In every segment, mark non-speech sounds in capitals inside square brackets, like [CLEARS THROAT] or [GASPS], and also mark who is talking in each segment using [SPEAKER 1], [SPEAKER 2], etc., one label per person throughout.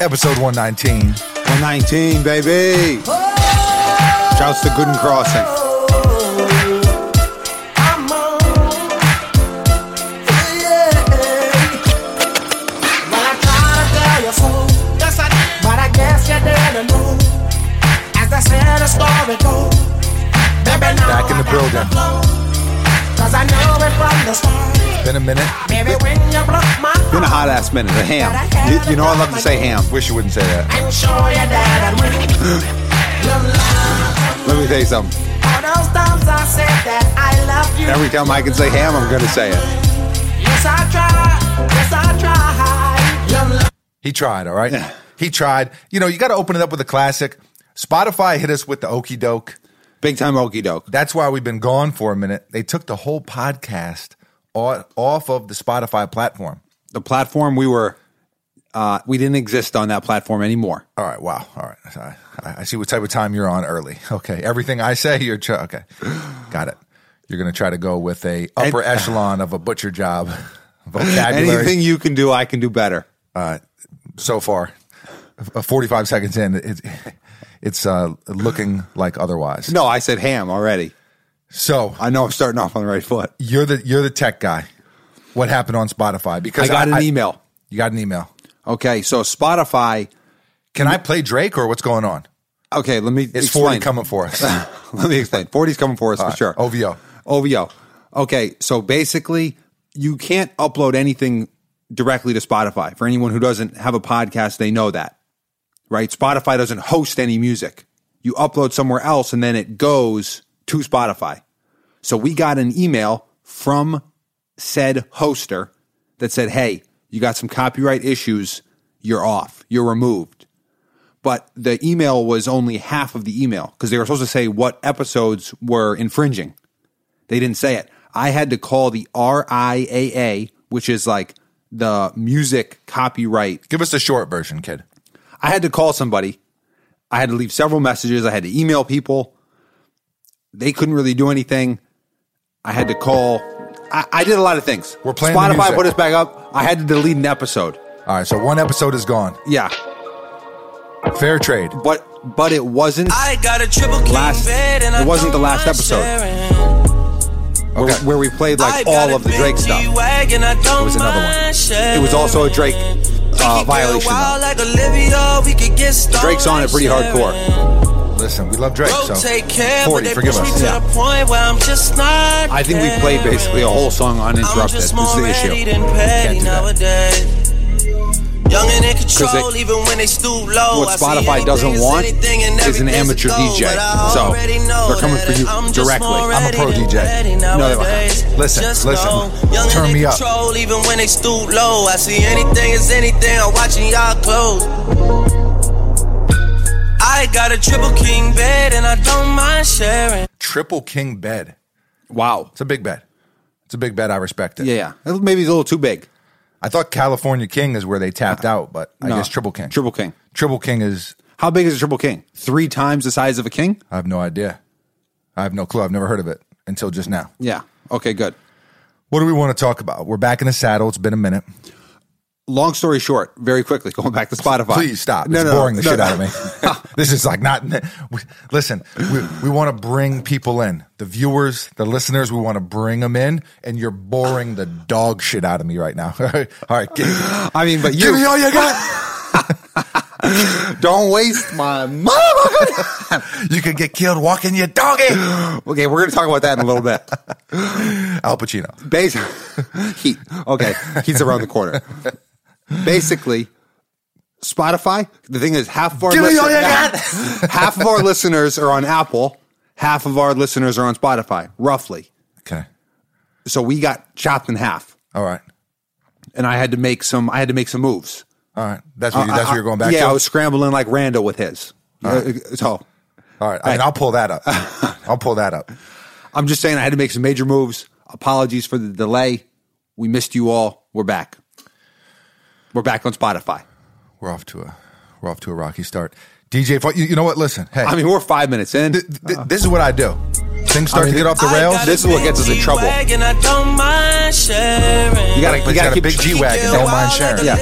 [SPEAKER 1] Episode 119.
[SPEAKER 2] 119, baby. Shouts to Gooden Crossing.
[SPEAKER 1] Back in the building.
[SPEAKER 3] Cause I know it from the start.
[SPEAKER 1] Been a minute.
[SPEAKER 3] Baby, when you broke my
[SPEAKER 2] Been a
[SPEAKER 3] heart,
[SPEAKER 2] hot ass minute. A ham. You, you know I love to say ham.
[SPEAKER 1] Wish you wouldn't say that.
[SPEAKER 3] I'm sure you that I'd win. Your love,
[SPEAKER 2] Let me tell you something.
[SPEAKER 3] all those times I said that I love you.
[SPEAKER 2] Every time I can say ham, I'm gonna say it.
[SPEAKER 3] Yes, I try. Yes, I try. Your love.
[SPEAKER 1] He tried, all right?
[SPEAKER 2] Yeah.
[SPEAKER 1] He tried. You know, you got to open it up with a classic. Spotify hit us with the okey doke.
[SPEAKER 2] Big time okey doke.
[SPEAKER 1] That's why we've been gone for a minute. They took the whole podcast o- off of the Spotify platform.
[SPEAKER 2] The platform we were, uh, we didn't exist on that platform anymore.
[SPEAKER 1] All right. Wow. All right. I, I see what type of time you're on early. [LAUGHS] Okay. Everything I say, you're tr- okay. Got it. You're going to try to go with a upper echelon of a butcher
[SPEAKER 2] [LAUGHS]
[SPEAKER 1] job vocabulary.
[SPEAKER 2] Anything you can do, I can do better.
[SPEAKER 1] uh, so far, Uh, 45 seconds in, it's it's uh, looking like otherwise.
[SPEAKER 2] No, I said ham already.
[SPEAKER 1] So
[SPEAKER 2] I know I'm starting off on the right foot.
[SPEAKER 1] you're the you're the tech guy. What happened on Spotify?
[SPEAKER 2] I
[SPEAKER 1] Because
[SPEAKER 2] got an email.
[SPEAKER 1] You got an email.
[SPEAKER 2] Okay, so Spotify.
[SPEAKER 1] Can I play Drake or what's going on?
[SPEAKER 2] Okay, let me.
[SPEAKER 1] It's
[SPEAKER 2] explain.
[SPEAKER 1] 40 coming for us.
[SPEAKER 2] [LAUGHS] Let me explain. 40's coming for us for sure.
[SPEAKER 1] OVO.
[SPEAKER 2] OVO. Okay, so basically, you can't upload anything directly to Spotify. For anyone who doesn't have a podcast, they know that, right? Spotify doesn't host any music. You upload somewhere else and then it goes to Spotify. So we got an email from said hoster that said, hey, you got some copyright issues. You're off. You're removed but the email was only half of the email because they were supposed to say what episodes were infringing. They didn't say it. I had to call the RIAA, which is like the music copyright.
[SPEAKER 1] Give us the short version, kid.
[SPEAKER 2] I had to call somebody. I had to leave several messages. I had to email people. They couldn't really do anything. I had to call. I, I did a lot of things.
[SPEAKER 1] We're playing the
[SPEAKER 2] Spotify
[SPEAKER 1] music.
[SPEAKER 2] put us back up. I had to delete an episode.
[SPEAKER 1] All right, so one episode is gone.
[SPEAKER 2] Yeah,
[SPEAKER 1] Fair trade.
[SPEAKER 2] but but it wasn't.
[SPEAKER 4] I got a triple king
[SPEAKER 2] Last-
[SPEAKER 4] bed and
[SPEAKER 2] it
[SPEAKER 4] I
[SPEAKER 2] wasn't the
[SPEAKER 4] don't
[SPEAKER 2] last
[SPEAKER 4] mind
[SPEAKER 2] episode.
[SPEAKER 4] sharing.
[SPEAKER 2] where,
[SPEAKER 1] Okay.
[SPEAKER 2] where we played
[SPEAKER 4] I
[SPEAKER 2] like
[SPEAKER 4] got
[SPEAKER 2] all
[SPEAKER 4] a
[SPEAKER 2] of the Drake
[SPEAKER 4] big
[SPEAKER 2] stuff.
[SPEAKER 4] G-Wagon, I don't
[SPEAKER 1] was another one.
[SPEAKER 4] mind sharing.
[SPEAKER 2] It was also a Drake uh,
[SPEAKER 4] Keep it
[SPEAKER 2] violation.
[SPEAKER 4] wild
[SPEAKER 2] Though.
[SPEAKER 4] like Olivia, we could get stoned
[SPEAKER 2] Drake's on it pretty
[SPEAKER 4] sharing.
[SPEAKER 2] hardcore.
[SPEAKER 1] Listen, we love Drake, so
[SPEAKER 4] Bro, take care,
[SPEAKER 1] 40,
[SPEAKER 4] but they
[SPEAKER 1] forgive
[SPEAKER 4] push me
[SPEAKER 1] us.
[SPEAKER 4] to
[SPEAKER 2] Yeah.
[SPEAKER 4] the point where I'm just not
[SPEAKER 2] I think we played
[SPEAKER 4] caring.
[SPEAKER 2] basically a whole song
[SPEAKER 4] I'm
[SPEAKER 2] uninterrupted. Was
[SPEAKER 4] just more
[SPEAKER 2] the
[SPEAKER 4] ready
[SPEAKER 2] issue?
[SPEAKER 4] than
[SPEAKER 1] Can't
[SPEAKER 4] petty
[SPEAKER 1] do that.
[SPEAKER 4] nowadays. Young and in control,
[SPEAKER 2] they-
[SPEAKER 4] even when they stoop low.
[SPEAKER 2] what
[SPEAKER 4] I see
[SPEAKER 2] Spotify
[SPEAKER 4] anything
[SPEAKER 2] doesn't
[SPEAKER 4] is
[SPEAKER 2] want
[SPEAKER 4] anything and
[SPEAKER 2] is an
[SPEAKER 4] everything's a
[SPEAKER 2] amateur
[SPEAKER 4] goal,
[SPEAKER 2] DJ.
[SPEAKER 4] but I
[SPEAKER 2] So,
[SPEAKER 4] already know
[SPEAKER 2] they're coming for
[SPEAKER 4] that
[SPEAKER 2] you
[SPEAKER 4] I'm just
[SPEAKER 2] directly.
[SPEAKER 4] more
[SPEAKER 1] I'm a pro
[SPEAKER 4] ready than
[SPEAKER 1] DJ.
[SPEAKER 4] petty
[SPEAKER 2] No, they
[SPEAKER 4] nowadays.
[SPEAKER 2] aren't.
[SPEAKER 1] Listen,
[SPEAKER 4] Just
[SPEAKER 1] listen.
[SPEAKER 4] know, young and
[SPEAKER 1] Turn
[SPEAKER 4] in
[SPEAKER 1] me up.
[SPEAKER 4] control, Even when they stoop low, I see anything is anything. I'm watching y'all close. I got a triple king bed and I don't mind sharing.
[SPEAKER 1] triple king bed.
[SPEAKER 2] Wow.
[SPEAKER 1] It's a big bed. It's a big bed. I respect it.
[SPEAKER 2] Yeah, yeah. It was- Maybe it's a little too big.
[SPEAKER 1] I thought California King is where they tapped out, but I
[SPEAKER 2] Uh, No.
[SPEAKER 1] guess triple king.
[SPEAKER 2] Triple king.
[SPEAKER 1] Triple king is.
[SPEAKER 2] How big is a triple king? Three times the size of a king?
[SPEAKER 1] I have no idea. I have no clue. I've never heard of it until just now.
[SPEAKER 2] Yeah. Okay, good.
[SPEAKER 1] What do we want to talk about? We're back in the saddle. It's been a minute.
[SPEAKER 2] Long story short, very quickly, going back to Spotify.
[SPEAKER 1] Please stop.
[SPEAKER 2] No,
[SPEAKER 1] it's
[SPEAKER 2] no,
[SPEAKER 1] boring the
[SPEAKER 2] no,
[SPEAKER 1] shit
[SPEAKER 2] no.
[SPEAKER 1] out of me. this is like not. We, listen, we, we want to bring people in. The viewers, the listeners, we want to bring them in, and you're boring the dog shit out of me right now. [LAUGHS] all right. Give,
[SPEAKER 2] [LAUGHS] I mean, but
[SPEAKER 1] give me [LAUGHS]
[SPEAKER 2] you
[SPEAKER 1] all you got.
[SPEAKER 2] don't
[SPEAKER 1] [LAUGHS]
[SPEAKER 2] waste my motherfucker.
[SPEAKER 1] You could get killed walking your doggy. [GASPS]
[SPEAKER 2] okay, we're going to talk about that in a little bit.
[SPEAKER 1] Al Pacino.
[SPEAKER 2] Bas- [LAUGHS] he, okay, he's around the corner. Basically, Spotify. The thing is, half of our
[SPEAKER 1] Give me all you
[SPEAKER 2] [LAUGHS] half of our listeners are on Apple. Half of our listeners are on Spotify, roughly.
[SPEAKER 1] Okay.
[SPEAKER 2] So we got chopped in half,
[SPEAKER 1] All right.
[SPEAKER 2] and I had to make some. I had to make some moves.
[SPEAKER 1] All right. That's what you, that's what you're going back
[SPEAKER 2] Uh, yeah,
[SPEAKER 1] to.
[SPEAKER 2] I was scrambling like Randall with his. Uh, so
[SPEAKER 1] All right. I mean, I'll pull that up. I'll pull that up.
[SPEAKER 2] I'm just saying, I had to make some major moves. Apologies for the delay. We missed you all. We're back. We're back on Spotify.
[SPEAKER 1] We're off to a we're off to a rocky start. DJ, Fo- you, you know what? Listen, hey,
[SPEAKER 2] I mean, we're five minutes in.
[SPEAKER 1] th- th- this is what I do. Things start
[SPEAKER 2] mean,
[SPEAKER 1] to get off the
[SPEAKER 4] I
[SPEAKER 1] rails.
[SPEAKER 4] got
[SPEAKER 2] This
[SPEAKER 4] a
[SPEAKER 2] is what gets us in
[SPEAKER 4] big
[SPEAKER 2] trouble.
[SPEAKER 4] G-Wagon, I don't mind sharing.
[SPEAKER 2] You gotta,
[SPEAKER 1] But he's
[SPEAKER 2] you gotta
[SPEAKER 1] got a
[SPEAKER 2] keep
[SPEAKER 1] big G wagon. Don't mind sharing.
[SPEAKER 2] Yeah,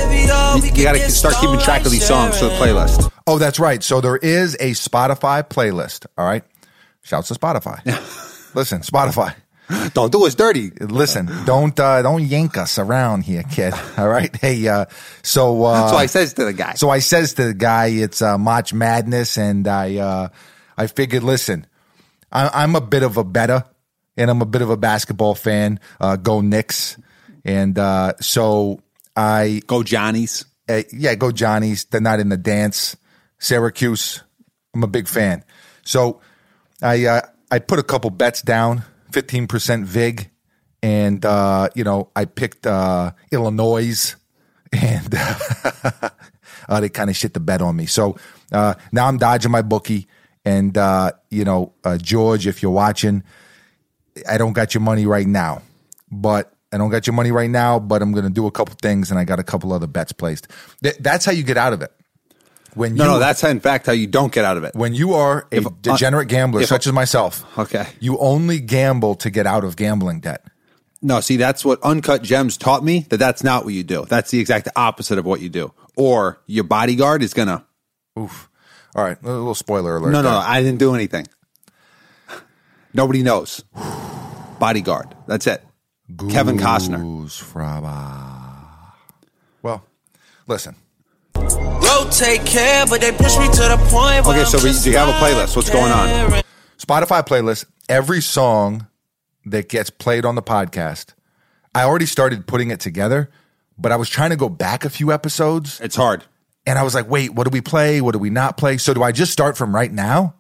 [SPEAKER 2] you, you gotta
[SPEAKER 4] Get
[SPEAKER 2] start keeping track of these songs for the playlist.
[SPEAKER 1] Oh, that's right. So there is a Spotify playlist. All right. Shouts to Spotify. [LAUGHS] Listen, Spotify.
[SPEAKER 2] Don't do us dirty.
[SPEAKER 1] Listen, don't uh, don't yank us around here, kid. All right. Hey, uh, so uh,
[SPEAKER 2] So I says to the guy.
[SPEAKER 1] So I says to the guy, it's uh, Mach Madness, and I uh, I figured, listen, I, I'm a bit of a better, and I'm a bit of a basketball fan. Uh, go Knicks, and uh, so I
[SPEAKER 2] go Johnny's.
[SPEAKER 1] uh, yeah, go Johnny's. They're not in the dance. Syracuse. I'm a big fan. So I uh, I put a couple bets down, 15% vig, and uh, you know I picked uh, Illinois, [LAUGHS] and uh, [LAUGHS] they kind of shit the bet on me. So uh, now I'm dodging my bookie, and uh, you know uh, George, if you're watching, I don't got your money right now, but I don't got your money right now, but I'm going to do a couple things and I got a couple other bets placed. Th- that's how you get out of it. When you,
[SPEAKER 2] No, no, that's in fact how you don't get out of it.
[SPEAKER 1] when you are a
[SPEAKER 2] If-
[SPEAKER 1] degenerate gambler,
[SPEAKER 2] if-
[SPEAKER 1] such as myself,
[SPEAKER 2] Okay.
[SPEAKER 1] you only gamble to get out of gambling debt.
[SPEAKER 2] No, see, that's what Uncut Gems taught me that that's not what you do. That's the exact opposite of what you do. Or your bodyguard is gonna.
[SPEAKER 1] Oof. All right. A little spoiler alert.
[SPEAKER 2] No, no,
[SPEAKER 1] there.
[SPEAKER 2] no, I didn't do anything. Nobody knows. [SIGHS] Bodyguard. That's it. Kevin Costner.
[SPEAKER 1] Goose Fraba. Well, listen.
[SPEAKER 4] Rotate care, but they push me to the point. where
[SPEAKER 2] Okay,
[SPEAKER 4] I'm
[SPEAKER 2] so we-
[SPEAKER 4] just
[SPEAKER 2] do you have a playlist? What's going on?
[SPEAKER 4] staring.
[SPEAKER 1] Spotify playlist, every song that gets played on the podcast, I already started putting it together, but I was trying to go back a few episodes
[SPEAKER 2] It's hard.
[SPEAKER 1] and I was like, wait, what do we play? What do we not play? So do I just start from right now?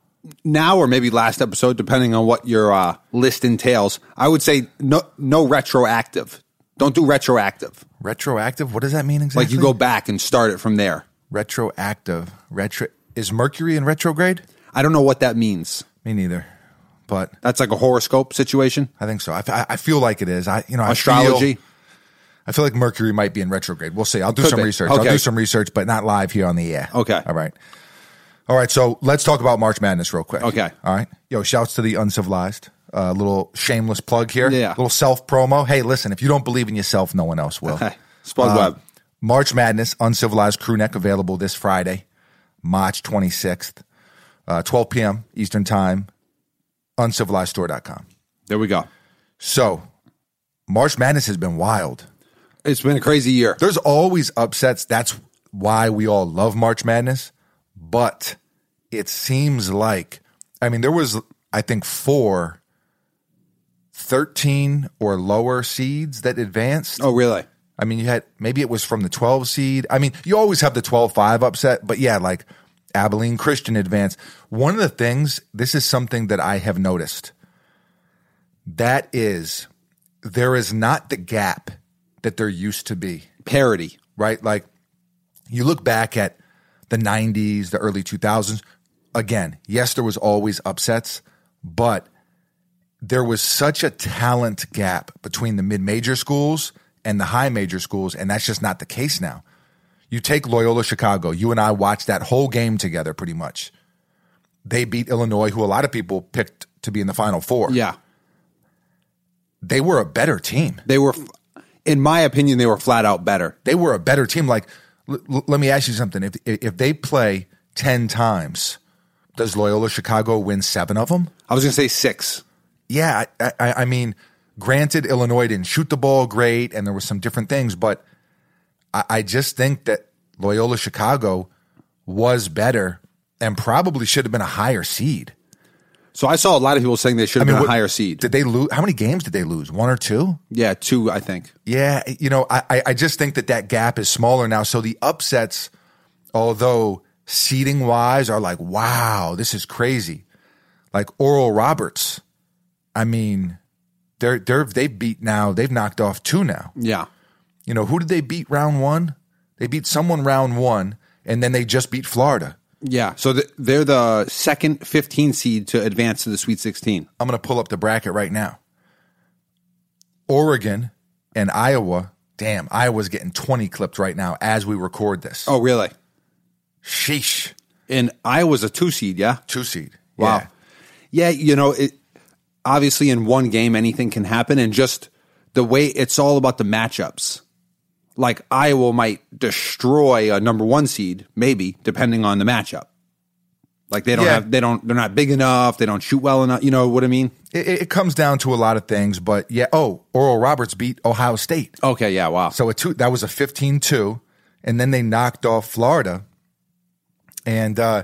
[SPEAKER 2] Now or maybe last episode, depending on what your uh, list entails. I would say no, no retroactive. Don't do retroactive.
[SPEAKER 1] Retroactive? What does that mean exactly?
[SPEAKER 2] Like you go back and start it from there.
[SPEAKER 1] retroactive. Retro is Mercury in retrograde?
[SPEAKER 2] I don't know what that means.
[SPEAKER 1] Me neither. But
[SPEAKER 2] That's like a horoscope situation.
[SPEAKER 1] I think so. I, I- I feel like it is. I you know I
[SPEAKER 2] Astrology.
[SPEAKER 1] Feel, I feel like Mercury might be in retrograde. We'll see. I'll do
[SPEAKER 2] Could
[SPEAKER 1] some
[SPEAKER 2] be.
[SPEAKER 1] research.
[SPEAKER 2] Okay.
[SPEAKER 1] I'll do some research, but not live here on the air.
[SPEAKER 2] Okay.
[SPEAKER 1] All right. All right. So let's talk about March Madness real quick.
[SPEAKER 2] Okay.
[SPEAKER 1] All right. Yo, shouts to the uncivilized. uh, little shameless plug here.
[SPEAKER 2] Yeah.
[SPEAKER 1] Little self promo. Hey, listen, if you don't believe in yourself, no one else will.
[SPEAKER 2] [LAUGHS] [LAUGHS] Hey,
[SPEAKER 1] Uh,
[SPEAKER 2] Spud Web.
[SPEAKER 1] March Madness, Uncivilized Crew Neck available this Friday, March 26th, uh, 12 p.m. Eastern Time, uncivilizedstore.com.
[SPEAKER 2] There we go.
[SPEAKER 1] So, March Madness has been wild.
[SPEAKER 2] It's been a crazy year.
[SPEAKER 1] There's always upsets. That's why we all love March Madness. But it seems like, I mean, there was, I think, four 13 or lower seeds that advanced.
[SPEAKER 2] Oh, really?
[SPEAKER 1] I mean, you had maybe it was from the 12 seed. I mean, you always have the 12 5 upset, but yeah, like Abilene Christian advance. One of the things, this is something that I have noticed. That is, there is not the gap that there used to be,
[SPEAKER 2] Parody.
[SPEAKER 1] right? Like, you look back at the 90s, the early 2000s. Again, yes, there was always upsets, but there was such a talent gap between the mid-major schools and the high major schools and that's just not the case now you take loyola chicago you and i watched that whole game together pretty much they beat illinois who a lot of people picked to be in the final four
[SPEAKER 2] Yeah.
[SPEAKER 1] they were a better team
[SPEAKER 2] They were, f- in my opinion, they were flat out better.
[SPEAKER 1] they were a better team like l- l- let me ask you something if, if if they play 10 times does loyola chicago win seven of them
[SPEAKER 2] I was going to say six.
[SPEAKER 1] yeah, I, I, I mean, granted, Illinois didn't shoot the ball great, and there were some different things, but I, I just think that Loyola Chicago was better and probably should have been a higher seed.
[SPEAKER 2] So I saw a lot of people saying they should have been
[SPEAKER 1] what-
[SPEAKER 2] a higher seed.
[SPEAKER 1] Did they lose? How many games did they lose? One or two?
[SPEAKER 2] yeah, two, I think.
[SPEAKER 1] Yeah, you know, I, I- I just think that that gap is smaller now. So the upsets, although seating wise, are like, wow, this is crazy. Like Oral Roberts, I mean, they're they're they've beat now. They've knocked off two now.
[SPEAKER 2] Yeah.
[SPEAKER 1] You know, who did they beat round one? They beat someone round one, and then they just beat Florida.
[SPEAKER 2] Yeah. So th- they're the second 15 seed to advance to the Sweet 16.
[SPEAKER 1] I'm going to pull up the bracket right now. Oregon and Iowa. Damn, Iowa's getting 20 clipped right now as we record this.
[SPEAKER 2] Oh, really?
[SPEAKER 1] Sheesh.
[SPEAKER 2] And Iowa's a two seed, yeah?
[SPEAKER 1] Two seed.
[SPEAKER 2] Wow.
[SPEAKER 1] Yeah.
[SPEAKER 2] Yeah, you know, it obviously in one game anything can happen and just the way it's all about the matchups. Like Iowa might destroy a number 1 seed maybe depending on the matchup. Like they don't
[SPEAKER 1] Yeah.
[SPEAKER 2] have they don't they're not big enough, they don't shoot well enough, you know what I mean?
[SPEAKER 1] It, it- it comes down to a lot of things, but yeah. Oh, Oral Roberts beat Ohio State.
[SPEAKER 2] Okay, yeah, wow.
[SPEAKER 1] So a two, that was a 15 2. And then they knocked off Florida. And uh,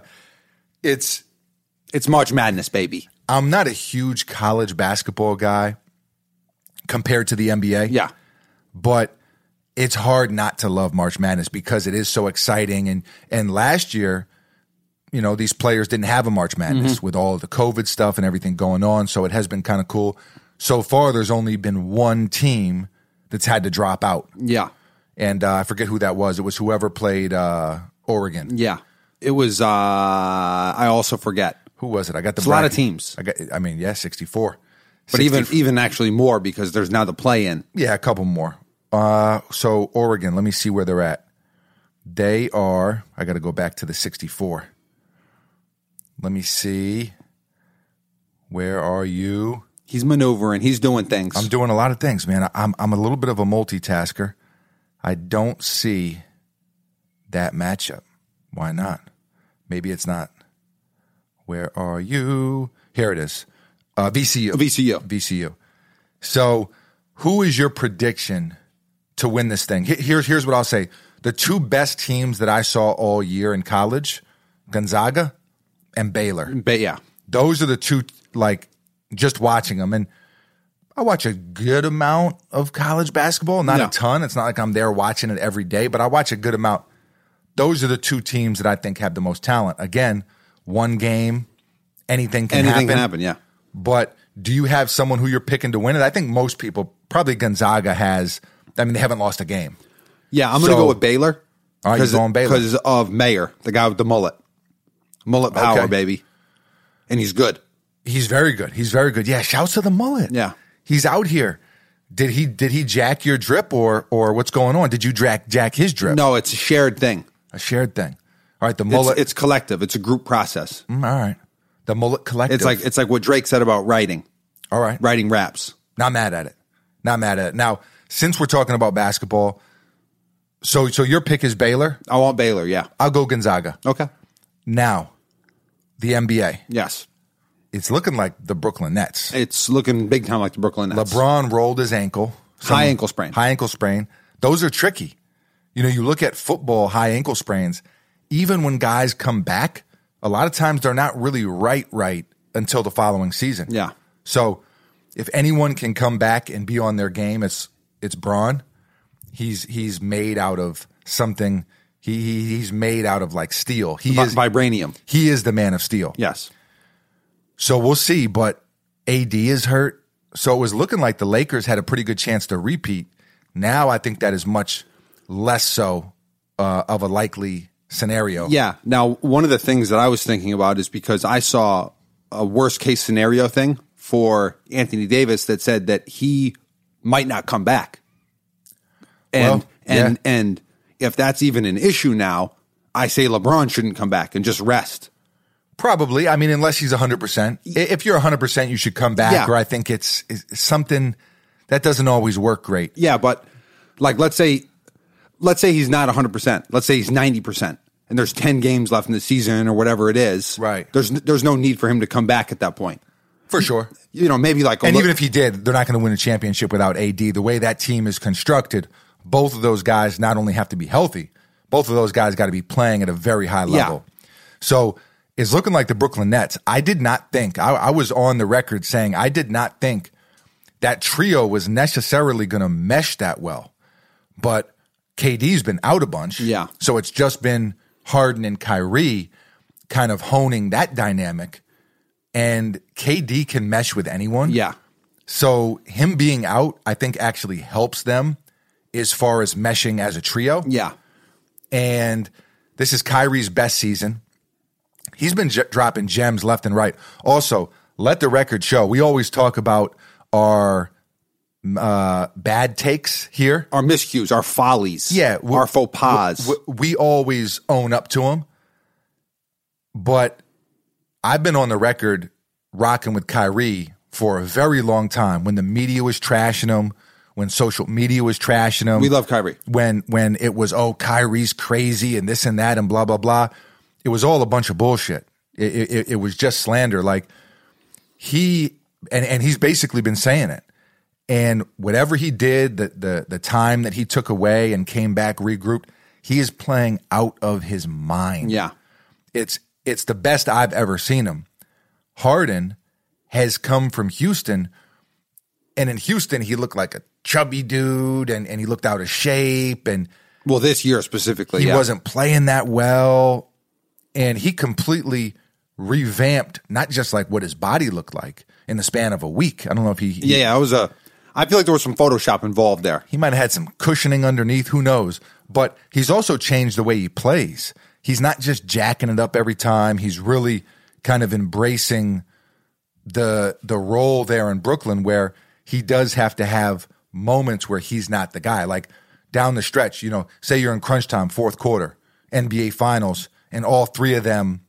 [SPEAKER 1] it's,
[SPEAKER 2] it's March Madness, baby.
[SPEAKER 1] I'm not a huge college basketball guy compared to the NBA.
[SPEAKER 2] Yeah.
[SPEAKER 1] but it's hard not to love March Madness because it is so exciting. And and last year, you know, these players didn't have a March Madness
[SPEAKER 2] Mm-hmm.
[SPEAKER 1] with all the COVID stuff and everything going on. So it has been kind of cool. So far, there's only been one team that's had to drop out,
[SPEAKER 2] Yeah.
[SPEAKER 1] and uh, I forget who that was. It was whoever played uh, Oregon.
[SPEAKER 2] Yeah. It was uh I also forget.
[SPEAKER 1] Who was it? I got the
[SPEAKER 2] It's a lot of
[SPEAKER 1] bracket.
[SPEAKER 2] teams.
[SPEAKER 1] I got. I mean, yeah, 64.
[SPEAKER 2] But even even actually more because there's now the play in.
[SPEAKER 1] Yeah, a couple more. Uh, so Oregon, let me see where they're at. They are. I got to go back to the sixty-four. Let me see. Where are you?
[SPEAKER 2] He's maneuvering, he's doing things.
[SPEAKER 1] I'm doing a lot of things, man. I- I'm I'm a little bit of a multitasker. I don't see that matchup. Why not? Maybe it's not. Where are you? Here it is. Uh, VCU.
[SPEAKER 2] VCU.
[SPEAKER 1] VCU. So, who is your prediction to win this thing? He- Here's here's what I'll say: the two best teams that I saw all year in college, Gonzaga and Baylor
[SPEAKER 2] But yeah.
[SPEAKER 1] those are the two like just watching them and i watch a good amount of college basketball not
[SPEAKER 2] No.
[SPEAKER 1] a ton it's not like i'm there watching it every day but i watch a good amount those are the two teams that i think have the most talent again one game anything can,
[SPEAKER 2] Anything
[SPEAKER 1] happen,
[SPEAKER 2] can happen, yeah.
[SPEAKER 1] but do you have someone who you're picking to win it i think most people probably gonzaga has i mean they haven't lost a game
[SPEAKER 2] Yeah, I'm gonna
[SPEAKER 1] So-
[SPEAKER 2] go with Baylor.
[SPEAKER 1] All right, you're going Baylor.
[SPEAKER 2] because of Mayer, the guy with the mullet, mullet power,
[SPEAKER 1] Okay.
[SPEAKER 2] baby, and he's good.
[SPEAKER 1] He's very good. He's very good. Yeah, shouts to the mullet.
[SPEAKER 2] Yeah.
[SPEAKER 1] He's out here. Did he did he jack your drip or or what's going on? Did you jack jack his drip?
[SPEAKER 2] No, it's a shared thing.
[SPEAKER 1] A shared thing. All right, the
[SPEAKER 2] It's,
[SPEAKER 1] mullet.
[SPEAKER 2] it's collective. It's a group process.
[SPEAKER 1] Mm, all right. The mullet collective.
[SPEAKER 2] It's like it's like what Drake said about writing,
[SPEAKER 1] all right.
[SPEAKER 2] writing raps.
[SPEAKER 1] Not mad at it. Not mad at it. Now, since we're talking about basketball, so so your pick is Baylor.
[SPEAKER 2] I want Baylor. Yeah.
[SPEAKER 1] I'll go Gonzaga.
[SPEAKER 2] Okay.
[SPEAKER 1] Now, the NBA.
[SPEAKER 2] Yes,
[SPEAKER 1] It's looking like the Brooklyn Nets.
[SPEAKER 2] it's looking big time like the Brooklyn Nets.
[SPEAKER 1] LeBron rolled his ankle.
[SPEAKER 2] High ankle sprain.
[SPEAKER 1] High ankle sprain. Those are tricky. You know, you look at football high ankle sprains, even when guys come back, a lot of times they're not really right right until the following season.
[SPEAKER 2] Yeah.
[SPEAKER 1] So if anyone can come back and be on their game, it's it's Braun. He's he's made out of something. He, he he's made out of like steel. He
[SPEAKER 2] Vi-
[SPEAKER 1] is
[SPEAKER 2] vibranium.
[SPEAKER 1] he is the man of steel.
[SPEAKER 2] Yes.
[SPEAKER 1] So we'll see, but AD is hurt. So it was looking like the Lakers had a pretty good chance to repeat. Now I think that is much less so uh, of a likely scenario.
[SPEAKER 2] Yeah. Now, one of the things that I was thinking about is because I saw a worst case scenario thing for Anthony Davis that said that he might not come back. And
[SPEAKER 1] Well,
[SPEAKER 2] and and if that's even an issue now, I say LeBron shouldn't come back and just rest.
[SPEAKER 1] Probably. I mean, unless he's 100%. I- If you're 100%, you should come back,
[SPEAKER 2] Yeah.
[SPEAKER 1] or I think it's, it's something that doesn't always work great.
[SPEAKER 2] Yeah, but like let's say let's say he's not 100%. Let's say he's 90% and there's 10 games left in the season or whatever it is.
[SPEAKER 1] Right.
[SPEAKER 2] There's n- there's no need for him to come back at that point.
[SPEAKER 1] For sure.
[SPEAKER 2] You know, maybe like a
[SPEAKER 1] And
[SPEAKER 2] look-
[SPEAKER 1] even if he did, they're not going to win a championship without AD. The way that team is constructed, both of those guys not only have to be healthy, both of those guys got to be playing at a very high
[SPEAKER 2] Yeah.
[SPEAKER 1] level. So it's looking like the Brooklyn Nets. I did not think, I, I was on the record saying, I did not think that trio was necessarily going to mesh that well. But KD's been out a bunch.
[SPEAKER 2] Yeah.
[SPEAKER 1] So it's just been Harden and Kyrie kind of honing that dynamic. And KD can mesh with anyone.
[SPEAKER 2] yeah.
[SPEAKER 1] So him being out, I think actually helps them as far as meshing as a trio.
[SPEAKER 2] Yeah.
[SPEAKER 1] And this is Kyrie's best season. He's been j- dropping gems left and right. Also, let the record show. We always talk about our uh, bad takes here.
[SPEAKER 2] our miscues, our follies,
[SPEAKER 1] Yeah, we-
[SPEAKER 2] our faux pas.
[SPEAKER 1] We, we always own up to them. but I've been on the record rocking with Kyrie for a very long time when the media was trashing him, when social media was trashing him.
[SPEAKER 2] We love Kyrie.
[SPEAKER 1] When when it was oh Kyrie's crazy and this and that and blah blah blah. It was all a bunch of bullshit. It it- it, it was just slander like he and and he's basically been saying it. And whatever he did, the the the time that he took away and came back regrouped, he is playing out of his mind
[SPEAKER 2] Yeah.
[SPEAKER 1] it's it's the best I've ever seen him. Harden has come from Houston, and in Houston he looked like a chubby dude, and and he looked out of shape, and
[SPEAKER 2] Well, this year specifically,
[SPEAKER 1] he
[SPEAKER 2] yeah.
[SPEAKER 1] wasn't playing that well, and he completely revamped not just like what his body looked like in the span of a week. I don't know if he he,
[SPEAKER 2] Yeah, yeah. It was a. I feel like there was some Photoshop involved there.
[SPEAKER 1] he might have had some cushioning underneath, who knows? But he's also changed the way he plays. He's not just jacking it up every time. He's really kind of embracing the the role there in Brooklyn where he does have to have moments where he's not the guy. Like down the stretch, you know, say you're in crunch time, fourth quarter, NBA finals, and all three of them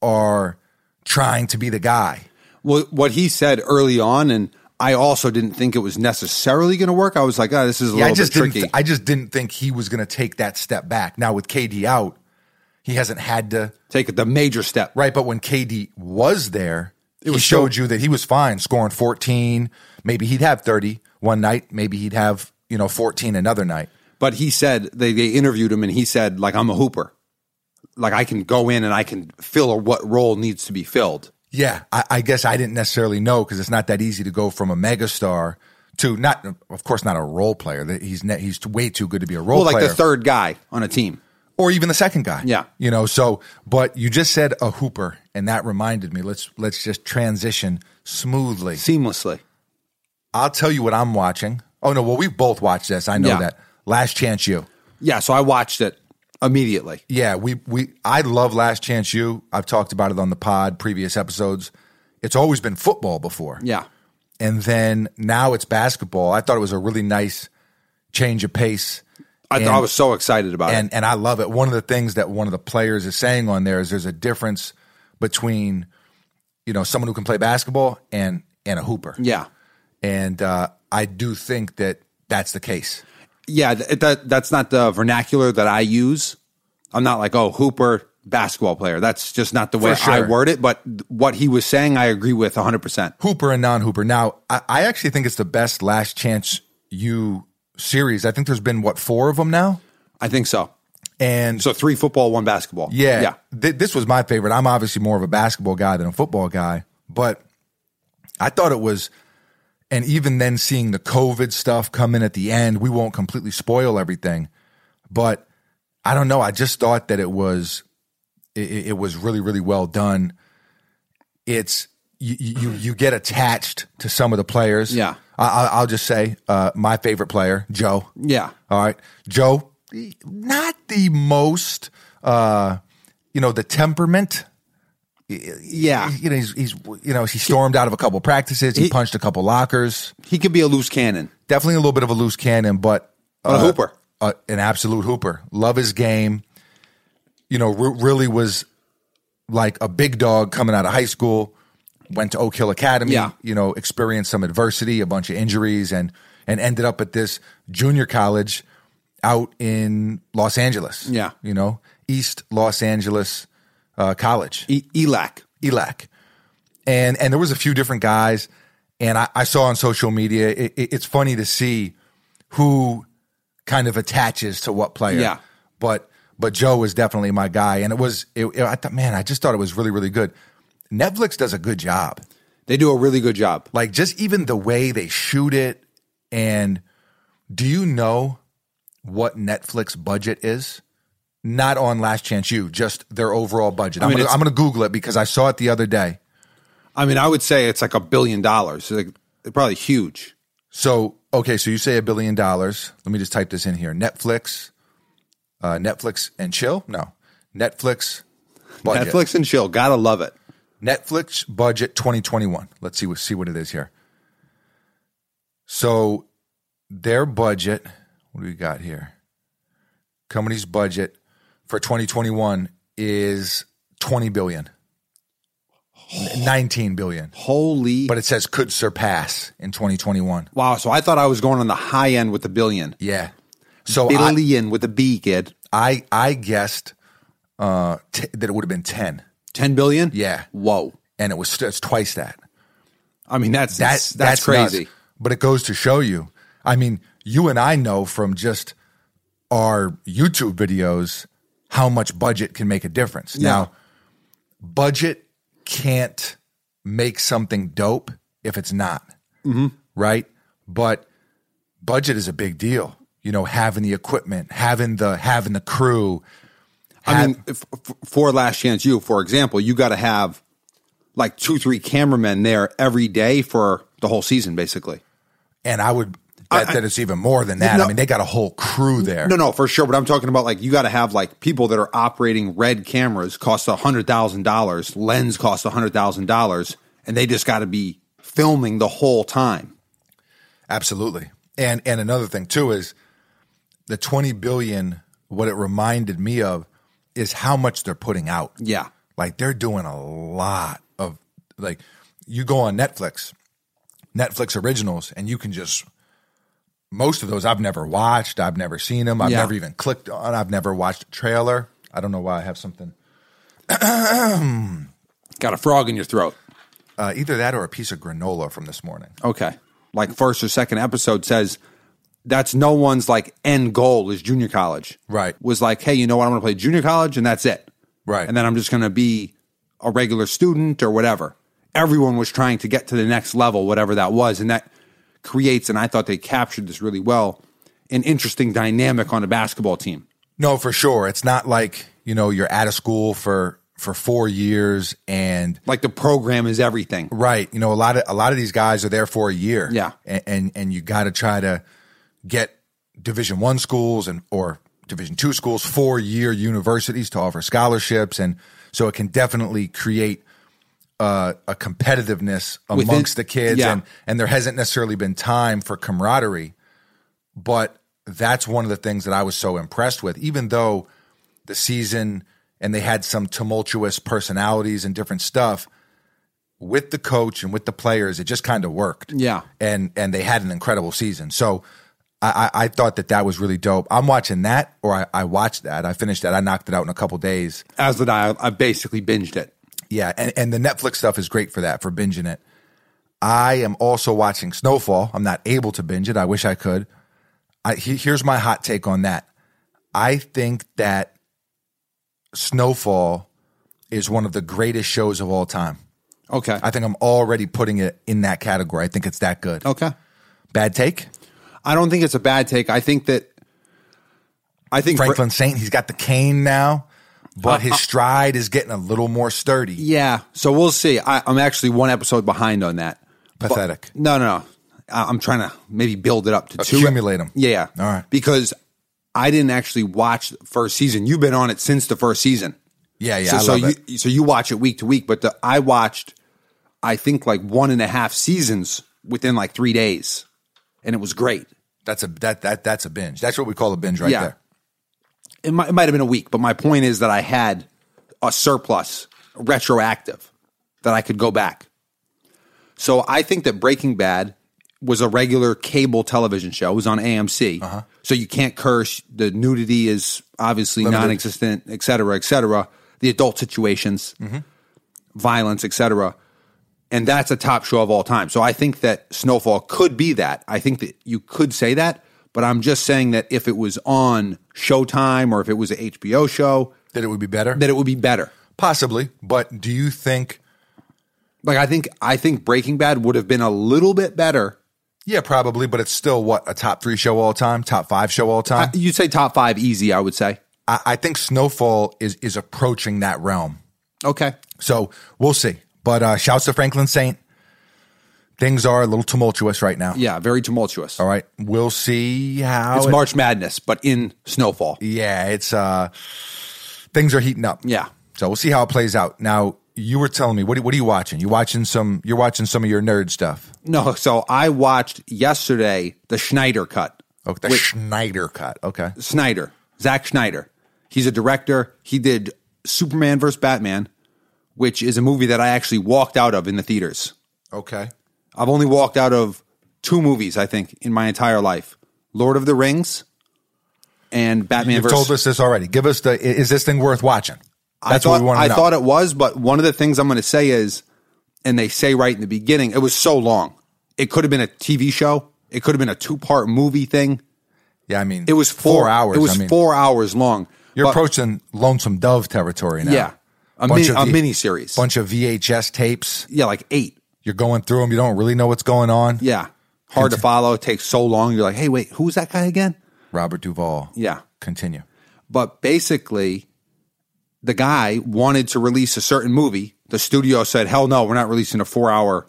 [SPEAKER 1] are trying to be the guy.
[SPEAKER 2] Well, what he said early on, and I also didn't think it was necessarily going to work. I was like, oh, this is a
[SPEAKER 1] Yeah, I
[SPEAKER 2] little
[SPEAKER 1] just
[SPEAKER 2] bit tricky.
[SPEAKER 1] didn't. I just didn't think he was going to take that step back. Now with KD out, he hasn't had to.
[SPEAKER 2] Take the major step.
[SPEAKER 1] Right, but when KD was there, he
[SPEAKER 2] was
[SPEAKER 1] showed you that he was fine, scoring 14. Maybe he'd have 30 one night. Maybe he'd have you know 14 another night.
[SPEAKER 2] But he said they, they interviewed him, and he said, like, I'm a hooper. Like I can go in and I can fill what role needs to be filled.
[SPEAKER 1] Yeah, I, I guess I didn't necessarily know because it's not that easy to go from a megastar to not, of course, not a role player. That He's ne- he's way too good to be a role
[SPEAKER 2] Well, like
[SPEAKER 1] player,
[SPEAKER 2] the third guy on a team.
[SPEAKER 1] or even the second guy.
[SPEAKER 2] Yeah.
[SPEAKER 1] you know. So, but you just said a hooper, and that reminded me. Let's let's just transition smoothly.
[SPEAKER 2] seamlessly.
[SPEAKER 1] I'll tell you what I'm watching. Oh no, well we both watched this. I know
[SPEAKER 2] Yeah.
[SPEAKER 1] that. Last Chance You.
[SPEAKER 2] Yeah, so I watched it immediately.
[SPEAKER 1] Yeah, we we I love Last Chance You. I've talked about it on the pod, previous episodes. It's always been football before.
[SPEAKER 2] Yeah.
[SPEAKER 1] And then now it's basketball. I thought it was a really nice change of pace.
[SPEAKER 2] I,
[SPEAKER 1] And-
[SPEAKER 2] thought I was so excited about
[SPEAKER 1] and
[SPEAKER 2] it.
[SPEAKER 1] and I love it. One of the things that one of the players is saying on there is there's a difference between you know someone who can play basketball and and a hooper.
[SPEAKER 2] Yeah.
[SPEAKER 1] And uh, I do think that that's the case.
[SPEAKER 2] Yeah, th- that, that's not the vernacular that I use. I'm not like, oh, Hooper, basketball player. That's just not the way
[SPEAKER 1] For
[SPEAKER 2] I
[SPEAKER 1] sure.
[SPEAKER 2] word it. But th- what he was saying, I agree with 100%.
[SPEAKER 1] Hooper and non Hooper. Now, I, I actually think it's the best last chance you series. I think there's been what four of them now,
[SPEAKER 2] I think so.
[SPEAKER 1] and
[SPEAKER 2] So three football, one basketball.
[SPEAKER 1] yeah,
[SPEAKER 2] Yeah.
[SPEAKER 1] th- this was my favorite. I'm obviously more of a basketball guy than a football guy, but I thought it was. And even then, seeing the COVID stuff come in at the end, we won't completely spoil everything, but I don't know. I just thought that it was it- it, it was really really well done. It's you, you you get attached to some of the players.
[SPEAKER 2] Yeah.
[SPEAKER 1] I, I- I'll just say uh, my favorite player, Joe.
[SPEAKER 2] Yeah.
[SPEAKER 1] All right, Joe, not the most uh, you know the temperament.
[SPEAKER 2] Yeah.
[SPEAKER 1] You know he's, he's you know he stormed out of a couple practices. He,
[SPEAKER 2] Ah. He-
[SPEAKER 1] punched a couple lockers.
[SPEAKER 2] He could be a loose cannon.
[SPEAKER 1] Definitely a little bit of a loose cannon, but
[SPEAKER 2] But a hooper.
[SPEAKER 1] uh, an absolute hooper. Love his game. You know, re- really was like a big dog coming out of high school. Went to Oak Hill Academy.
[SPEAKER 2] Yeah.
[SPEAKER 1] You know, experienced some adversity, a bunch of injuries, and and ended up at this junior college out in Los Angeles.
[SPEAKER 2] Yeah.
[SPEAKER 1] You know, East Los Angeles uh, College.
[SPEAKER 2] E- Elac.
[SPEAKER 1] Elac. And and there was a few different guys, and I, I saw on social media. It, it, it's funny to see who kind of attaches to what player.
[SPEAKER 2] Yeah.
[SPEAKER 1] But but Joe was definitely my guy, and it was. It, it- I thought, man, I just thought it was really really good. Netflix does a good job.
[SPEAKER 2] They do a really good job.
[SPEAKER 1] Like just even the way they shoot it, and do you know what Netflix budget is? Not on Last Chance You, just their overall budget. I
[SPEAKER 2] mean,
[SPEAKER 1] am
[SPEAKER 2] it's-
[SPEAKER 1] gonna, I'm gonna Google it because I saw it the other day.
[SPEAKER 2] I mean, I would say it's like a billion dollars. Like, probably huge.
[SPEAKER 1] So okay, so you say a billion dollars. Let me just type this in here. Netflix, uh, Netflix and chill. No, Netflix budget.
[SPEAKER 2] Netflix and chill. Gotta love it.
[SPEAKER 1] Netflix budget 2021. Let's see what see what it is here. So their budget, what do we got here? Company's budget for 2021 is 20 billion, N- 19 billion.
[SPEAKER 2] Holy.
[SPEAKER 1] But it says could surpass in 2021.
[SPEAKER 2] wow. So I thought I was going on the high end with the billion.
[SPEAKER 1] Yeah. So I,
[SPEAKER 2] Billion with a B, kid.
[SPEAKER 1] I I guessed uh, t- that it would have been 10,
[SPEAKER 2] 10 billion?
[SPEAKER 1] Yeah.
[SPEAKER 2] Whoa.
[SPEAKER 1] and it was st- it's twice that.
[SPEAKER 2] I mean, that's
[SPEAKER 1] That-
[SPEAKER 2] that's, that's crazy.
[SPEAKER 1] nuts. But it goes to show you. I mean, you and I know from just our YouTube videos how much budget can make a difference. Now, budget can't make something dope if it's not
[SPEAKER 2] Mm-hmm.
[SPEAKER 1] right. But budget is a big deal. You know, having the equipment, having the having the crew.
[SPEAKER 2] I mean, if, f- for Last Chance You, for example, you got to have like two, three cameramen there every day for the whole season, basically.
[SPEAKER 1] and I would bet that it's even more than that.
[SPEAKER 2] No.
[SPEAKER 1] I mean, they got a whole crew there.
[SPEAKER 2] No, no, for sure. But I'm talking about like you got to have like people that are operating red cameras cost a hundred thousand dollars, lens costs a hundred thousand dollars, and they just got to be filming the whole time.
[SPEAKER 1] Absolutely. And and another thing too is the 20 billion what it reminded me of is how much they're putting out.
[SPEAKER 2] Yeah,
[SPEAKER 1] Like they're doing a lot of like you go on Netflix, Netflix originals and you can just most of those I've never watched, I've never seen them, I've
[SPEAKER 2] Yeah.
[SPEAKER 1] never even clicked on, I've never watched a trailer. I don't know why I have something
[SPEAKER 2] got a frog in your throat.
[SPEAKER 1] uh, either that or a piece of granola from this morning.
[SPEAKER 2] Okay, like first or second episode says that's no one's like end goal is junior college.
[SPEAKER 1] Right.
[SPEAKER 2] was like, hey, you know what? I'm going to play junior college, and that's it.
[SPEAKER 1] Right.
[SPEAKER 2] and then I'm just going to be a regular student or whatever. Everyone was trying to get to the next level, whatever that was, and that creates. And I thought they captured this really well. An interesting dynamic on a basketball team.
[SPEAKER 1] No, for sure. It's not like, you know, you're out of school for for 4 years and
[SPEAKER 2] Like the program is everything.
[SPEAKER 1] right, you know, a lot of a lot of these guys are there for a year.
[SPEAKER 2] Yeah.
[SPEAKER 1] And and, and you got to try to get division 1 schools and or division 2 schools four-year universities to offer scholarships and so it can definitely create uh, a competitiveness
[SPEAKER 2] Within-
[SPEAKER 1] amongst the kids
[SPEAKER 2] yeah.
[SPEAKER 1] and and there hasn't necessarily been time for camaraderie but that's one of the things that I was so impressed with. Even though the season and they had some tumultuous personalities and different stuff with the coach and with the players, it just kind of worked.
[SPEAKER 2] Yeah.
[SPEAKER 1] and and they had an incredible season. So I, I I thought that that was really dope. I'm watching that, or I, I watched that. I finished that. I knocked it out in a couple days.
[SPEAKER 2] As that I, I basically binged it.
[SPEAKER 1] Yeah, and, and the Netflix stuff is great for that, for binging it. I am also watching Snowfall. I'm not able to binge it. I wish I could. I, he- here's my hot take on that. I think that Snowfall is one of the greatest shows of all time.
[SPEAKER 2] Okay.
[SPEAKER 1] I think I'm already putting it in that category. I think it's that good.
[SPEAKER 2] okay.
[SPEAKER 1] Bad take?
[SPEAKER 2] I don't think it's a bad take. I think that. I think for-
[SPEAKER 1] Franklin Saint, he's got the cane now, but his stride is getting a little more sturdy.
[SPEAKER 2] Uh, Yeah. So we'll see. I, I'm actually one episode behind on that.
[SPEAKER 1] Pathetic.
[SPEAKER 2] But- no, no, no. I- I'm trying to maybe build it up to two.
[SPEAKER 1] Accumulate 'em.
[SPEAKER 2] Yeah.
[SPEAKER 1] All right.
[SPEAKER 2] Because I didn't actually watch the first season. You've been on it since the first season.
[SPEAKER 1] Yeah, yeah.
[SPEAKER 2] so
[SPEAKER 1] I
[SPEAKER 2] so
[SPEAKER 1] love
[SPEAKER 2] you
[SPEAKER 1] it.
[SPEAKER 2] so you watch it week to week, but the, I watched I think like one and a half seasons within like three days, and it was great.
[SPEAKER 1] That's a that that that's a binge. That's what we call a binge right
[SPEAKER 2] Yeah.
[SPEAKER 1] there.
[SPEAKER 2] It might, it might have been a week, but my point is that I had a surplus retroactive that I could go back. So I think that Breaking Bad was a regular cable television show. It was on AMC. So you can't curse. The nudity is obviously
[SPEAKER 1] Limited.
[SPEAKER 2] non existent, et cetera, et cetera. The adult situations, violence, et cetera. And that's a top show of all time. So I think that Snowfall could be that. I think that you could say that, but I'm just saying that if it was on Showtime or if it was an HBO show,
[SPEAKER 1] That it would be better?
[SPEAKER 2] that it would be better.
[SPEAKER 1] Possibly, but do you think?
[SPEAKER 2] Like I think I think Breaking Bad would have been a little bit better
[SPEAKER 1] Yeah, probably, but it's still what a top three show all time, top five show all time.
[SPEAKER 2] I- You'd Uh, say top five easy, I would say.
[SPEAKER 1] I, I think Snowfall is is approaching that realm.
[SPEAKER 2] Okay.
[SPEAKER 1] So we'll see. But uh, shouts to Franklin Saint. Things are a little tumultuous right now.
[SPEAKER 2] Yeah, very tumultuous.
[SPEAKER 1] All right, we'll see Oh, how.
[SPEAKER 2] It's
[SPEAKER 1] it-
[SPEAKER 2] March Madness, but in snowfall.
[SPEAKER 1] yeah, it's uh, things are heating up.
[SPEAKER 2] Yeah.
[SPEAKER 1] So we'll see how it plays out. Now you were telling me what are- what are you watching? You watching some? You're watching some of your nerd stuff.
[SPEAKER 2] No, so I watched yesterday the Schneider cut.
[SPEAKER 1] Oh, the Schneider cut. Okay.
[SPEAKER 2] Snyder, Zack Schneider. He's a director. He did Superman vs. Batman, which is a movie that I actually walked out of in the theaters.
[SPEAKER 1] Okay.
[SPEAKER 2] I've only walked out of two movies, I think, in my entire life Lord of the Rings and Batman
[SPEAKER 1] You've
[SPEAKER 2] vs.
[SPEAKER 1] told us this already. Give us the i- is this thing worth watching? That's
[SPEAKER 2] I thought,
[SPEAKER 1] what we want to
[SPEAKER 2] I
[SPEAKER 1] know.
[SPEAKER 2] thought it was, but one of the things I'm going to say is, and they say right in the beginning, it was so long. It could have been a TV show. It could have been a two part movie thing.
[SPEAKER 1] yeah, I mean,
[SPEAKER 2] It was four,
[SPEAKER 1] hours.
[SPEAKER 2] It was
[SPEAKER 1] I mean,
[SPEAKER 2] four hours long.
[SPEAKER 1] You're
[SPEAKER 2] But-
[SPEAKER 1] approaching Lonesome Dove territory now.
[SPEAKER 2] yeah, a,
[SPEAKER 1] Bunch
[SPEAKER 2] mini,
[SPEAKER 1] of
[SPEAKER 2] a
[SPEAKER 1] the-
[SPEAKER 2] mini series.
[SPEAKER 1] Bunch of VHS tapes.
[SPEAKER 2] yeah, like eight.
[SPEAKER 1] You're going through them. You don't really know what's going on.
[SPEAKER 2] Yeah, hard to follow. It takes so long. You're like, hey, wait, who's that guy again?
[SPEAKER 1] Robert Duvall.
[SPEAKER 2] Yeah,
[SPEAKER 1] Continue.
[SPEAKER 2] but basically, the guy wanted to release a certain movie. The studio said, hell no, we're not releasing a four hour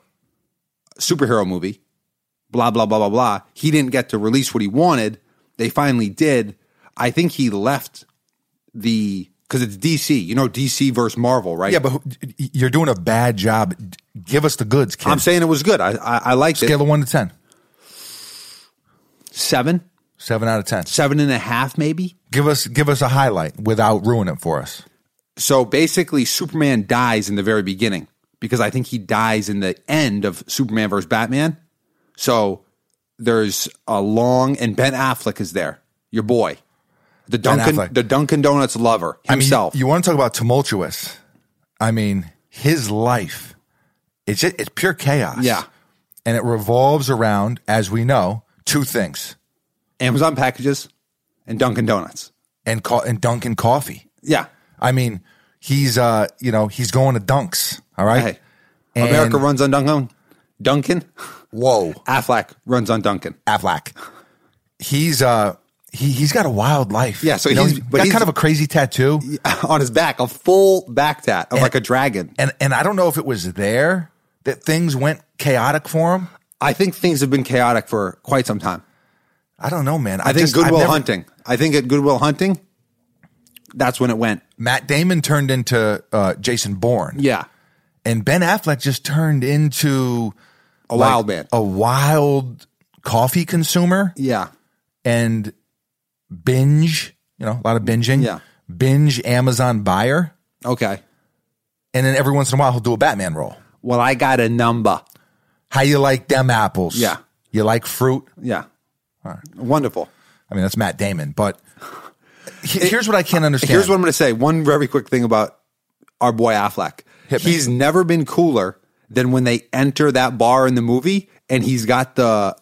[SPEAKER 2] superhero movie. Blah, blah, blah, blah, blah. He didn't get to release what he wanted. They finally did. I think he left the, because it's DC, you know, DC versus Marvel, right?
[SPEAKER 1] Yeah, but who- you're doing a bad job. Give us the goods, kid.
[SPEAKER 2] I'm saying it was good. I, I, I liked
[SPEAKER 1] Scale
[SPEAKER 2] it.
[SPEAKER 1] of one to ten.
[SPEAKER 2] Seven,
[SPEAKER 1] Seven out of ten.
[SPEAKER 2] seven and a half, maybe.
[SPEAKER 1] Give us give us a highlight without ruining it for us.
[SPEAKER 2] So basically, Superman dies in the very beginning because I think he dies in the end of Superman versus Batman. So there's a long and Ben Affleck is there, your boy, the Dunkin'
[SPEAKER 1] Affleck.
[SPEAKER 2] the Dunkin' Donuts lover himself.
[SPEAKER 1] I mean, you, want to talk about tumultuous? I mean, his life. It's ju- it's pure chaos.
[SPEAKER 2] Yeah.
[SPEAKER 1] and it revolves around, as we know, two things:
[SPEAKER 2] Amazon packages and Dunkin' Donuts.
[SPEAKER 1] and co- and Dunkin' coffee.
[SPEAKER 2] Yeah,
[SPEAKER 1] I mean, he's uh, you know, he's going to Dunks. All right.
[SPEAKER 2] hey,
[SPEAKER 1] And-
[SPEAKER 2] America runs on Dunkin'. Dunkin'
[SPEAKER 1] Whoa,
[SPEAKER 2] Affleck runs on Dunkin'. [LAUGHS]
[SPEAKER 1] Affleck. He's uh, he he's got a wild life.
[SPEAKER 2] Yeah, so
[SPEAKER 1] You know,
[SPEAKER 2] he's-
[SPEAKER 1] he's
[SPEAKER 2] but
[SPEAKER 1] got
[SPEAKER 2] he's-
[SPEAKER 1] kind of a crazy tattoo.
[SPEAKER 2] on his back, a full back tat of like a dragon.
[SPEAKER 1] and and I don't know if it was there that things went chaotic for him.
[SPEAKER 2] I think things have been chaotic for quite some time.
[SPEAKER 1] I don't know, man.
[SPEAKER 2] I think
[SPEAKER 1] just- I've
[SPEAKER 2] Goodwill
[SPEAKER 1] never-
[SPEAKER 2] Hunting. I think at Goodwill Hunting, that's when it went.
[SPEAKER 1] Matt Damon turned into uh, Jason Bourne,
[SPEAKER 2] Yeah,
[SPEAKER 1] and Ben Affleck just turned into
[SPEAKER 2] a wild man.
[SPEAKER 1] a wild coffee consumer
[SPEAKER 2] oh, Yeah,
[SPEAKER 1] and binge. You know, a lot of binging.
[SPEAKER 2] Yeah.
[SPEAKER 1] binge Amazon buyer,
[SPEAKER 2] okay.
[SPEAKER 1] and then every once in a while he'll do a Batman role.
[SPEAKER 2] Well, I got a number.
[SPEAKER 1] How you like them apples?
[SPEAKER 2] Yeah.
[SPEAKER 1] you like fruit.
[SPEAKER 2] Yeah, wonderful.
[SPEAKER 1] I mean, that's Matt Damon, but. he- Here's what I can't understand.
[SPEAKER 2] Here's what I'm going to say. One very quick thing about our boy Affleck.
[SPEAKER 1] Hit me.
[SPEAKER 2] He's never been cooler than when they enter that bar in the movie, and he's got the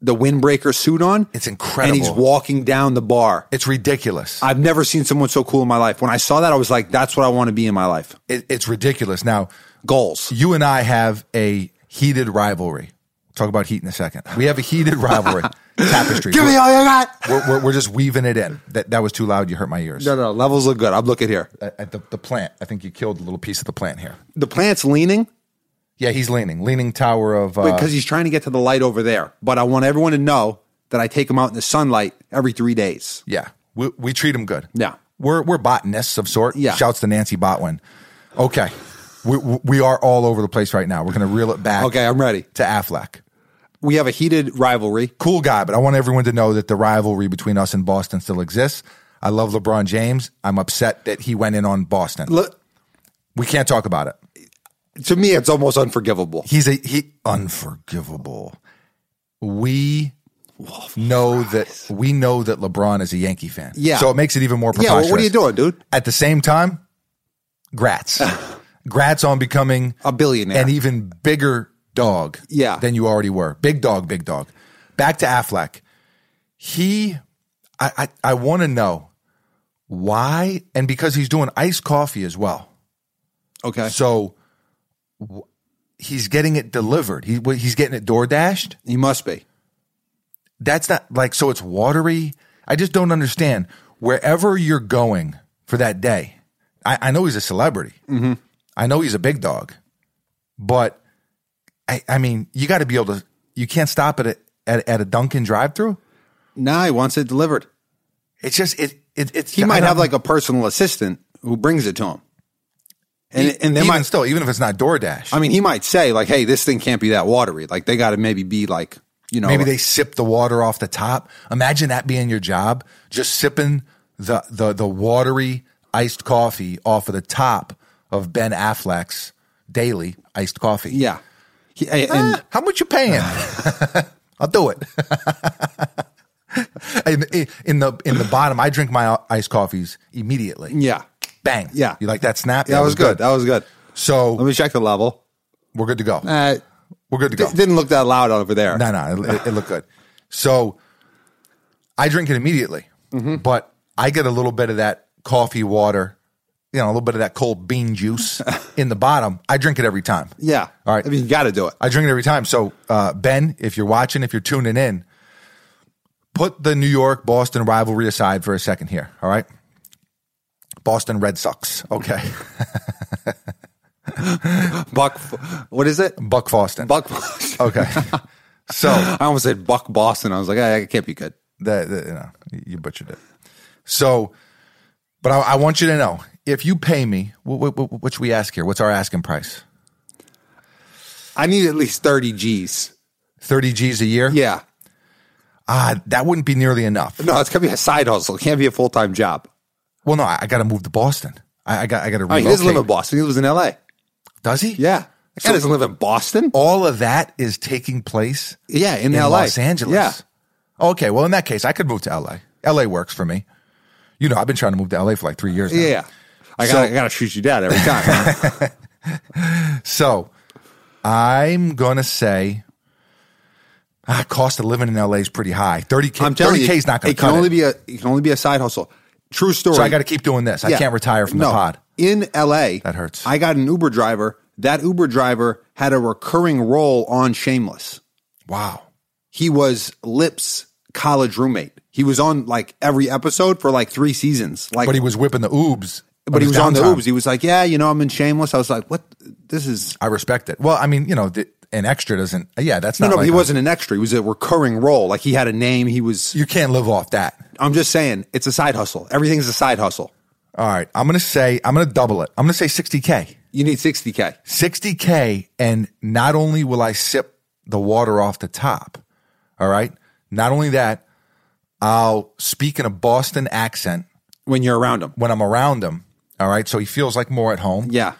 [SPEAKER 2] the windbreaker suit on.
[SPEAKER 1] It's incredible.
[SPEAKER 2] and he's walking down the bar.
[SPEAKER 1] It's ridiculous.
[SPEAKER 2] I've never seen someone so cool in my life. When I saw that, I was like, "That's what I want to be in my life."
[SPEAKER 1] It, it's ridiculous. Now,
[SPEAKER 2] Goals.
[SPEAKER 1] you and I have a heated rivalry. Talk about heat in a second. We have a heated
[SPEAKER 2] [LAUGHS]
[SPEAKER 1] rivalry. Tapestry.
[SPEAKER 2] Give
[SPEAKER 1] we're,
[SPEAKER 2] me all you got.
[SPEAKER 1] we're, we're, we're just weaving it in. That that was too loud. You hurt my ears.
[SPEAKER 2] No, no, levels look good. I'm looking here.
[SPEAKER 1] At- At the, the plant, I think you killed a little piece of the plant here.
[SPEAKER 2] The plant's leaning
[SPEAKER 1] Yeah, he's leaning, leaning tower of. Uh,
[SPEAKER 2] because he's trying to get to the light over there. But I want everyone to know that I take him out in the sunlight every three days.
[SPEAKER 1] yeah, we, we treat him good.
[SPEAKER 2] Yeah.
[SPEAKER 1] we're we're botanists of sort.
[SPEAKER 2] Yeah.
[SPEAKER 1] shouts to Nancy Botwin. Okay, we, we we are all over the place right now. We're gonna reel it back.
[SPEAKER 2] Okay, I'm ready.
[SPEAKER 1] to Affleck.
[SPEAKER 2] We have a heated rivalry.
[SPEAKER 1] cool guy, but I want everyone to know that the rivalry between us and Boston still exists. I love LeBron James. I'm upset that he went in on Boston.
[SPEAKER 2] Look,
[SPEAKER 1] we can't talk about it.
[SPEAKER 2] to me, it's almost unforgivable.
[SPEAKER 1] He's a he unforgivable. We know that we know that LeBron is a Yankee fan.
[SPEAKER 2] Yeah.
[SPEAKER 1] So it makes it even more
[SPEAKER 2] Yeah,
[SPEAKER 1] preposterous.
[SPEAKER 2] well, what are you doing, dude?
[SPEAKER 1] At the same time,
[SPEAKER 2] [LAUGHS]
[SPEAKER 1] grats. grats on becoming
[SPEAKER 2] A billionaire.
[SPEAKER 1] an even bigger dog
[SPEAKER 2] Yeah.
[SPEAKER 1] than you already were. Big dog, big dog. Back to Affleck. He, I, I, I want to know why, and because he's doing iced coffee as well.
[SPEAKER 2] okay,
[SPEAKER 1] So w- he's getting it delivered. He, wh- he's getting it door dashed.
[SPEAKER 2] he must be.
[SPEAKER 1] That's not like, so it's watery. I just don't understand. Wherever you're going for that day, I, I know he's a celebrity.
[SPEAKER 2] Mm-hmm.
[SPEAKER 1] I know he's a big dog, but I, I mean, you got to be able to, you can't stop at a, at, at a Dunkin' drive through.
[SPEAKER 2] Nah, he wants it delivered.
[SPEAKER 1] It's just, it, it it's,
[SPEAKER 2] He might have like a personal assistant who brings it to him. And and they
[SPEAKER 1] even
[SPEAKER 2] might.
[SPEAKER 1] still, even if it's not DoorDash,
[SPEAKER 2] I mean, he might say like, "Hey, this thing can't be that watery. Like, they got to maybe be like, you know,
[SPEAKER 1] Maybe
[SPEAKER 2] like-
[SPEAKER 1] they sip the water off the top. Imagine that being your job, just sipping the the the watery iced coffee off of the top of Ben Affleck's daily iced coffee.
[SPEAKER 2] Yeah. He- and- and-
[SPEAKER 1] Ah, how much you
[SPEAKER 2] [LAUGHS]
[SPEAKER 1] paying? [LAUGHS] I'll do it. [LAUGHS] in, in the in the bottom, I drink my iced coffees immediately.
[SPEAKER 2] yeah.
[SPEAKER 1] Bang.
[SPEAKER 2] Yeah.
[SPEAKER 1] You like that snap?
[SPEAKER 2] That was good. That was good. Let
[SPEAKER 1] So
[SPEAKER 2] me check the level.
[SPEAKER 1] we're good to go.
[SPEAKER 2] Uh,
[SPEAKER 1] We're good to go.
[SPEAKER 2] it didn't look that loud over there.
[SPEAKER 1] No, no, it, it looked good. So I drink it immediately,
[SPEAKER 2] Mm-hmm.
[SPEAKER 1] but I get a little bit of that coffee water, you know, a little bit of that cold bean
[SPEAKER 2] [LAUGHS]
[SPEAKER 1] juice in the bottom. I drink it every time.
[SPEAKER 2] Yeah.
[SPEAKER 1] All right.
[SPEAKER 2] I mean, you got to do it.
[SPEAKER 1] I drink it every time. So, uh, Ben, if you're watching, if you're tuning in, put the New York Boston rivalry aside for a second here. All right. Boston Red Sox.
[SPEAKER 2] [LAUGHS]
[SPEAKER 1] Okay.
[SPEAKER 2] Buck. F- What is it?
[SPEAKER 1] Buck Boston.
[SPEAKER 2] Buck.
[SPEAKER 1] Okay. so,
[SPEAKER 2] [LAUGHS] I almost said Buck Boston. I was like, I can't be good.
[SPEAKER 1] that, that, you know you butchered it. So, but I, I want you to know if you pay me, what, what, what should we ask here? What's our asking price?
[SPEAKER 2] I need at least 30 G's.
[SPEAKER 1] Thirty G's a year?
[SPEAKER 2] Yeah.
[SPEAKER 1] Ah, that wouldn't be nearly enough.
[SPEAKER 2] No, it's going to be a side hustle. It can't be a full time job.
[SPEAKER 1] Well, no, I, I got to move to Boston. I, I got I got to
[SPEAKER 2] I mean,
[SPEAKER 1] relocate.
[SPEAKER 2] Ah, he doesn't live in Boston. He lives in LA.
[SPEAKER 1] Does he?
[SPEAKER 2] Yeah. That guy doesn't live in Boston.
[SPEAKER 1] All of that is taking place
[SPEAKER 2] Yeah, in,
[SPEAKER 1] in
[SPEAKER 2] LA.
[SPEAKER 1] Los Angeles.
[SPEAKER 2] Yeah.
[SPEAKER 1] Okay. Well, in that case, I could move to LA. LA works for me. You know, I've been trying to move to LA for like three years. Now.
[SPEAKER 2] Yeah. yeah. I got to I gotta shoot you down every time. huh?
[SPEAKER 1] So I'm gonna say ah, cost of living in LA is pretty high. Thirty k.
[SPEAKER 2] [LAUGHS] I'm telling [LAUGHS]
[SPEAKER 1] Thirty
[SPEAKER 2] you,
[SPEAKER 1] k is not gonna
[SPEAKER 2] it can
[SPEAKER 1] cut
[SPEAKER 2] only
[SPEAKER 1] it.
[SPEAKER 2] be a it can only be a side hustle. True story.
[SPEAKER 1] so I got to keep doing this. I
[SPEAKER 2] Yeah.
[SPEAKER 1] can't retire from
[SPEAKER 2] No.
[SPEAKER 1] the pod.
[SPEAKER 2] In LA,
[SPEAKER 1] That hurts.
[SPEAKER 2] I got an Uber driver. That Uber driver had a recurring role on Shameless.
[SPEAKER 1] Wow.
[SPEAKER 2] He was Lip's college roommate. He was on like every episode for like three seasons. Like,
[SPEAKER 1] But he was whipping the oobs.
[SPEAKER 2] but he was on the
[SPEAKER 1] downtime.
[SPEAKER 2] Ubers. He was like, yeah, you know, I'm in Shameless. I was like, what? This is
[SPEAKER 1] I respect it. Well, I mean, you know, the, an extra doesn't. Yeah, that's
[SPEAKER 2] no,
[SPEAKER 1] not.
[SPEAKER 2] no. but
[SPEAKER 1] like
[SPEAKER 2] he
[SPEAKER 1] a-
[SPEAKER 2] wasn't an extra. He was a recurring role. Like he had a name. He was.
[SPEAKER 1] You can't live off that.
[SPEAKER 2] I'm just saying, it's a side hustle. Everything's a side hustle.
[SPEAKER 1] All right. I'm gonna say. I'm gonna double it. I'm gonna say sixty k.
[SPEAKER 2] You need 60k.
[SPEAKER 1] 60K, and not only will I sip the water off the top, all right? Not only that, I'll speak in a Boston accent
[SPEAKER 2] when you're around him.
[SPEAKER 1] when I'm around him, all right? So he feels like more at home.
[SPEAKER 2] Yeah. Oh,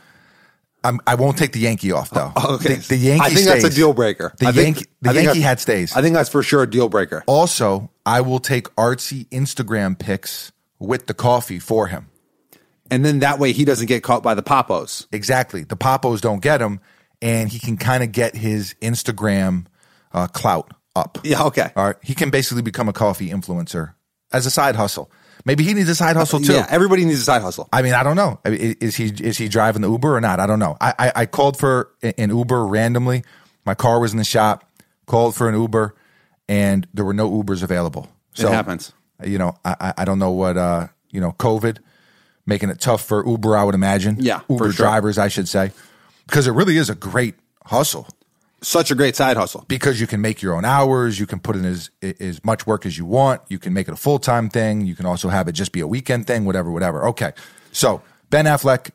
[SPEAKER 1] I'm, I won't take the Yankee off, though. The, the Yankee
[SPEAKER 2] I think that's a
[SPEAKER 1] stays.
[SPEAKER 2] deal breaker.
[SPEAKER 1] The
[SPEAKER 2] I think-
[SPEAKER 1] Yankee, the
[SPEAKER 2] I think
[SPEAKER 1] Yankee
[SPEAKER 2] that's-
[SPEAKER 1] hat stays.
[SPEAKER 2] I think that's for sure a deal breaker.
[SPEAKER 1] also, I will take artsy Instagram pics with the coffee for him.
[SPEAKER 2] And then that way he doesn't get caught by the popos.
[SPEAKER 1] Exactly. The Papos don't get him, and he can kind of get his Instagram uh, clout up.
[SPEAKER 2] Yeah, okay.
[SPEAKER 1] All right. He can basically become a coffee influencer as a side hustle. Maybe he needs a side hustle too.
[SPEAKER 2] Yeah, everybody needs a side hustle.
[SPEAKER 1] I mean, I don't know. I mean, i- Is he is he driving the Uber or not? I don't know. I, I, I called for a- an Uber randomly. My car was in the shop. Called for an Uber, and there were no Ubers available. So
[SPEAKER 2] happens.
[SPEAKER 1] You know, I I- I don't know what uh you know COVID making it tough for Uber. I would imagine.
[SPEAKER 2] Yeah, for
[SPEAKER 1] Uber
[SPEAKER 2] sure.
[SPEAKER 1] drivers, I should say, because it really is a great hustle
[SPEAKER 2] Such a great side hustle.
[SPEAKER 1] because you can make your own hours, you can put in as as much work as you want, you can make it a full time thing, you can also have it just be a weekend thing, whatever, whatever. Okay, so Ben Affleck,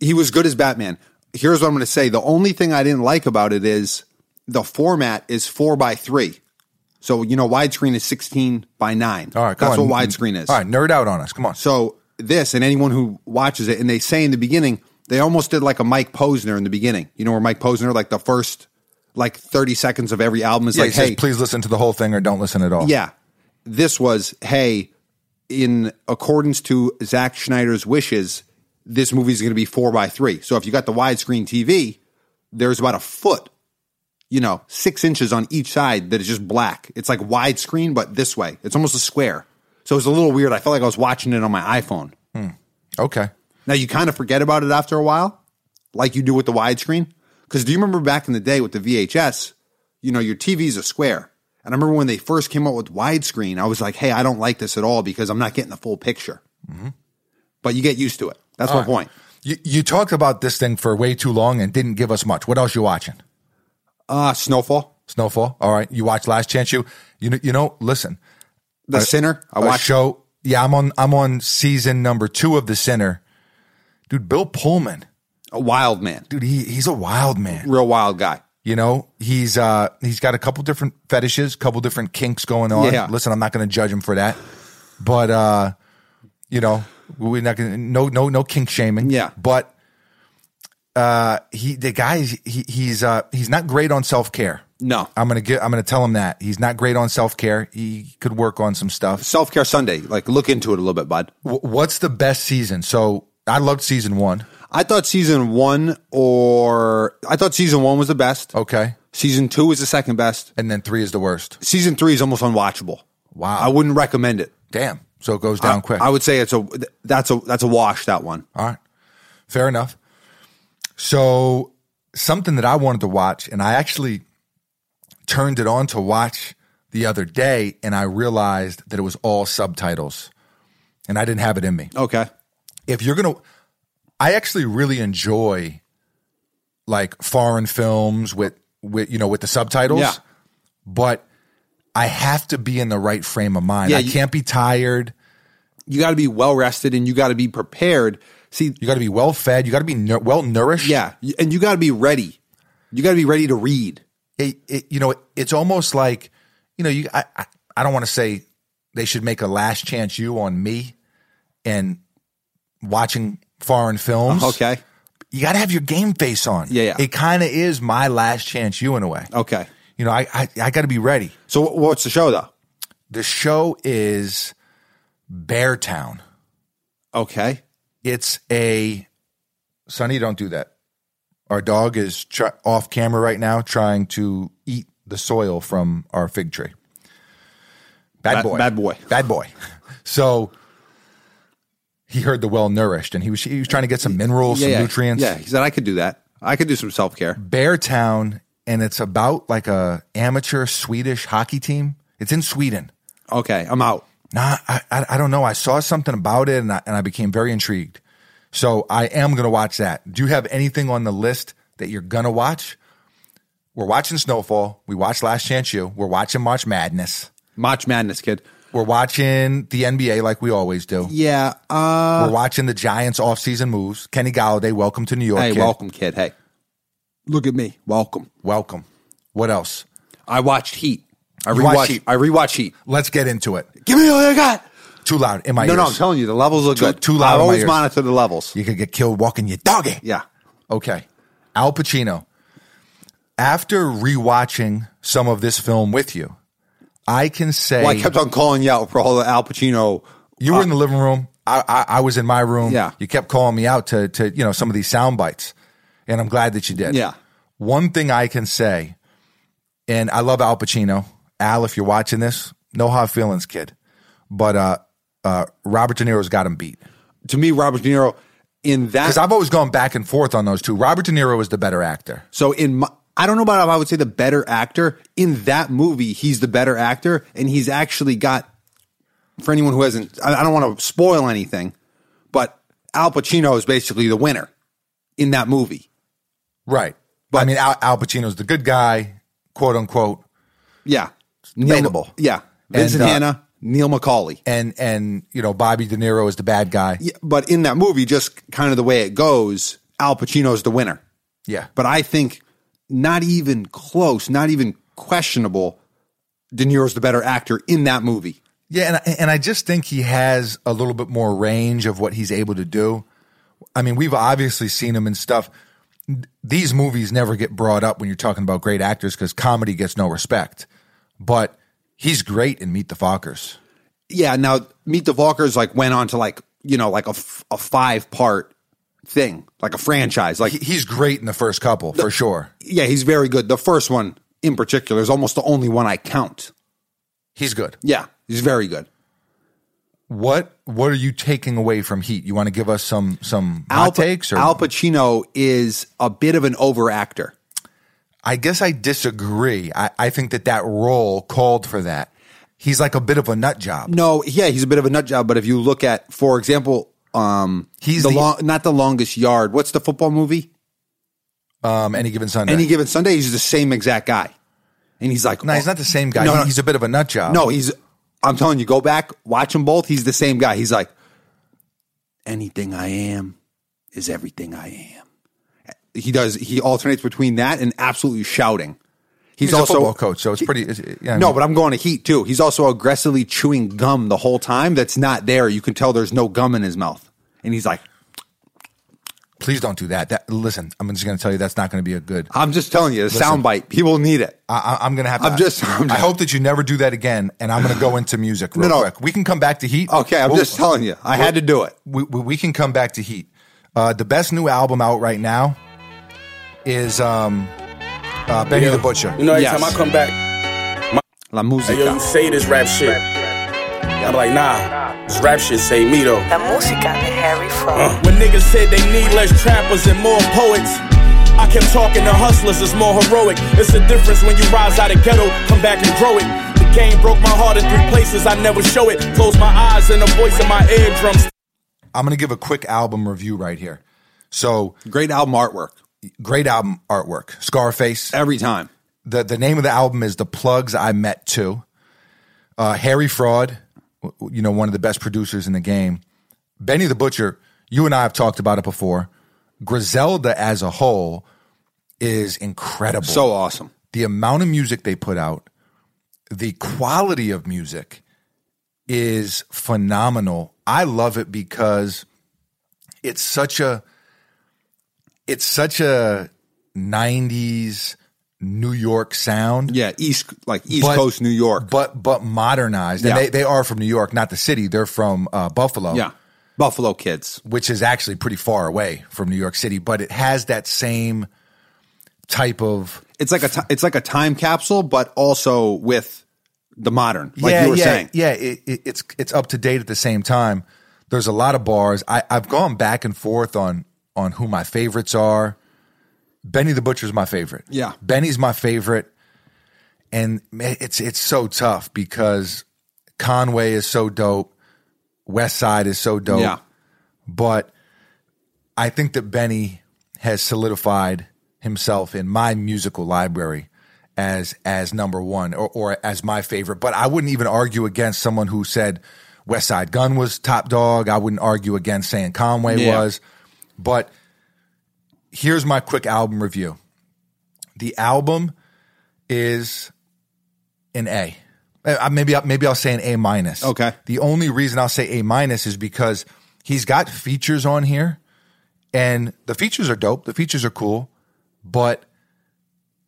[SPEAKER 2] He was good as Batman. Here's what I'm going to say. The only thing I didn't like about it is the format is four by three. So, you know, widescreen is 16 by nine.
[SPEAKER 1] all right, go
[SPEAKER 2] That's
[SPEAKER 1] on.
[SPEAKER 2] what widescreen is.
[SPEAKER 1] All right, nerd out on us, come on.
[SPEAKER 2] So this and anyone who watches it, and they say in the beginning, they almost did like a Mike Posner in the beginning. You know, where Mike Posner, like the first like thirty seconds of every album is
[SPEAKER 1] yeah,
[SPEAKER 2] like,
[SPEAKER 1] he says,
[SPEAKER 2] hey,
[SPEAKER 1] please listen to the whole thing or don't listen at all.
[SPEAKER 2] yeah. This was, hey, in accordance to Zack Schneider's wishes, this movie is going to be four by three. So if you got the widescreen TV, there's about a foot, you know, six inches on each side that is just black. It's like widescreen, but this way. It's almost a square. So it was a little weird. I felt like I was watching it on my iPhone.
[SPEAKER 1] Okay,
[SPEAKER 2] Now you kind of forget about it after a while, like you do with the widescreen. Because do you remember back in the day with the VHS? You know, your TV's a square. And I remember when they first came out with widescreen, I was like, hey, I don't like this at all because I'm not getting the full picture. But you get used to it. That's my point.
[SPEAKER 1] you you talked about this thing for way too long and didn't give us much. What else you watching?
[SPEAKER 2] Uh, Snowfall,
[SPEAKER 1] Snowfall. All right, you watched Last Chance You. You know, you know. Listen,
[SPEAKER 2] The Sinner. I
[SPEAKER 1] a
[SPEAKER 2] watched.
[SPEAKER 1] show. Yeah, I'm on. I'm on season number two of The Sinner. Dude, Bill Pullman.
[SPEAKER 2] a wild man,
[SPEAKER 1] Dude, he, he's a wild man.
[SPEAKER 2] real wild guy.
[SPEAKER 1] You know, he's uh he's got a couple different fetishes, couple different kinks going on.
[SPEAKER 2] Yeah.
[SPEAKER 1] Listen, I'm not going to judge him for that, but uh, you know, We're not gonna no no no kink shaming.
[SPEAKER 2] Yeah.
[SPEAKER 1] but uh, he the guy is- he he's uh he's not great on self care.
[SPEAKER 2] No.
[SPEAKER 1] I'm gonna get I'm gonna tell him that he's not great on self care. He could work on some stuff.
[SPEAKER 2] Self care Sunday. Like, look into it a little bit, bud.
[SPEAKER 1] Wh- What's the best season? So I loved season one.
[SPEAKER 2] I thought season one or I thought season one was the best.
[SPEAKER 1] Okay,
[SPEAKER 2] Season two is the second best.
[SPEAKER 1] and then three is the worst.
[SPEAKER 2] Season three is almost unwatchable.
[SPEAKER 1] Wow.
[SPEAKER 2] I wouldn't recommend it.
[SPEAKER 1] Damn. So it goes down
[SPEAKER 2] I,
[SPEAKER 1] quick.
[SPEAKER 2] I would say it's a that's a that's a wash. That one.
[SPEAKER 1] All right. Fair enough. So, something that I wanted to watch, and I actually turned it on to watch the other day, and I realized that it was all subtitles, and I didn't have it in me.
[SPEAKER 2] Okay.
[SPEAKER 1] If you're going to, I actually really enjoy like foreign films with, with, you know, with the subtitles,
[SPEAKER 2] Yeah.
[SPEAKER 1] but I have to be in the right frame of mind.
[SPEAKER 2] Yeah,
[SPEAKER 1] I
[SPEAKER 2] you-
[SPEAKER 1] can't be tired.
[SPEAKER 2] You got to be well rested and you got to be prepared. See,
[SPEAKER 1] You got to be well fed. You got to be nu- well nourished.
[SPEAKER 2] yeah, y- and you got to be ready. You got to be ready to read.
[SPEAKER 1] it, it you know it's almost like you know you I I, I don't want to say they should make a last chance you on me and watching foreign films.
[SPEAKER 2] Oh, Okay.
[SPEAKER 1] you got to have your game face on.
[SPEAKER 2] Yeah, Oh. yeah.
[SPEAKER 1] it kind of is my last chance you in a way.
[SPEAKER 2] Okay.
[SPEAKER 1] You know, I I, I got to be ready.
[SPEAKER 2] So wh- what's the show though?
[SPEAKER 1] The show is Bear Town.
[SPEAKER 2] Okay.
[SPEAKER 1] It's a Sonny. Don't do that. Our dog is tr- off camera right now, trying to eat the soil from our fig tree. Bad,
[SPEAKER 2] Bad-
[SPEAKER 1] boy.
[SPEAKER 2] bad boy.
[SPEAKER 1] Bad boy. So he heard the well nourished, and he was he was trying to get some minerals, some
[SPEAKER 2] yeah.
[SPEAKER 1] nutrients.
[SPEAKER 2] Yeah. He said I could do that. I could do some self care.
[SPEAKER 1] Bear Town, and it's about like a amateur Swedish hockey team. It's in Sweden.
[SPEAKER 2] Okay. I'm out.
[SPEAKER 1] Nah, I, I I don't know. I saw something about it and I, and I became very intrigued. So I am going to watch that. Do you have anything on the list that you're going to watch? We're watching Snowfall. We watched Last Chance U. We're watching March Madness.
[SPEAKER 2] March Madness, kid.
[SPEAKER 1] We're watching the NBA like we always do.
[SPEAKER 2] Yeah. Uh,
[SPEAKER 1] We're watching the Giants offseason moves. Kenny Galladay, welcome to New York.
[SPEAKER 2] hey,
[SPEAKER 1] kid.
[SPEAKER 2] welcome, kid. Hey, look at me. Welcome.
[SPEAKER 1] Welcome. What else?
[SPEAKER 2] I watched Heat. I
[SPEAKER 1] You watched
[SPEAKER 2] rewatched.
[SPEAKER 1] Heat.
[SPEAKER 2] I rewatched Heat.
[SPEAKER 1] Let's get into it.
[SPEAKER 2] Give me all I got.
[SPEAKER 1] Too loud in my
[SPEAKER 2] No,
[SPEAKER 1] ears.
[SPEAKER 2] no, I'm telling you, the levels look
[SPEAKER 1] Too-
[SPEAKER 2] good.
[SPEAKER 1] too loud in
[SPEAKER 2] I
[SPEAKER 1] my
[SPEAKER 2] always
[SPEAKER 1] ears.
[SPEAKER 2] monitor the levels.
[SPEAKER 1] you could get killed walking your doggy.
[SPEAKER 2] Yeah.
[SPEAKER 1] Okay. Al Pacino. After rewatching some of this film with you, I can say
[SPEAKER 2] Well, I kept on calling you out for all the Al Pacino.
[SPEAKER 1] you were in the living room. I, I, I was in my room.
[SPEAKER 2] Yeah.
[SPEAKER 1] You kept calling me out to, to, you know, some of these sound bites. And I'm glad that you did.
[SPEAKER 2] Yeah.
[SPEAKER 1] One thing I can say, and I love Al Pacino. Al, if you're watching this, no hard feelings, kid. But uh, uh, Robert De Niro's got him beat.
[SPEAKER 2] To me, Robert De Niro in that.
[SPEAKER 1] Because I've always gone back and forth on those two. Robert De Niro is the better actor.
[SPEAKER 2] so in my, I don't know about if I would say the better actor in that movie. He's the better actor, and he's actually got. For anyone who hasn't, I, I don't want to spoil anything, but Al Pacino is basically the winner in that movie.
[SPEAKER 1] Right. But I mean, Al, Al Pacino's the good guy, quote unquote,
[SPEAKER 2] Yeah.
[SPEAKER 1] Debatable.
[SPEAKER 2] yeah. Vincent
[SPEAKER 1] And, uh,
[SPEAKER 2] Hanna, Neil McCauley.
[SPEAKER 1] and and you know Bobby De Niro is the bad guy.
[SPEAKER 2] Yeah, but in that movie, just kind of the way it goes, Al Pacino's the winner.
[SPEAKER 1] Yeah.
[SPEAKER 2] But I think not even close, not even questionable, De Niro's the better actor in that movie.
[SPEAKER 1] Yeah, and I, and I just think he has a little bit more range of what he's able to do. I mean, we've obviously seen him in stuff. These movies never get brought up when you're talking about great actors because comedy gets no respect. But he's great in Meet the Fockers.
[SPEAKER 2] Yeah. Now, Meet the Valkers like went on to like, you know, like a, f- a five part thing, like a franchise. Like,
[SPEAKER 1] He- He's great in the first couple for sure.
[SPEAKER 2] yeah, he's very good. The first one in particular is almost the only one I count.
[SPEAKER 1] He's good.
[SPEAKER 2] Yeah. He's very good.
[SPEAKER 1] What What are you taking away from Heat? You want to give us some some hot
[SPEAKER 2] Pa-
[SPEAKER 1] takes? Or?
[SPEAKER 2] Al Pacino is a bit of an over actor.
[SPEAKER 1] I guess I disagree. I, I think that that role called for that. He's like a bit of a nut job.
[SPEAKER 2] No, yeah, he's a bit of a nut job. But if you look at, for example, um,
[SPEAKER 1] He's
[SPEAKER 2] the,
[SPEAKER 1] the-
[SPEAKER 2] long, not the longest yard. What's the football movie?
[SPEAKER 1] Um, any given Sunday.
[SPEAKER 2] Any given Sunday, he's the same exact guy, and he's like,
[SPEAKER 1] no, he's not the same guy.
[SPEAKER 2] No,
[SPEAKER 1] He-
[SPEAKER 2] no.
[SPEAKER 1] He's a bit of a nut job.
[SPEAKER 2] No, he's. I'm telling you, go back, watch them both. He's the same guy. He's like, anything I am is everything I am. He does. He alternates between that and absolutely shouting. He's,
[SPEAKER 1] He's a
[SPEAKER 2] also
[SPEAKER 1] football coach, so it's pretty- it's- yeah, I
[SPEAKER 2] no,
[SPEAKER 1] mean-
[SPEAKER 2] but I'm going to Heat too. He's also aggressively chewing gum the whole time. That's not there. You can tell there's no gum in his mouth, and he's like,
[SPEAKER 1] Please don't do that. that listen, I'm just going to tell you that's not going to be a good.
[SPEAKER 2] "I'm just telling you, the soundbite. People need it."
[SPEAKER 1] I, I- I'm going to have to.
[SPEAKER 2] I'm just- I'm
[SPEAKER 1] I
[SPEAKER 2] just-
[SPEAKER 1] hope that you never do that again. And I'm going
[SPEAKER 2] [SIGHS]
[SPEAKER 1] to go into music real
[SPEAKER 2] No, no.
[SPEAKER 1] quick. We can come back to heat.
[SPEAKER 2] Okay, I'm
[SPEAKER 1] We'll-
[SPEAKER 2] just telling you. I had to do it.
[SPEAKER 1] we, we, we can come back to Heat. Uh, the best new album out right now is um, uh, Benny the Butcher.
[SPEAKER 5] You know, every
[SPEAKER 2] Yes.
[SPEAKER 5] time I come back,
[SPEAKER 2] La
[SPEAKER 5] hey, yo, you
[SPEAKER 2] musica.
[SPEAKER 5] say this rap shit. I'm like, nah, this rap shit say me though.
[SPEAKER 6] La música de Harry Fraud.
[SPEAKER 5] When niggas said they need less trappers and more poets. I kept talking to hustlers, it's more heroic. It's a difference when you rise out of ghetto, come back and grow it. The game broke my heart in three places, I never show it. Close my eyes and a voice in my eardrums.
[SPEAKER 1] I'm going to give a quick album review right here. So
[SPEAKER 2] Great album artwork
[SPEAKER 1] great album artwork. Scarface.
[SPEAKER 2] every time.
[SPEAKER 1] The the name of the album is The Plugs I Met Too. Uh, Harry Fraud, w- w- you know, one of the best producers in the game. Benny the Butcher. You and I have talked about it before. Griselda as a whole is incredible.
[SPEAKER 2] So awesome.
[SPEAKER 1] the amount of music they put out, the quality of music is phenomenal. I love it because it's such a it's such a 90s New York sound.
[SPEAKER 2] Yeah, East like East
[SPEAKER 1] But-
[SPEAKER 2] Coast New York.
[SPEAKER 1] But but modernized. And
[SPEAKER 2] Yeah.
[SPEAKER 1] they, they are from New York, not the city. They're from uh, Buffalo
[SPEAKER 2] yeah, Buffalo Kids.
[SPEAKER 1] which is actually pretty far away from New York City, but it has that same type of
[SPEAKER 2] It's like a ti- it's like a time capsule, but also with the modern. Like you were
[SPEAKER 1] yeah,
[SPEAKER 2] saying,
[SPEAKER 1] Yeah, it, it, it's it's up to date at the same time. There's a lot of bars. I, I've gone back and forth on on who my favorites are. Benny the Butcher's my favorite.
[SPEAKER 2] Yeah.
[SPEAKER 1] Benny's my favorite, and man, it's it's so tough because Conway is so dope, West Side is so dope,
[SPEAKER 2] yeah.
[SPEAKER 1] but I think that Benny has solidified himself in my musical library as as number one or, or as my favorite. But I wouldn't even argue against someone who said West Side Gun was top dog. I wouldn't argue against saying Conway
[SPEAKER 2] Yeah.
[SPEAKER 1] was. But here's my quick album review. The album is an A. Uh, I- Maybe I- maybe I'll say an A minus.
[SPEAKER 2] Okay.
[SPEAKER 1] The only reason I'll say A minus is because he's got features on here, and the features are dope. The features are cool, but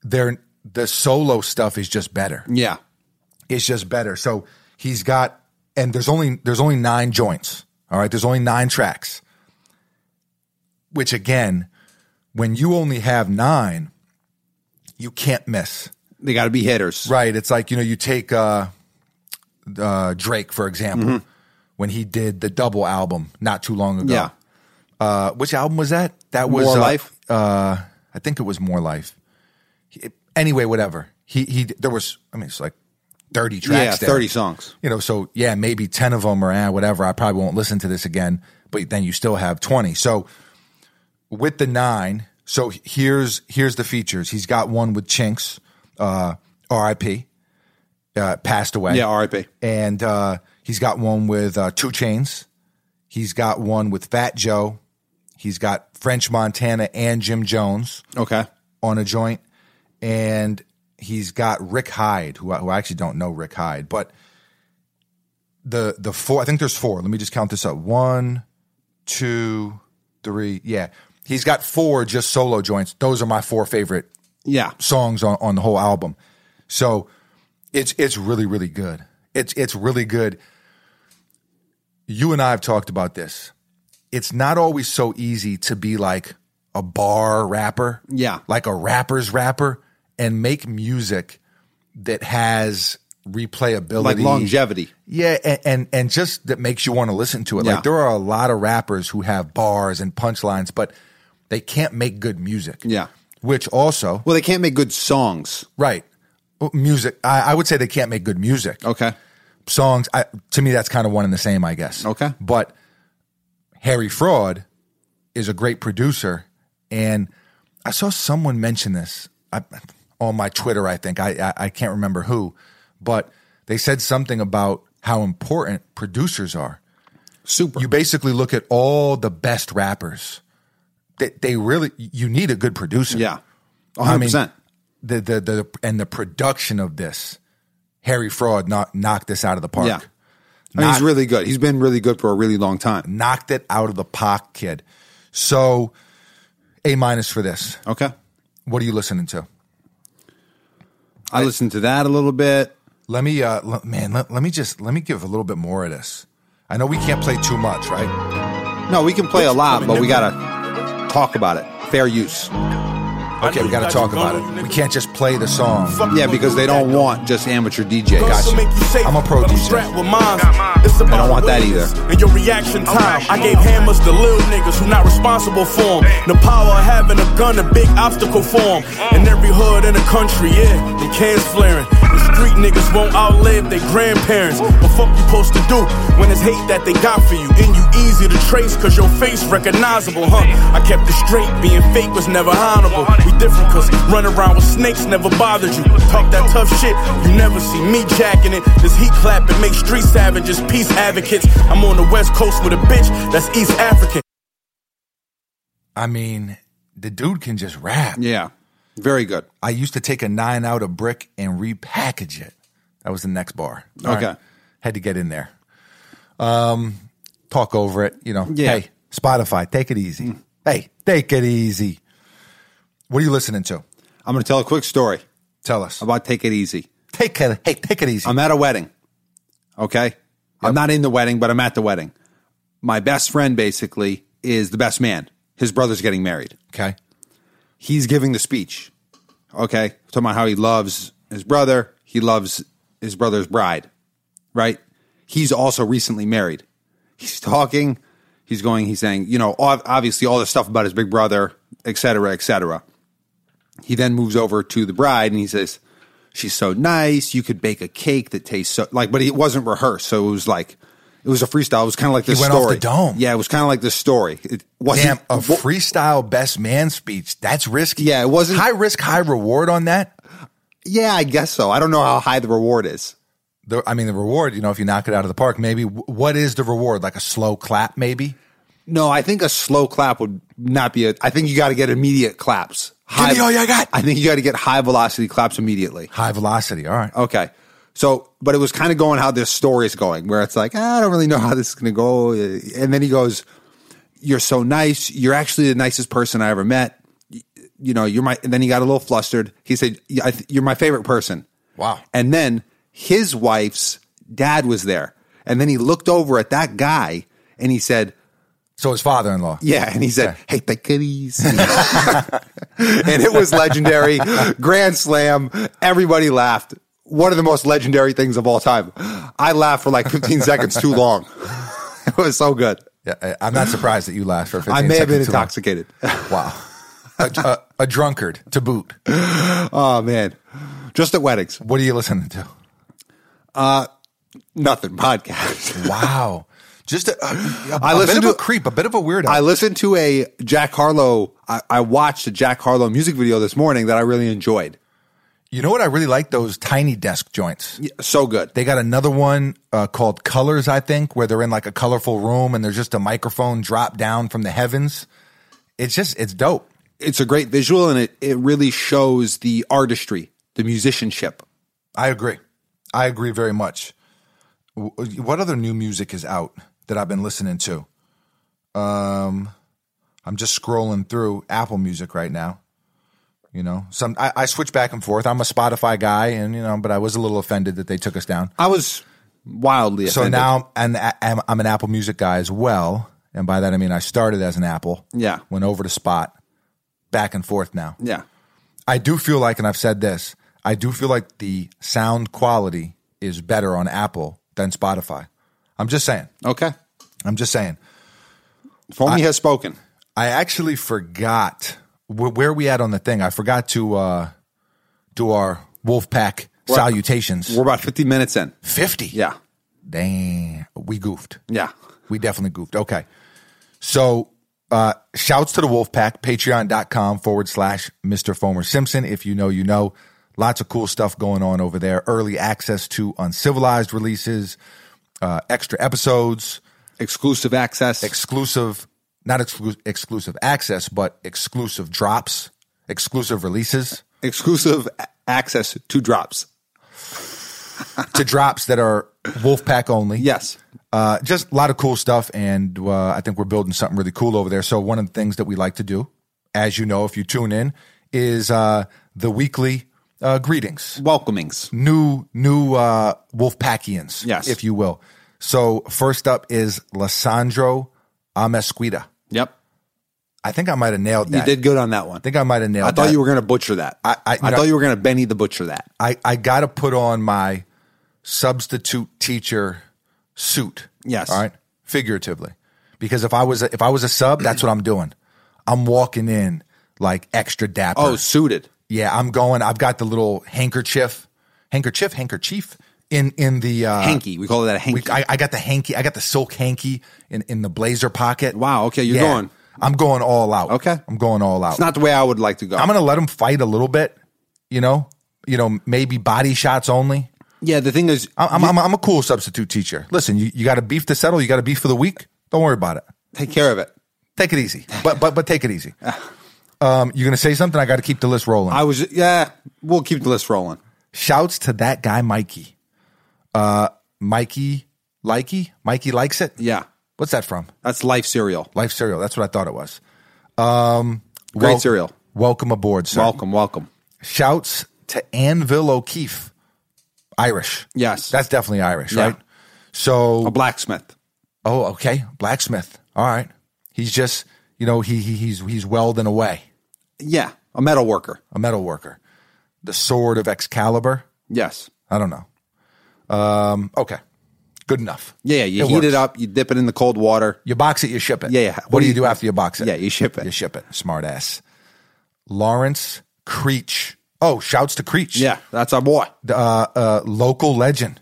[SPEAKER 1] they're the solo stuff is just better.
[SPEAKER 2] Yeah.
[SPEAKER 1] It's just better. So he's got, and there's only there's only nine joints. All right, there's only nine tracks. Which again, when you only have nine, you can't miss.
[SPEAKER 2] They got to be hitters.
[SPEAKER 1] Right. It's like, you know, you take uh, uh, Drake, for example,
[SPEAKER 2] Mm-hmm.
[SPEAKER 1] when he did the double album not too long ago.
[SPEAKER 2] Yeah.
[SPEAKER 1] Uh, which album was that? That was
[SPEAKER 2] More
[SPEAKER 1] uh,
[SPEAKER 2] Life?
[SPEAKER 1] Uh, I think it was More Life. He- anyway, whatever. He, he, there was, I mean, it's like 30
[SPEAKER 2] Yeah,
[SPEAKER 1] tracks there.
[SPEAKER 2] 30 songs.
[SPEAKER 1] You know, so yeah, maybe 10 of them or eh, whatever. I probably won't listen to this again, but then you still have 20. So with the nine, so here's here's the features. He's got one with Chinks, uh, RIP, uh, passed away.
[SPEAKER 2] Yeah, RIP.
[SPEAKER 1] And uh, he's got one with uh, Two Chains. He's got one with Fat Joe. He's got French Montana and Jim Jones
[SPEAKER 2] Okay.
[SPEAKER 1] on a joint, and he's got Rick Hyde, who I, who I actually don't know Rick Hyde, but the the four I think there's four. Let me just count this up: one, two, three. Yeah, he's got four just solo joints. Those are my four favorite
[SPEAKER 2] Yeah.
[SPEAKER 1] songs on, on the whole album. So it's it's really really good. It's it's really good. You and I have talked about this. It's not always so easy to be like a bar rapper,
[SPEAKER 2] Yeah.
[SPEAKER 1] like a rapper's rapper, and make music that has replayability,
[SPEAKER 2] Like longevity.
[SPEAKER 1] yeah, and, and and just that makes you want to listen to it.
[SPEAKER 2] Yeah.
[SPEAKER 1] Like there are a lot of rappers who have bars and punchlines, but they can't make good music.
[SPEAKER 2] Yeah.
[SPEAKER 1] which also
[SPEAKER 2] Well, they can't make good songs.
[SPEAKER 1] right Oh, music. I, I would say they can't make good music.
[SPEAKER 2] Okay.
[SPEAKER 1] Songs I, to me that's kind of one and the same, I guess.
[SPEAKER 2] Okay.
[SPEAKER 1] but Harry Fraud is a great producer, and I saw someone mention this I, on my Twitter. I think I, I I can't remember who, but they said something about how important producers are.
[SPEAKER 2] Super.
[SPEAKER 1] You basically look at all the best rappers. They, they really you need a good producer.
[SPEAKER 2] yeah.
[SPEAKER 1] I
[SPEAKER 2] 100%.
[SPEAKER 1] mean, the the the and the production of this, Harry Fraud knock, knocked this out of the park.
[SPEAKER 2] Yeah. I mean, he's
[SPEAKER 1] Not-
[SPEAKER 2] really good. He's been really good for a really long time.
[SPEAKER 1] knocked it out of the park, kid. So, a minus for this.
[SPEAKER 2] Okay.
[SPEAKER 1] What are you listening to?
[SPEAKER 2] I listened to that a little bit.
[SPEAKER 1] Let me, uh, l- man. Let, let me just let me give a little bit more of this. I know we can't play too much, right?
[SPEAKER 2] No, we can play a lot, but we gotta talk about it. Fair use.
[SPEAKER 1] Okay, we got to talk about it. We can't just play the song.
[SPEAKER 2] Yeah, because they don't want just amateur DJ.
[SPEAKER 1] Gotcha. I'm a pro
[SPEAKER 5] but I'm
[SPEAKER 1] DJ.
[SPEAKER 5] strapped with mine. It's about
[SPEAKER 2] want that
[SPEAKER 5] willingness And your reaction time. I gave hammers to little niggas who not responsible for 'em. The power of having a gun, a big obstacle for 'em. In every hood in the country, yeah, they cans flaring. The street niggas won't outlive their grandparents. But fuck you supposed to do when it's hate that they got for you? E And you easy to trace cause your face recognizable, huh? I kept it straight, being fake was never honorable. We different cause running around with snakes never bothered you. Talk that tough shit, you never see me jacking it. This heat clapping make street savages peace advocates. I'm on the west coast with a bitch that's East African.
[SPEAKER 1] I mean, the dude can just rap.
[SPEAKER 2] Yeah. Very good.
[SPEAKER 1] I used to take a nine out of brick and repackage it. That was the next bar. All
[SPEAKER 2] Okay.
[SPEAKER 1] Had to get in there. Um, talk over it, you know.
[SPEAKER 2] Yeah. Mm.
[SPEAKER 1] Hey, Spotify, take it easy. Hey, take it easy. What are you listening to?
[SPEAKER 2] I'm gonna tell a quick story
[SPEAKER 1] Tell us.
[SPEAKER 2] about Um, Take It Easy.
[SPEAKER 1] Take it. Hey, take it easy.
[SPEAKER 2] I'm at a wedding. Okay. I'm not in the wedding, but I'm at the wedding. My best friend basically is the best man. His brother's getting married.
[SPEAKER 1] okay.
[SPEAKER 2] He's giving the speech. Okay. Talking about how he loves his brother. He loves his brother's bride. Right. He's also recently married. He's talking. He's going, he's saying, you know, ob- obviously all this stuff about his big brother, et cetera, et cetera. He then moves over to the bride and he says, she's so nice. You could bake a cake that tastes so like, but it wasn't rehearsed. So it was like, it was a freestyle. It was kind of like this
[SPEAKER 1] went off
[SPEAKER 2] story.
[SPEAKER 1] the dome.
[SPEAKER 2] Yeah, it was kind of like this story. It
[SPEAKER 1] Damn,
[SPEAKER 2] wasn't
[SPEAKER 1] a
[SPEAKER 2] wa-
[SPEAKER 1] freestyle best man speech. That's risky.
[SPEAKER 2] Yeah, it wasn't-
[SPEAKER 1] high risk, high reward on that.
[SPEAKER 2] Yeah, I guess so. I don't know how high the reward is.
[SPEAKER 1] The, I mean, the reward. You know, if you knock it out of the park, maybe. wh- What is the reward? Like a slow clap, maybe.
[SPEAKER 2] No, I think a slow clap would not be a. I think you got to get immediate claps.
[SPEAKER 1] me all you got.
[SPEAKER 2] I think you got to get high velocity claps immediately.
[SPEAKER 1] High velocity. All right.
[SPEAKER 2] Okay. So, but it was kind of going how this story is going, where it's like, "Ah, I don't really know how this is going to go. And then he goes, You're so nice. You're actually the nicest person I ever met. You, you know, you're my, and then he got a little flustered. He said, "Yeah, I th- You're my favorite person.
[SPEAKER 1] Wow.
[SPEAKER 2] And then his wife's dad was there. And then he looked over at that guy and he said,
[SPEAKER 1] So his father-in-law.
[SPEAKER 2] yeah, and he said, "Hey, the goodies," [LAUGHS] and it was legendary. Grand slam. Everybody laughed. One of the most legendary things of all time. I laughed for like
[SPEAKER 1] [LAUGHS]
[SPEAKER 2] 15 seconds too long. It was so good.
[SPEAKER 1] Yeah, I- I'm not surprised that you last for 15
[SPEAKER 2] I may have been
[SPEAKER 1] seconds too long.
[SPEAKER 2] intoxicated.
[SPEAKER 1] Wow. A,
[SPEAKER 2] [LAUGHS]
[SPEAKER 1] a, a drunkard to boot.
[SPEAKER 2] Oh man, just at weddings,
[SPEAKER 1] What are you listening to?
[SPEAKER 2] nothing podcast.
[SPEAKER 1] Wow. Just a, a, a,
[SPEAKER 2] I
[SPEAKER 1] a bit
[SPEAKER 2] listen
[SPEAKER 1] of
[SPEAKER 2] to-
[SPEAKER 1] a creep, a bit of a weirdo.
[SPEAKER 2] I listened to a Jack Harlow. I, I watched a Jack Harlow music video this morning that I really enjoyed.
[SPEAKER 1] you know what? I really like those tiny desk joints.
[SPEAKER 2] So good.
[SPEAKER 1] They got another one uh, called Colors, I think, where they're in like a colorful room and there's just a microphone dropped down from the heavens. It's just, it's dope.
[SPEAKER 2] It's a great visual, and it it really shows the artistry, the musicianship.
[SPEAKER 1] I agree. I agree very much. W- What other new music is out that I've been listening to? Um, I'm just scrolling through Apple Music right now. You know, some I, I switch back and forth. I'm a Spotify guy, and you know, but I was a little offended that they took us down.
[SPEAKER 2] I was wildly
[SPEAKER 1] So
[SPEAKER 2] offended.
[SPEAKER 1] now, and I'm, I'm an Apple Music guy as well, and by that I mean I started as an Apple.
[SPEAKER 2] Yeah.
[SPEAKER 1] went over to Spot, back and forth now.
[SPEAKER 2] yeah,
[SPEAKER 1] I do feel like, and I've said this, I do feel like the sound quality is better on Apple than Spotify. I'm just saying.
[SPEAKER 2] okay.
[SPEAKER 1] I'm just saying.
[SPEAKER 2] Foamy has spoken.
[SPEAKER 1] I actually forgot wh- where we at on the thing. I forgot to uh, do our Wolfpack salutations.
[SPEAKER 2] We're about fifty minutes in.
[SPEAKER 1] 50.
[SPEAKER 2] Yeah,
[SPEAKER 1] Dang. We goofed.
[SPEAKER 2] yeah.
[SPEAKER 1] We definitely goofed. Okay. So uh, shouts to the Wolfpack, patreon.com forward slash Mr. Fomer Simpson. If you know, you know. Lots of cool stuff going on over there. Early access to uncivilized releases, uh, extra episodes,
[SPEAKER 2] Exclusive access.
[SPEAKER 1] exclusive, not exclu- exclusive access, but exclusive drops, exclusive releases.
[SPEAKER 2] exclusive a- access to drops.
[SPEAKER 1] to drops that are Wolfpack only.
[SPEAKER 2] Yes.
[SPEAKER 1] Uh, just a lot of cool stuff, and uh, I think we're building something really cool over there. So one of the things that we like to do, as you know, if you tune in, is uh, the weekly uh, greetings,
[SPEAKER 2] Welcomings.
[SPEAKER 1] new new uh, Wolfpackians,
[SPEAKER 2] Yes.
[SPEAKER 1] if you will. So first up is Lissandro Amesquita.
[SPEAKER 2] Yep.
[SPEAKER 1] I think I might have nailed
[SPEAKER 2] You
[SPEAKER 1] that.
[SPEAKER 2] did good on that one.
[SPEAKER 1] I think I might have nailed.
[SPEAKER 2] I thought
[SPEAKER 1] that.
[SPEAKER 2] you were going to butcher that.
[SPEAKER 1] I- I- you know-
[SPEAKER 2] thought you were going to Benny the butcher that.
[SPEAKER 1] I, I got to put on my substitute teacher suit.
[SPEAKER 2] Yes.
[SPEAKER 1] All right. Figuratively, because if I was a, if I was a sub, that's what I'm doing. I'm walking in like extra dapper.
[SPEAKER 2] Oh, suited.
[SPEAKER 1] yeah. I'm going. I've got the little handkerchief, handkerchief, handkerchief in in the uh,
[SPEAKER 2] hanky. We call that a
[SPEAKER 1] We,
[SPEAKER 2] hanky.
[SPEAKER 1] I, I got the hanky. I got the silk hanky in in the blazer pocket.
[SPEAKER 2] Wow, okay, you're going.
[SPEAKER 1] I'm going all out.
[SPEAKER 2] Okay.
[SPEAKER 1] I'm going all out.
[SPEAKER 2] it's not the way I would like to go.
[SPEAKER 1] I'm gonna let them fight a little bit. You know, you know, maybe body shots only.
[SPEAKER 2] yeah, the thing is,
[SPEAKER 1] I'm, I'm, I'm a cool substitute teacher. Listen, you, you got a beef to settle. You got a beef for the week. Don't worry about it.
[SPEAKER 2] take care of it.
[SPEAKER 1] Take it easy. But but but take it
[SPEAKER 2] [LAUGHS]
[SPEAKER 1] easy. Um, you're gonna say something. I got to keep the list rolling.
[SPEAKER 2] I was, yeah, we'll keep the list rolling.
[SPEAKER 1] Shouts to that guy, Mikey. Uh, Mikey, likey, Mikey likes it.
[SPEAKER 2] Yeah,
[SPEAKER 1] What's that from?
[SPEAKER 2] that's life cereal.
[SPEAKER 1] Life cereal. That's what I thought it was. Um,
[SPEAKER 2] Great
[SPEAKER 1] wel-
[SPEAKER 2] cereal.
[SPEAKER 1] Welcome aboard, sir.
[SPEAKER 2] Welcome, welcome.
[SPEAKER 1] Shouts to Anvil O'Keefe. Irish.
[SPEAKER 2] Yes.
[SPEAKER 1] That's definitely Irish,
[SPEAKER 2] Yeah.
[SPEAKER 1] right? So
[SPEAKER 2] A blacksmith.
[SPEAKER 1] Oh, okay, blacksmith. All right, he's just you know he, he he's he's welding away,
[SPEAKER 2] Yeah, a metal worker.
[SPEAKER 1] a metal worker, the sword of Excalibur.
[SPEAKER 2] Yes.
[SPEAKER 1] I don't know. Um, okay, good enough.
[SPEAKER 2] Yeah, you
[SPEAKER 1] It
[SPEAKER 2] heat it
[SPEAKER 1] works.
[SPEAKER 2] up, you dip it in the cold water.
[SPEAKER 1] You box it, you ship it.
[SPEAKER 2] Yeah, yeah.
[SPEAKER 1] What, do you do after you box it?
[SPEAKER 2] Yeah, you ship it.
[SPEAKER 1] You ship it. Smart ass. Lawrence Creech. Oh, shouts to Creech.
[SPEAKER 2] Yeah, that's our boy.
[SPEAKER 1] uh, local legend,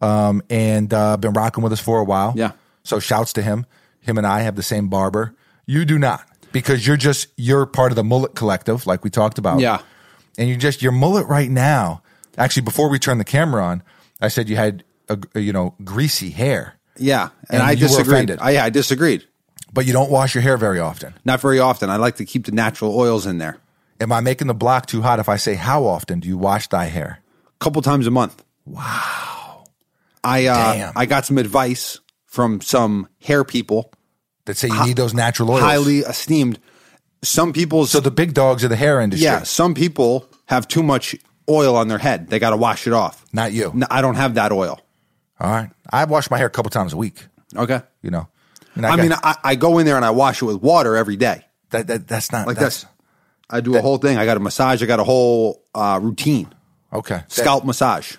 [SPEAKER 1] um, and uh, been rocking with us for a while.
[SPEAKER 2] Yeah.
[SPEAKER 1] So shouts to him. Him and I have the same barber. You do not because you're just you're part of the mullet collective, like we talked about.
[SPEAKER 2] Yeah.
[SPEAKER 1] And you just your mullet right now. Actually, before we turned the camera on, I said you had a, you know greasy hair,
[SPEAKER 2] Yeah, and,
[SPEAKER 1] And
[SPEAKER 2] I
[SPEAKER 1] you were
[SPEAKER 2] disagreed.
[SPEAKER 1] offended.
[SPEAKER 2] I, yeah, I disagreed.
[SPEAKER 1] but you don't wash your hair very often.
[SPEAKER 2] Not very often. I like to keep the natural oils in there.
[SPEAKER 1] Am I making the block too hot if I say how often do you wash thy hair?
[SPEAKER 2] couple times a month. Wow. I uh,
[SPEAKER 1] Damn.
[SPEAKER 2] I got some advice from some hair people,
[SPEAKER 1] That say you need those natural oils.
[SPEAKER 2] highly esteemed. Some people,
[SPEAKER 1] So the big dogs of the hair industry.
[SPEAKER 2] yeah, some people have too much oil on their head. They got to wash it off.
[SPEAKER 1] Not you.
[SPEAKER 2] No, I don't have that oil.
[SPEAKER 1] All right. I wash my hair a couple times a week.
[SPEAKER 2] Okay.
[SPEAKER 1] you know. And
[SPEAKER 2] I
[SPEAKER 1] got-
[SPEAKER 2] mean, I, I go in there and I wash it with water every day.
[SPEAKER 1] that, that that's not
[SPEAKER 2] Like
[SPEAKER 1] that's,
[SPEAKER 2] that's, I do a whole thing. I got a massage. I got a whole uh, routine
[SPEAKER 1] okay. That-
[SPEAKER 2] scalp massage.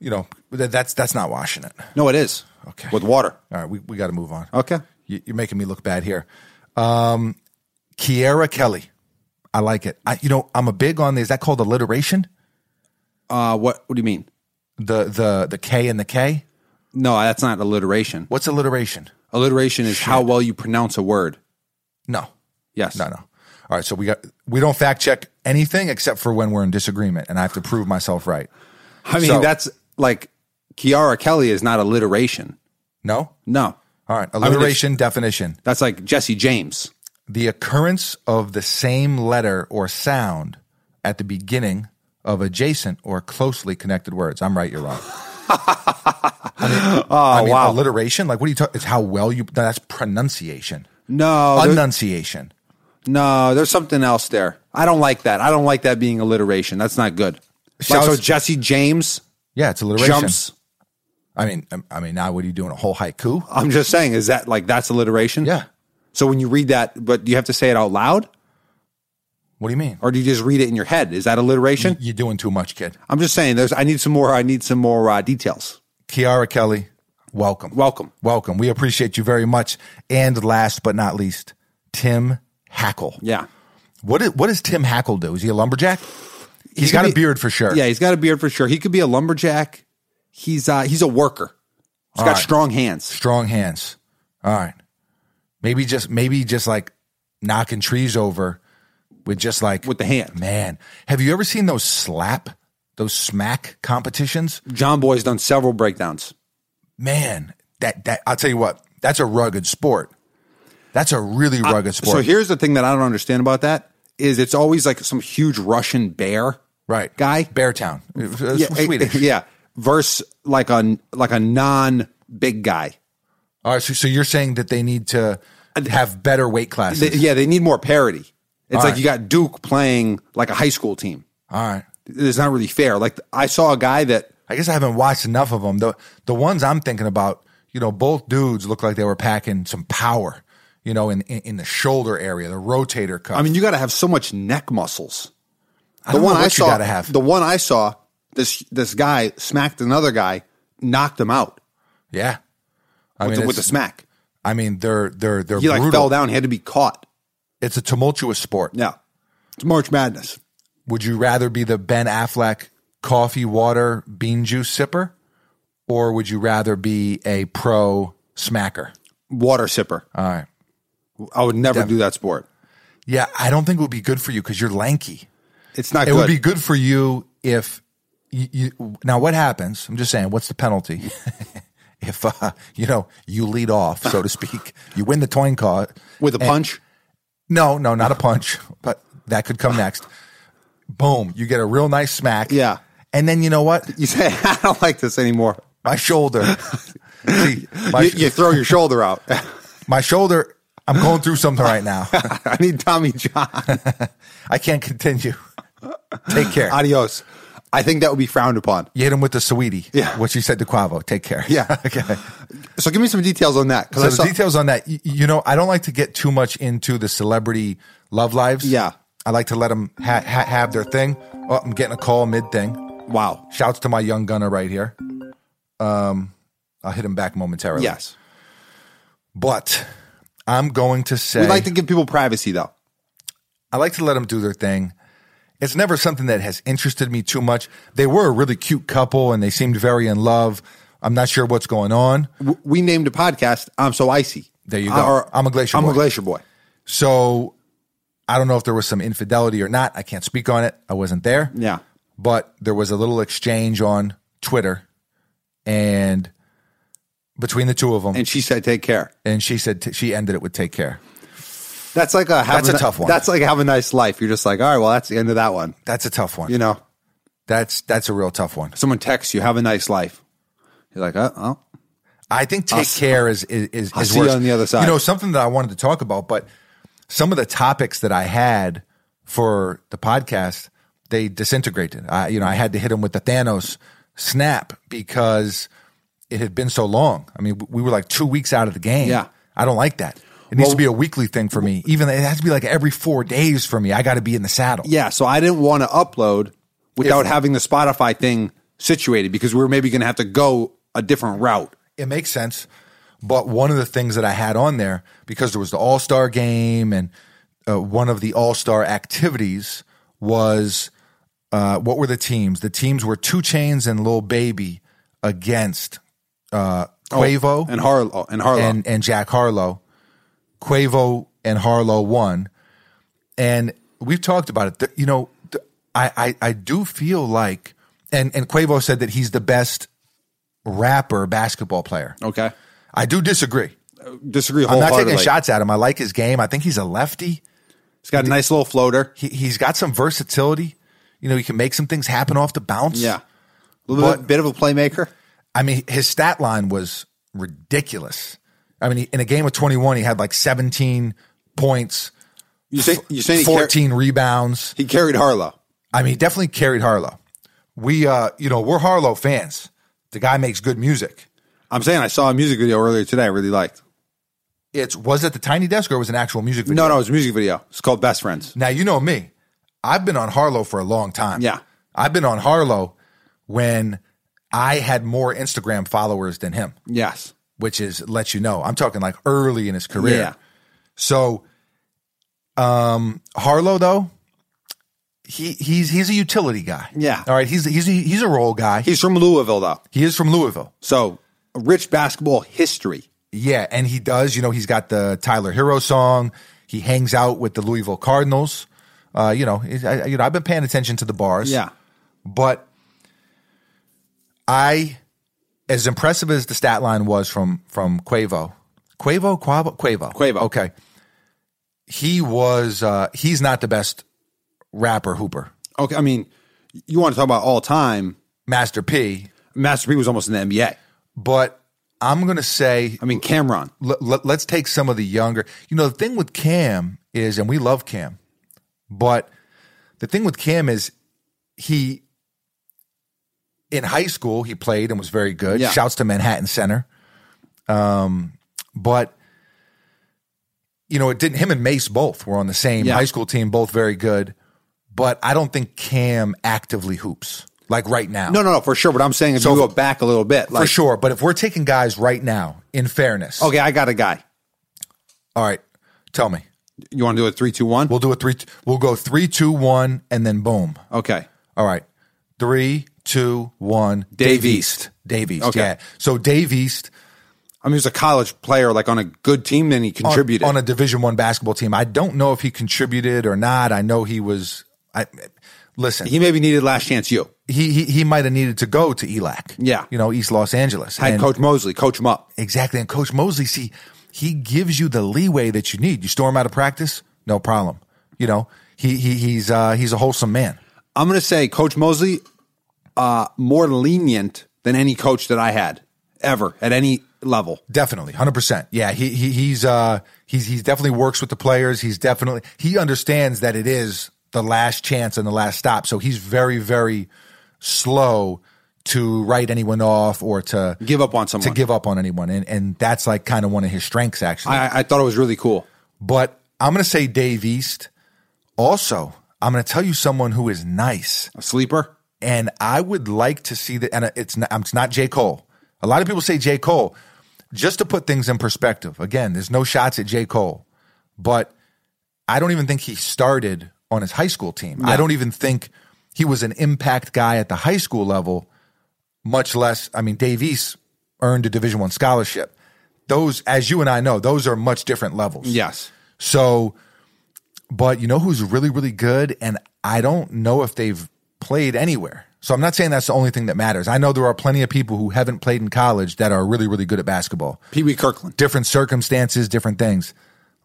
[SPEAKER 1] you know, that, that's that's not washing it.
[SPEAKER 2] No, it is
[SPEAKER 1] Okay.
[SPEAKER 2] with water.
[SPEAKER 1] All right, we, we got to move on.
[SPEAKER 2] Okay.
[SPEAKER 1] You, you're making me look bad here. Um, Kiara Kelly, I like it. I, you know, I'm a big on the. Is that called alliteration?
[SPEAKER 2] Uh, what What do you mean?
[SPEAKER 1] The the the K and the K.
[SPEAKER 2] No, that's not alliteration.
[SPEAKER 1] What's alliteration?
[SPEAKER 2] Alliteration is how well you pronounce a word.
[SPEAKER 1] No,
[SPEAKER 2] Yes.
[SPEAKER 1] no, no. All right, so we got we don't fact check anything except for when we're in disagreement, and I have to prove myself right.
[SPEAKER 2] I mean,
[SPEAKER 1] So-
[SPEAKER 2] that's like Kiara Kelly is not alliteration.
[SPEAKER 1] No,
[SPEAKER 2] No.
[SPEAKER 1] all right.
[SPEAKER 2] mean, it's-
[SPEAKER 1] Alliteration definition.
[SPEAKER 2] That's like Jesse James.
[SPEAKER 1] the occurrence of the same letter or sound at the beginning of adjacent or closely connected words. I'm right, you're
[SPEAKER 2] [LAUGHS]
[SPEAKER 1] wrong.
[SPEAKER 2] Ah,
[SPEAKER 1] I mean, oh wow, alliteration. Like, what are you talking? It's how well you. no, That's pronunciation,
[SPEAKER 2] Uh, No. there-
[SPEAKER 1] enunciation.
[SPEAKER 2] no, there's something else there. I don't like that. I don't like that being alliteration. That's not good. Like,
[SPEAKER 1] Shouts-
[SPEAKER 2] so Jesse James
[SPEAKER 1] Yeah, it's alliteration.
[SPEAKER 2] jumps.
[SPEAKER 1] I mean, um, I- I mean, now what are you doing? A whole haiku?
[SPEAKER 2] I'm just saying, is that like that's alliteration?
[SPEAKER 1] Yeah.
[SPEAKER 2] So when you read that, but do you have to say it out loud
[SPEAKER 1] What do you mean?
[SPEAKER 2] or do you just read it in your head? Is that alliteration?
[SPEAKER 1] You're doing too much, kid.
[SPEAKER 2] I'm just saying there's I need some more I need some more uh, details.
[SPEAKER 1] Kiara Kelly, welcome.
[SPEAKER 2] Welcome.
[SPEAKER 1] Welcome. We appreciate you very much. And last but not least, Tim Hackle.
[SPEAKER 2] Yeah.
[SPEAKER 1] What is, what does Tim Hackle do? Is he a lumberjack? he's
[SPEAKER 2] could
[SPEAKER 1] got
[SPEAKER 2] be-
[SPEAKER 1] a beard for sure.
[SPEAKER 2] Yeah, he's got a beard for sure. He could be a lumberjack. He's uh he's a worker. He's
[SPEAKER 1] All
[SPEAKER 2] got
[SPEAKER 1] right.
[SPEAKER 2] strong hands.
[SPEAKER 1] strong hands. All right, maybe just maybe just like knocking trees over with just like
[SPEAKER 2] With the hand.
[SPEAKER 1] Man, have you ever seen those slap those smack competitions?
[SPEAKER 2] John Boy's done several breakdowns.
[SPEAKER 1] Man, that that I'll tell you what, that's a rugged sport. That's a really rugged sport.
[SPEAKER 2] Uh, So here's the thing that I don't understand about that is it's always like some huge Russian bear,
[SPEAKER 1] Right.
[SPEAKER 2] Guy,
[SPEAKER 1] Beartown. It- It's
[SPEAKER 2] yeah,
[SPEAKER 1] from
[SPEAKER 2] eh,
[SPEAKER 1] Swedish.
[SPEAKER 2] [LAUGHS] yeah, versus like a like a non big guy.
[SPEAKER 1] All right. So, so you're saying that they need to have better weight classes.
[SPEAKER 2] They- yeah, they need more parity. It's
[SPEAKER 1] All
[SPEAKER 2] like
[SPEAKER 1] right.
[SPEAKER 2] you got Duke playing like a high school team.
[SPEAKER 1] All right.
[SPEAKER 2] It's not really fair. Like I saw a guy that
[SPEAKER 1] I guess I haven't watched enough of them. The the ones I'm thinking about, you know, both dudes look like they were packing some power, you know, in in, in the shoulder area, the rotator cuff.
[SPEAKER 2] I mean, you got to have so much neck muscles.
[SPEAKER 1] I don't know what you
[SPEAKER 2] saw,
[SPEAKER 1] gotta have.
[SPEAKER 2] the one I saw, this this guy smacked another guy, knocked him out
[SPEAKER 1] yeah. I
[SPEAKER 2] with,
[SPEAKER 1] mean,
[SPEAKER 2] the, with the
[SPEAKER 1] it's-
[SPEAKER 2] smack.
[SPEAKER 1] I mean, they're they're they're
[SPEAKER 2] He like
[SPEAKER 1] brutal.
[SPEAKER 2] fell down, had to be caught.
[SPEAKER 1] It's a tumultuous sport.
[SPEAKER 2] Yeah, it's March Madness.
[SPEAKER 1] Would you rather be the Ben Affleck coffee, water, bean juice sipper, or would you rather be a pro smacker?
[SPEAKER 2] Water sipper.
[SPEAKER 1] All right.
[SPEAKER 2] I would never do that sport.
[SPEAKER 1] Yeah, I don't think it would be good for you because you're lanky.
[SPEAKER 2] It's not.
[SPEAKER 1] It
[SPEAKER 2] good.
[SPEAKER 1] would be good for you if you, you now what happens? I'm just saying, what's the penalty? [LAUGHS] if uh, you know you lead off, so to speak, you win the coin call
[SPEAKER 2] with a punch.
[SPEAKER 1] No, no, not a punch, but that could come next. Boom, you get a real nice smack.
[SPEAKER 2] Yeah.
[SPEAKER 1] and then you know what?
[SPEAKER 2] You say, [LAUGHS] I don't like this anymore.
[SPEAKER 1] My
[SPEAKER 2] [LAUGHS]
[SPEAKER 1] shoulder. See, my,
[SPEAKER 2] you, you throw your shoulder out. [LAUGHS]
[SPEAKER 1] my shoulder. I'm going through something right now. [LAUGHS]
[SPEAKER 2] I need Tommy John.
[SPEAKER 1] I can't continue. Take care.
[SPEAKER 2] Adios. I think that would be
[SPEAKER 1] [LAUGHS]
[SPEAKER 2] frowned upon.
[SPEAKER 1] you hit him with the sweetie.
[SPEAKER 2] Yeah.
[SPEAKER 1] What you said to Quavo. Take care.
[SPEAKER 2] Yeah.
[SPEAKER 1] okay.
[SPEAKER 2] So give me some details on that. 'cause
[SPEAKER 1] So
[SPEAKER 2] I
[SPEAKER 1] the
[SPEAKER 2] saw-
[SPEAKER 1] details on that, you, you know, I don't like to get too much into the celebrity love lives.
[SPEAKER 2] Yeah.
[SPEAKER 1] I like to let them ha- ha- have their thing. Oh, I'm getting a call mid thing.
[SPEAKER 2] Wow.
[SPEAKER 1] Shouts to my young gunner right here. Um, I'll hit him back momentarily.
[SPEAKER 2] Yes.
[SPEAKER 1] But I'm going to say
[SPEAKER 2] We like to give people privacy though.
[SPEAKER 1] I like to let them do their thing. It's never something that has interested me too much. They were a really cute couple and they seemed very in love. I'm not sure what's going on.
[SPEAKER 2] W- We named a podcast "I'm So Icy."
[SPEAKER 1] There you
[SPEAKER 2] Uh,
[SPEAKER 1] go. I'm a glacier
[SPEAKER 2] I'm
[SPEAKER 1] boy.
[SPEAKER 2] a glacier boy.
[SPEAKER 1] So I don't know if there was some infidelity or not. I can't speak on it. I wasn't there.
[SPEAKER 2] Yeah.
[SPEAKER 1] But there was a little exchange on Twitter and between the two of them.
[SPEAKER 2] And she said, "Take care."
[SPEAKER 1] And she said t- she ended it with take care.
[SPEAKER 2] That's like a have
[SPEAKER 1] That's a
[SPEAKER 2] ni-
[SPEAKER 1] tough one.
[SPEAKER 2] That's like have a nice life. You're just like, all right, well, that's the end of that one.
[SPEAKER 1] That's a tough one.
[SPEAKER 2] You know,
[SPEAKER 1] That's that's a real tough one.
[SPEAKER 2] someone texts you, "Have a nice life." You're like, oh, oh.
[SPEAKER 1] I think take
[SPEAKER 2] see-
[SPEAKER 1] care is is is,
[SPEAKER 2] I'll
[SPEAKER 1] is
[SPEAKER 2] see you
[SPEAKER 1] worse.
[SPEAKER 2] on the other side.
[SPEAKER 1] You know something that I wanted to talk about, but some of the topics that I had for the podcast they disintegrated. I you know I had to hit them with the Thanos snap because it had been so long. I mean we were like two weeks out of the game.
[SPEAKER 2] Yeah.
[SPEAKER 1] I don't like that. It needs to be a weekly thing for me. Even it has to be like every four days for me. I got to be in the saddle.
[SPEAKER 2] yeah. So I didn't want to upload without having the Spotify thing situated because we were maybe going to have to go a different route.
[SPEAKER 1] it makes sense. But one of the things that I had on there because there was the All Star game and uh, one of the All Star activities was uh, what were the teams? The teams were Two Chains and Lil Baby against uh, Quavo
[SPEAKER 2] Oh, and Harlow and Harlow.
[SPEAKER 1] and and Jack Harlow. Quavo and Harlow won, and we've talked about it. Th- You know, th- I, I I do feel like, and and Quavo said that he's the best rapper basketball player.
[SPEAKER 2] okay,
[SPEAKER 1] I do disagree.
[SPEAKER 2] disagree.
[SPEAKER 1] I'm not taking
[SPEAKER 2] wholeheartedly.
[SPEAKER 1] shots at him. I like his game. I think he's a lefty.
[SPEAKER 2] It's got a nice little floater.
[SPEAKER 1] He, he's got some versatility. You know, he can make some things happen off the bounce.
[SPEAKER 2] Yeah, a little
[SPEAKER 1] But-
[SPEAKER 2] bit, bit of a playmaker.
[SPEAKER 1] I mean, his stat line was ridiculous. I mean, he, in a game of 21, he had like 17 points,
[SPEAKER 2] You say you say he, car-
[SPEAKER 1] 14 rebounds.
[SPEAKER 2] he carried Harlow.
[SPEAKER 1] I mean, he definitely carried Harlow. We, uh, you know, we're Harlow fans. The guy makes good music.
[SPEAKER 2] I'm saying I saw a music video earlier today. I really liked.
[SPEAKER 1] It's was it the Tiny Desk or was it an actual music video?
[SPEAKER 2] No, no, it's a music video. It's called Best Friends.
[SPEAKER 1] Now you know me. I've been on Harlow for a long time.
[SPEAKER 2] Yeah.
[SPEAKER 1] I've been on Harlow when I had more Instagram followers than him,
[SPEAKER 2] Yes.
[SPEAKER 1] which is let you know. I'm talking like early in his career.
[SPEAKER 2] Yeah.
[SPEAKER 1] So um Harlow though, he he's he's a utility guy.
[SPEAKER 2] Yeah.
[SPEAKER 1] All right, he's he's a, he's a role guy.
[SPEAKER 2] He's from Louisville though.
[SPEAKER 1] he is from Louisville.
[SPEAKER 2] So rich basketball history.
[SPEAKER 1] Yeah, and he does. You know, he's got the Tyler Hero song. He hangs out with the Louisville Cardinals. Uh, you know, I- I, you know, I've been paying attention to the bars. but I, as impressive as the stat line was from from Quavo, Quavo, Quavo, Quavo,
[SPEAKER 2] Quavo.
[SPEAKER 1] Okay, he was uh, he's not the best rapper hooper.
[SPEAKER 2] Okay, I mean, you want to talk about all time?
[SPEAKER 1] Master P,
[SPEAKER 2] Master P was almost in the NBA.
[SPEAKER 1] but I'm gonna say
[SPEAKER 2] I mean, Cameron.
[SPEAKER 1] l- l- let's take some of the younger. You know, the thing with Cam is, and we love Cam, but the thing with Cam is he in high school he played and was very good.
[SPEAKER 2] Yeah.
[SPEAKER 1] Shouts to Manhattan Center, um, but you know it didn't. Him and Mace both were on the same
[SPEAKER 2] Yeah.
[SPEAKER 1] high school team, both very good, but I don't think Cam actively hoops like right now.
[SPEAKER 2] No, no, no, for sure. But I'm saying if
[SPEAKER 1] So-
[SPEAKER 2] you go back a little bit, like,
[SPEAKER 1] for sure. But if we're taking guys right now, in fairness,
[SPEAKER 2] Okay, I got a guy.
[SPEAKER 1] all right, tell me.
[SPEAKER 2] You want to do a three, two, one?
[SPEAKER 1] We'll do a three. We'll go three, two, one, and then boom.
[SPEAKER 2] okay.
[SPEAKER 1] All right, three, two, one.
[SPEAKER 2] Dave East.
[SPEAKER 1] Dave East.
[SPEAKER 2] Okay.
[SPEAKER 1] Yeah. So Dave East
[SPEAKER 2] I mean, he was a college player, like on a good team, then he
[SPEAKER 1] on-
[SPEAKER 2] contributed.
[SPEAKER 1] on, a Division One basketball team. I don't know if he contributed or not. I know he was. I listen.
[SPEAKER 2] he
[SPEAKER 1] He
[SPEAKER 2] maybe needed last chance. You
[SPEAKER 1] he he, he might have needed to go to E ELAC.
[SPEAKER 2] Yeah.
[SPEAKER 1] You know, East Los Angeles.
[SPEAKER 2] had
[SPEAKER 1] And-
[SPEAKER 2] Coach Mosley coach him up.
[SPEAKER 1] Exactly. And Coach Mosley, see, he gives you the leeway that you need. You storm out of practice, no problem. You know, he he he's uh, he's a wholesome man.
[SPEAKER 2] I'm going to say Coach Mosley uh, more lenient than any coach that I had ever at any level.
[SPEAKER 1] Definitely, hundred percent. Yeah, he, he he's uh he's he's definitely works with the players. He's definitely he understands that it is the last chance and the last stop. So he's very very slow to write anyone off or to
[SPEAKER 2] Give up on someone.
[SPEAKER 1] to give up on anyone, and and that's like kind of one of his strengths actually.
[SPEAKER 2] I, I thought it was really cool.
[SPEAKER 1] but I'm gonna say Dave East. Also, I'm gonna tell you someone who is nice,
[SPEAKER 2] A sleeper.
[SPEAKER 1] and I would like to see that. And it's not, it's not J. Cole. A lot of people say J. Cole. Just to put things in perspective, again, there's no shots at J. Cole, but I don't even think he started on his high school team. I don't even think he was an impact guy at the high school level, much less. I mean, Dave East earned a Division One scholarship. Those, as you and I know, those are much different levels.
[SPEAKER 2] Yes.
[SPEAKER 1] So, but you know who's really, really good? And I don't know if they've played anywhere. So I'm not saying that's the only thing that matters. I know there are plenty of people who haven't played in college that are really, really good at basketball.
[SPEAKER 2] Pee Wee Kirkland.
[SPEAKER 1] Different circumstances, different things.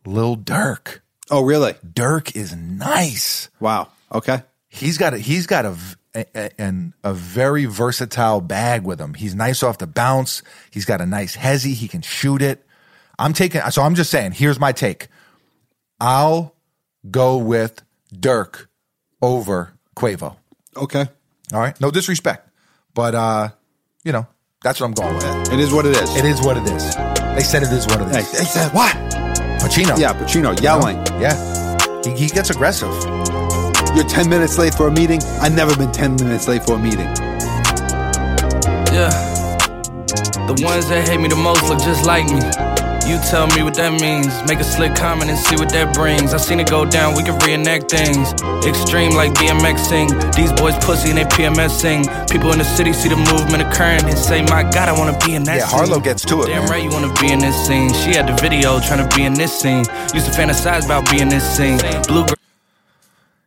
[SPEAKER 1] Lil Dirk.
[SPEAKER 2] Oh, really?
[SPEAKER 1] Dirk is nice.
[SPEAKER 2] Wow. Okay.
[SPEAKER 1] He's got a, he's got a, v- a- a- an, a very versatile bag with him. He's nice off the bounce. He's got a nice hezzy. He can shoot it. I'm taking so I'm just saying, here's my take. I'll go with Dirk over Quavo.
[SPEAKER 2] Okay.
[SPEAKER 1] All right? No disrespect. But uh, you know, that's what I'm going with.
[SPEAKER 2] It is what it is.
[SPEAKER 1] It is what it is. They said it is what it
[SPEAKER 2] Hey,
[SPEAKER 1] is.
[SPEAKER 2] they said what?
[SPEAKER 1] Pacino.
[SPEAKER 2] Yeah, Pacino yelling.
[SPEAKER 1] Yeah. He, he gets aggressive.
[SPEAKER 2] You're 10 minutes late for a meeting. I've never been 10 minutes late for a meeting.
[SPEAKER 7] Yeah. The ones that hate me the most look just like me. You tell me what that means. Make a slick comment and see what that brings. I seen it go down, we can reenact things. Extreme like BMXing. These boys pussy and they PMSing. People in the city see the movement occurring and say, My God, I wanna be in that
[SPEAKER 1] Yeah,
[SPEAKER 7] scene."
[SPEAKER 1] Harlow gets to it,
[SPEAKER 7] Damn
[SPEAKER 1] man.
[SPEAKER 7] right, you wanna be in this scene. She had the video trying to be in this scene. Used to fantasize about being this scene. Blue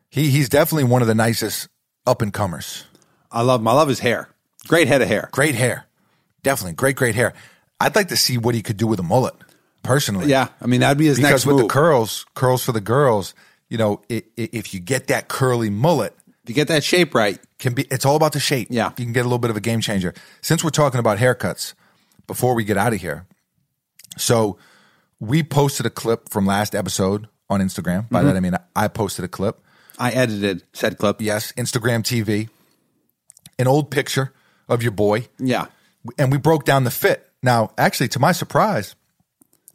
[SPEAKER 1] He he's definitely one of the nicest up and comers.
[SPEAKER 2] I love him. I love his hair. Great head of hair.
[SPEAKER 1] Great hair. Definitely great, great hair. I'd like to see what he could do with a mullet, personally.
[SPEAKER 2] Yeah, I mean that'd be his
[SPEAKER 1] Because
[SPEAKER 2] next
[SPEAKER 1] with
[SPEAKER 2] move.
[SPEAKER 1] the curls, curls for the girls, you know, i i if you get that curly mullet,
[SPEAKER 2] to get that shape right,
[SPEAKER 1] can be it's all about the shape.
[SPEAKER 2] Yeah.
[SPEAKER 1] You can get a little bit of a game changer. Since we're talking about haircuts, before we get out of here, so we posted a clip from last episode on Instagram.
[SPEAKER 2] Mm-hmm.
[SPEAKER 1] By that I mean I posted a clip.
[SPEAKER 2] I edited said clip.
[SPEAKER 1] Yes, Instagram TV. An old picture of your boy.
[SPEAKER 2] yeah.
[SPEAKER 1] and we broke down the fit. Now, actually, to my surprise,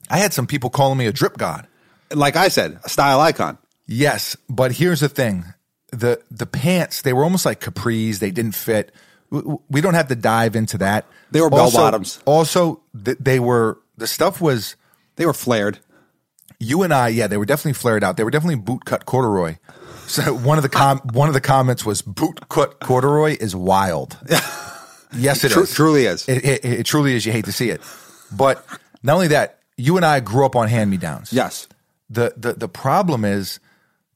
[SPEAKER 1] I had some people calling me a drip god.
[SPEAKER 2] Like I said, a style icon.
[SPEAKER 1] Yes, but here's the thing: the the pants they were almost like capris. They didn't fit. W- w- We don't have to dive into that.
[SPEAKER 2] They were bell
[SPEAKER 1] Also-
[SPEAKER 2] bottoms.
[SPEAKER 1] Also, th- they were the stuff was
[SPEAKER 2] They were flared.
[SPEAKER 1] you and I. Yeah, they were definitely flared out. They were definitely boot cut corduroy. So [LAUGHS] one of the com- one of the comments was boot cut corduroy is
[SPEAKER 2] [LAUGHS]
[SPEAKER 1] wild. yes, it is.
[SPEAKER 2] Tru- truly is.
[SPEAKER 1] It, it, it truly is. You hate to see it. But not only that, you and I grew up on hand me downs.
[SPEAKER 2] yes.
[SPEAKER 1] The, the the problem is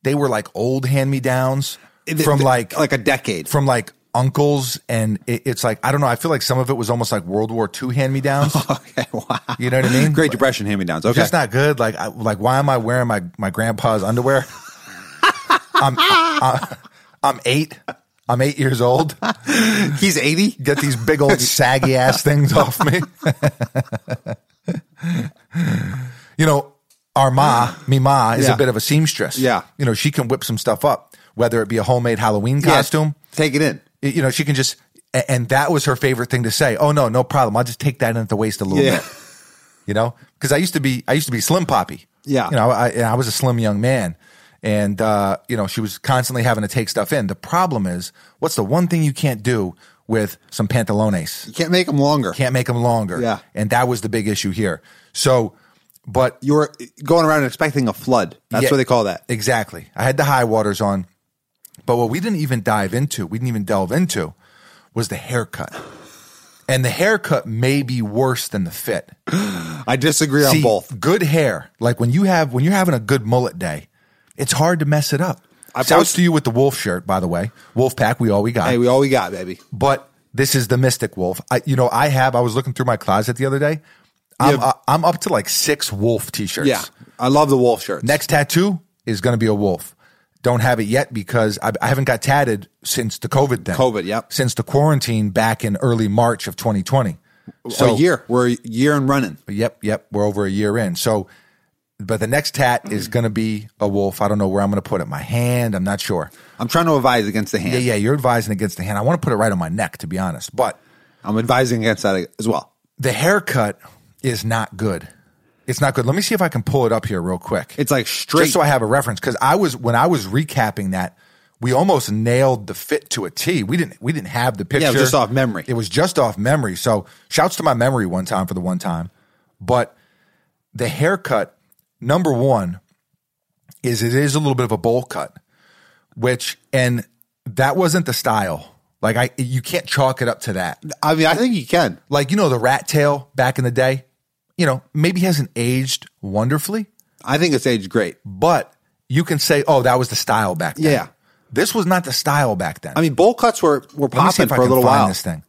[SPEAKER 1] they were like old hand me downs
[SPEAKER 2] It-
[SPEAKER 1] from
[SPEAKER 2] it-
[SPEAKER 1] like
[SPEAKER 2] like a decade.
[SPEAKER 1] from like uncles, and it, it's like I don't know. I feel like some of it was almost like World War II hand me
[SPEAKER 2] [LAUGHS]
[SPEAKER 1] downs.
[SPEAKER 2] Okay, [LAUGHS] wow.
[SPEAKER 1] You know what I mean?
[SPEAKER 2] Great Depression hand me downs. Okay.
[SPEAKER 1] Just not good. Like I, like why am I wearing my my grandpa's
[SPEAKER 2] [LAUGHS]
[SPEAKER 1] underwear? I'm I, I'm eight. I'm eight years old.
[SPEAKER 2] He's 80?
[SPEAKER 1] [LAUGHS] Get these big old saggy ass things off me. [LAUGHS] you know, our ma, me ma, is
[SPEAKER 2] Yeah.
[SPEAKER 1] a bit of a seamstress.
[SPEAKER 2] Yeah.
[SPEAKER 1] You know, she can whip some stuff up, whether it be a homemade Halloween
[SPEAKER 2] Yeah.
[SPEAKER 1] costume.
[SPEAKER 2] Take it in.
[SPEAKER 1] Y- You know, she can just, a- and that was her favorite thing to say. Oh, no, no problem. I'll just take that in at the waist a little
[SPEAKER 2] Yeah.
[SPEAKER 1] bit. You know, because I used to be, I used to be Slim Poppy.
[SPEAKER 2] Yeah.
[SPEAKER 1] You know, I, and I was a slim young man. And, uh, you know, she was constantly having to take stuff in. The problem is, what's the one thing you can't do with some pantalones?
[SPEAKER 2] You can't make them longer.
[SPEAKER 1] can't make them longer.
[SPEAKER 2] Yeah.
[SPEAKER 1] And that was the big issue here. So, but
[SPEAKER 2] You're going around expecting a flood. That's
[SPEAKER 1] Yeah.
[SPEAKER 2] what they call that.
[SPEAKER 1] exactly, I had the high waters on. But what we didn't even dive into, we didn't even delve into, was the haircut. And the haircut may be worse than the fit.
[SPEAKER 2] I disagree on
[SPEAKER 1] See,
[SPEAKER 2] both.
[SPEAKER 1] Good hair, like when you have when you're having a good mullet day, it's hard to mess it up.
[SPEAKER 2] I
[SPEAKER 1] Shouts
[SPEAKER 2] post-
[SPEAKER 1] to you with the wolf shirt, by the way. Wolf pack, we all we got.
[SPEAKER 2] Hey, we all we got, baby. You
[SPEAKER 1] but this is the Mystic Wolf. I, you know, I have. I was looking through my closet the other day. I'm,
[SPEAKER 2] Yeah.
[SPEAKER 1] uh, I'm up to like six wolf t-shirts.
[SPEAKER 2] Yeah. I love the wolf shirts.
[SPEAKER 1] Next tattoo is going to be a wolf. Don't have it yet because I, I haven't got tatted since the COVID thing.
[SPEAKER 2] COVID, yep.
[SPEAKER 1] Since the quarantine back in early March of 2020.
[SPEAKER 2] so, a year. We're a year and running.
[SPEAKER 1] Yep, yep. We're over a year in. So, but the next tat is going to be a wolf. I don't know where I'm going to put it. My hand. I'm not sure.
[SPEAKER 2] I'm trying to advise against the hand.
[SPEAKER 1] Yeah, yeah. You're advising against the hand. I want to put it right on my neck, to be honest. But
[SPEAKER 2] I'm advising against that as well.
[SPEAKER 1] the haircut is not good. It's not good. Let me see if I can pull it up here real quick.
[SPEAKER 2] It's like straight.
[SPEAKER 1] Just so I have a reference, because I was when I was recapping that, we almost nailed the fit to a T. We didn't we didn't have the picture.
[SPEAKER 2] Yeah, it was just off memory.
[SPEAKER 1] It was just off memory. So shouts to my memory one time for the one time. But the haircut, number one, is it is a little bit of a bowl cut, which and that wasn't the style. Like I you can't chalk it up to that
[SPEAKER 2] I mean, I think you can.
[SPEAKER 1] like you know the rat tail back in the day you know maybe hasn't aged wonderfully
[SPEAKER 2] I think it's aged great.
[SPEAKER 1] but you can say oh that was the style back then
[SPEAKER 2] Yeah.
[SPEAKER 1] this was not the style back then
[SPEAKER 2] I mean, bowl cuts were, were
[SPEAKER 1] Let me see
[SPEAKER 2] popping
[SPEAKER 1] if
[SPEAKER 2] for
[SPEAKER 1] I
[SPEAKER 2] a
[SPEAKER 1] can
[SPEAKER 2] little
[SPEAKER 1] find
[SPEAKER 2] while.
[SPEAKER 1] this thing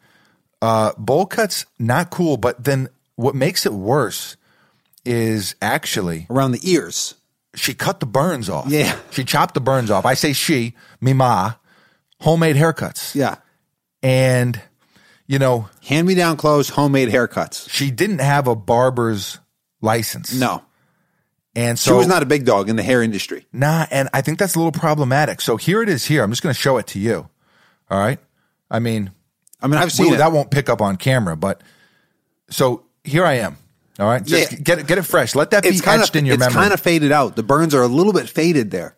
[SPEAKER 1] uh bowl cuts not cool but then what makes it worse is actually
[SPEAKER 2] Around the ears.
[SPEAKER 1] she cut the burns off
[SPEAKER 2] Yeah.
[SPEAKER 1] she chopped the burns off i say she me ma homemade haircuts
[SPEAKER 2] Yeah.
[SPEAKER 1] and you know
[SPEAKER 2] Hand me down clothes, homemade haircuts.
[SPEAKER 1] she didn't have a barber's license
[SPEAKER 2] No.
[SPEAKER 1] and
[SPEAKER 2] She
[SPEAKER 1] so
[SPEAKER 2] was not a big dog in the hair industry.
[SPEAKER 1] Nah, and I think that's a little problematic. So here it is here. I'm just going to show it to you. All right. I mean,
[SPEAKER 2] I mean, I've seen
[SPEAKER 1] we,
[SPEAKER 2] it.
[SPEAKER 1] that won't pick up on camera, but so here I am. All right. Just
[SPEAKER 2] Yeah.
[SPEAKER 1] get it, get it fresh. Let that
[SPEAKER 2] it's
[SPEAKER 1] be
[SPEAKER 2] kind
[SPEAKER 1] etched
[SPEAKER 2] of
[SPEAKER 1] in your
[SPEAKER 2] it's
[SPEAKER 1] memory.
[SPEAKER 2] kind of faded out. The burns are a little bit faded there.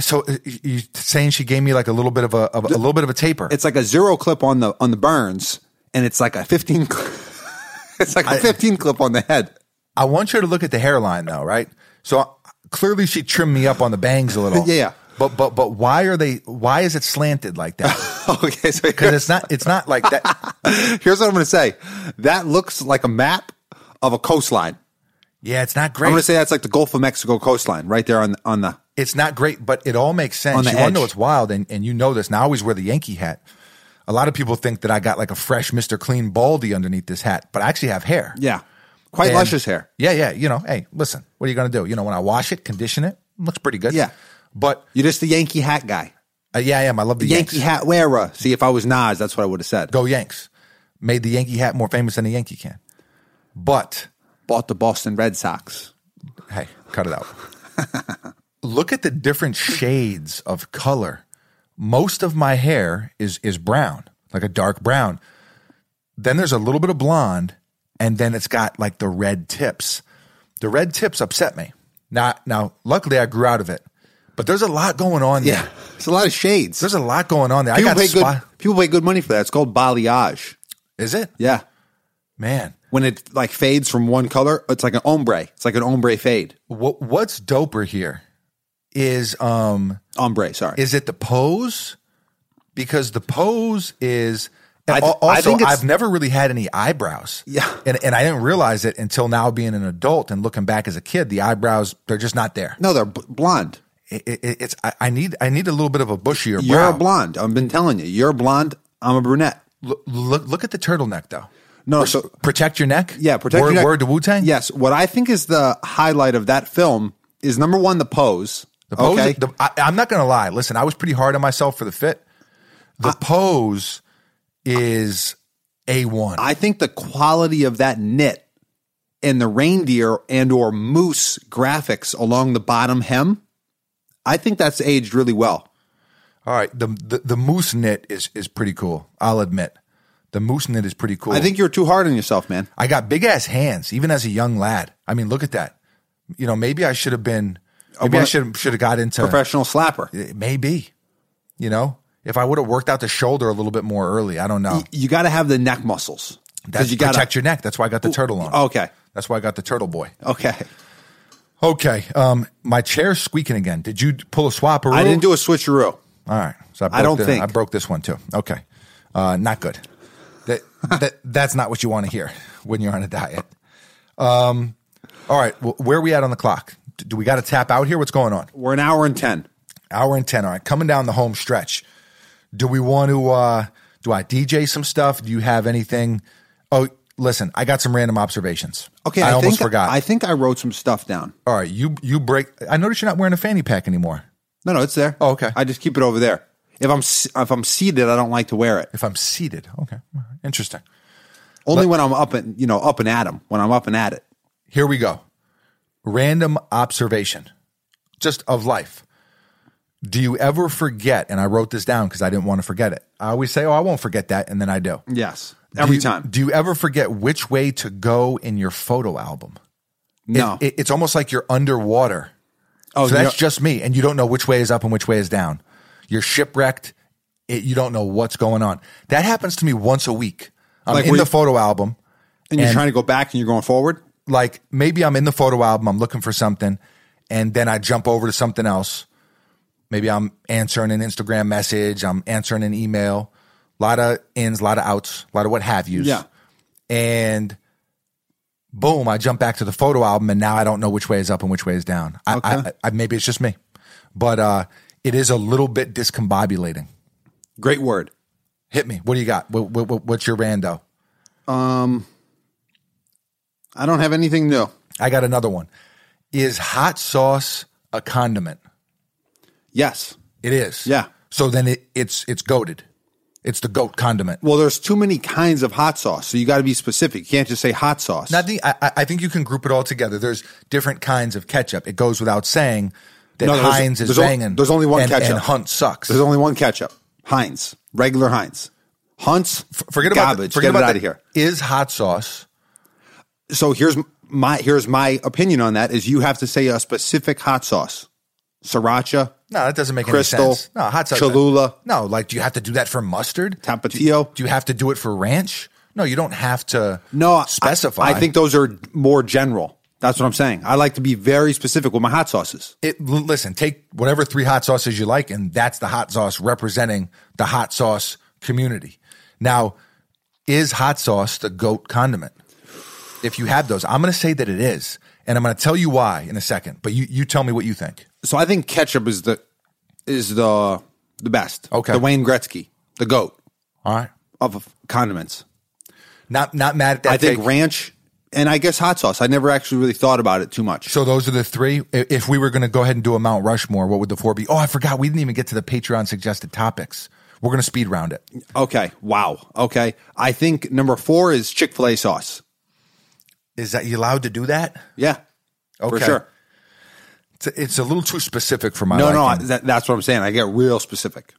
[SPEAKER 1] so uh, you you saying she gave me like a little bit of a, of a a little bit of a taper.
[SPEAKER 2] It's like a zero clip on the on the burns, and it's like a fifteen. cl- [LAUGHS] it's like a fifteen clip on the head. [LAUGHS]
[SPEAKER 1] I want you to look at the hairline though, right? So uh, clearly she trimmed me up on the bangs a little.
[SPEAKER 2] [LAUGHS] Yeah.
[SPEAKER 1] But but but why are they why is it slanted like that?
[SPEAKER 2] Okay,
[SPEAKER 1] Cuz
[SPEAKER 2] so here-
[SPEAKER 1] it's not it's not like
[SPEAKER 2] [LAUGHS]
[SPEAKER 1] that.
[SPEAKER 2] here's what I'm going to say. That looks like a map of a coastline.
[SPEAKER 1] Yeah, it's not great.
[SPEAKER 2] I'm going to say that's like the Gulf of Mexico coastline, right there on the, on the.
[SPEAKER 1] it's not great, but it all makes sense.
[SPEAKER 2] On the
[SPEAKER 1] you want
[SPEAKER 2] edge.
[SPEAKER 1] to know it's wild, and, and you know this. And I always wear the Yankee hat. A lot of people think that I got like a fresh Mr. Clean baldy underneath this hat, but I actually have hair.
[SPEAKER 2] Yeah, quite
[SPEAKER 1] And-
[SPEAKER 2] luscious hair.
[SPEAKER 1] Yeah, yeah. You know, hey, listen, what are you going to do? You know, when I wash it, condition it, it looks pretty good.
[SPEAKER 2] Yeah.
[SPEAKER 1] But
[SPEAKER 2] You're just the Yankee hat guy,
[SPEAKER 1] uh, yeah, I am. I love the
[SPEAKER 2] the Yankee
[SPEAKER 1] Yanks.
[SPEAKER 2] hat wearer. See, if I was Nas, that's what I would have said.
[SPEAKER 1] Go Yanks. Made the Yankee hat more famous than the Yankee can. But
[SPEAKER 2] Bought the Boston Red Sox.
[SPEAKER 1] hey, cut it out. [LAUGHS] Look at the different shades of color. Most of my hair is is brown, like a dark brown. Then there's a little bit of blonde, and then it's got like the red tips. The red tips upset me. Now, now, luckily I grew out of it, but there's a lot going on
[SPEAKER 2] Yeah,
[SPEAKER 1] there.
[SPEAKER 2] it's a lot of shades.
[SPEAKER 1] There's a lot going on there.
[SPEAKER 2] people
[SPEAKER 1] I got
[SPEAKER 2] pay
[SPEAKER 1] spot.
[SPEAKER 2] good. People pay good money for that. It's called balayage.
[SPEAKER 1] Is it?
[SPEAKER 2] Yeah,
[SPEAKER 1] Man,
[SPEAKER 2] when it like fades from one color, it's like an ombre. It's like an ombre fade.
[SPEAKER 1] what what's doper here is um
[SPEAKER 2] Ombre, sorry.
[SPEAKER 1] is it the pose? Because the pose is. And
[SPEAKER 2] I th-
[SPEAKER 1] al- also,
[SPEAKER 2] I think it's-
[SPEAKER 1] I've never really had any eyebrows.
[SPEAKER 2] Yeah.
[SPEAKER 1] and and I didn't realize it until now, being an adult and looking back as a kid, the eyebrows they're just not there.
[SPEAKER 2] no, they're b- blonde.
[SPEAKER 1] It, it, it's I, I need I need a little bit of a bushier.
[SPEAKER 2] You're
[SPEAKER 1] brow.
[SPEAKER 2] a blonde. I've been telling you, you're a blonde. I'm a brunette.
[SPEAKER 1] Look, look, look at the turtleneck though.
[SPEAKER 2] No, so
[SPEAKER 1] Protect your neck.
[SPEAKER 2] yeah, protect
[SPEAKER 1] word,
[SPEAKER 2] your neck.
[SPEAKER 1] Word to Wu Tang.
[SPEAKER 2] Yes, what I think is the highlight of that film is number one the pose.
[SPEAKER 1] The pose. the- I, I'm not gonna lie. Listen, I was pretty hard on myself for the fit. The pose is a one.
[SPEAKER 2] I think the quality of that knit and the reindeer and or moose graphics along the bottom hem, I think that's aged really well.
[SPEAKER 1] All right, the, the the moose knit is is pretty cool. I'll admit, the moose knit is pretty cool.
[SPEAKER 2] I think you're too hard on yourself, man.
[SPEAKER 1] I got big ass hands, even as a young lad. I mean, look at that. You know, maybe I should have been. Maybe I
[SPEAKER 2] but-
[SPEAKER 1] should should have got into Eh,
[SPEAKER 2] Professional slapper.
[SPEAKER 1] Maybe, you know, if I would have worked out the shoulder a little bit more early, I don't know.
[SPEAKER 2] You got to have the neck muscles. 'Cause
[SPEAKER 1] That's
[SPEAKER 2] you
[SPEAKER 1] protect
[SPEAKER 2] gotta,
[SPEAKER 1] your neck. That's why I got the turtle on.
[SPEAKER 2] Okay.
[SPEAKER 1] that's why I got the turtle boy.
[SPEAKER 2] Okay.
[SPEAKER 1] Okay, um, my chair's squeaking again. Did you pull a swap or
[SPEAKER 2] I didn't do a switcheroo.
[SPEAKER 1] All right. So I, broke
[SPEAKER 2] don't
[SPEAKER 1] the-
[SPEAKER 2] think.
[SPEAKER 1] I broke this one too. Okay. Uh, not good. That, that [LAUGHS] that's not what you want to hear when you're on a diet. Um, all right. Well, where are we at on the clock? D- Do we got to tap out here? What's going on?
[SPEAKER 2] We're an hour and 10.
[SPEAKER 1] Hour and ten. All right, coming down the home stretch. Do we want to? Uh, do I DJ some stuff? Do you have anything? Oh, listen, I got some random observations.
[SPEAKER 2] Okay.
[SPEAKER 1] I, almost
[SPEAKER 2] think,
[SPEAKER 1] forgot.
[SPEAKER 2] I think I wrote some stuff down.
[SPEAKER 1] all right, you you break. I noticed you're not wearing a fanny pack anymore.
[SPEAKER 2] No, no, it's there.
[SPEAKER 1] Oh, okay.
[SPEAKER 2] I just keep it over there. If I'm s- if I'm seated, I don't like to wear it.
[SPEAKER 1] If I'm seated, okay, All right. interesting.
[SPEAKER 2] Only when I'm up and you know up and at 'em, When I'm up and at it.
[SPEAKER 1] Here we go. Random observation, just of life. Do you ever forget? And I wrote this down because I didn't want to forget it. I always say, "Oh, I won't forget that," and then I do.
[SPEAKER 2] Yes.
[SPEAKER 1] Do
[SPEAKER 2] Every
[SPEAKER 1] you-
[SPEAKER 2] time.
[SPEAKER 1] Do you ever forget which way to go in your photo album?
[SPEAKER 2] no.
[SPEAKER 1] It, it's almost like you're underwater.
[SPEAKER 2] oh,
[SPEAKER 1] so
[SPEAKER 2] you
[SPEAKER 1] that's
[SPEAKER 2] know-
[SPEAKER 1] just me, and you don't know which way is up and which way is down. You're shipwrecked. It, you don't know what's going on. That happens to me once a week. I'm
[SPEAKER 2] Like
[SPEAKER 1] in
[SPEAKER 2] where
[SPEAKER 1] the
[SPEAKER 2] you-
[SPEAKER 1] photo album.
[SPEAKER 2] and you're
[SPEAKER 1] and-
[SPEAKER 2] trying to go back and you're going forward.
[SPEAKER 1] like maybe I'm in the photo album, I'm looking for something, and then I jump over to something else. Maybe I'm answering an Instagram message, I'm answering an email, a lot of ins, a lot of outs, a lot of what have yous.
[SPEAKER 2] Yeah.
[SPEAKER 1] And boom, I jump back to the photo album, and now I don't know which way is up and which way is down. I, I,
[SPEAKER 2] Okay.
[SPEAKER 1] I, maybe it's just me, but uh, it is a little bit discombobulating.
[SPEAKER 2] Great word.
[SPEAKER 1] Hit me. What do you got? What, what, what- what's your rando?
[SPEAKER 2] I don't have anything new.
[SPEAKER 1] I got another one. Is hot sauce a condiment?
[SPEAKER 2] Yes.
[SPEAKER 1] It is.
[SPEAKER 2] Yeah.
[SPEAKER 1] So then it, it's it's goaded. It's the goat condiment.
[SPEAKER 2] Well, there's too many kinds of hot sauce, so you got to be specific. You can't just say hot sauce.
[SPEAKER 1] Now the, I, I- I think you can group it all together. There's different kinds of ketchup. It goes without saying that
[SPEAKER 2] No, there's-
[SPEAKER 1] Heinz is
[SPEAKER 2] there's o-
[SPEAKER 1] banging.
[SPEAKER 2] there's only one
[SPEAKER 1] and,
[SPEAKER 2] ketchup.
[SPEAKER 1] And Hunt sucks.
[SPEAKER 2] There's only one ketchup. Heinz, regular Heinz. Hunt's
[SPEAKER 1] forget about
[SPEAKER 2] garbage.
[SPEAKER 1] The, forget about
[SPEAKER 2] Get it out
[SPEAKER 1] the-
[SPEAKER 2] of here.
[SPEAKER 1] Is hot sauce?
[SPEAKER 2] So here's my here's my opinion on that is you have to say a specific hot sauce. Sriracha,
[SPEAKER 1] No, that doesn't make any
[SPEAKER 2] Crystal,
[SPEAKER 1] sense. No, hot sauce.
[SPEAKER 2] Cholula.
[SPEAKER 1] No, like do you have to do that for mustard?
[SPEAKER 2] Tapatio.
[SPEAKER 1] Do you have to do it for ranch? No, you don't have to.
[SPEAKER 2] No, I-
[SPEAKER 1] specify.
[SPEAKER 2] I, think those are more general. That's what I'm saying. I like to be very specific with my hot sauces.
[SPEAKER 1] it l- listen take whatever three hot sauces you like and that's the hot sauce representing the hot sauce community now is hot sauce the goat condiment if you have those i'm going to say that it is and i'm going to tell you why in a second but you, you tell me what you think
[SPEAKER 2] So I think ketchup is the is the the best.
[SPEAKER 1] Okay.
[SPEAKER 2] the Wayne Gretzky, the goat
[SPEAKER 1] all right
[SPEAKER 2] of condiments.
[SPEAKER 1] not not mad at that
[SPEAKER 2] I think
[SPEAKER 1] take.
[SPEAKER 2] ranch and I guess hot sauce. I never actually really thought about it too much.
[SPEAKER 1] so those are the three I- if we were going to go ahead and do a mount rushmore what would the four be oh i forgot we didn't even get to the patreon suggested topics we're going to speed round it
[SPEAKER 2] Okay, wow. Okay, I think number four is Chick Fil A sauce.
[SPEAKER 1] is that you allowed to do that
[SPEAKER 2] Yeah,
[SPEAKER 1] okay
[SPEAKER 2] for sure.
[SPEAKER 1] it's a, it's a little too specific for my
[SPEAKER 2] No, no, I,
[SPEAKER 1] liking.
[SPEAKER 2] that, that's what I'm saying. I get real specific.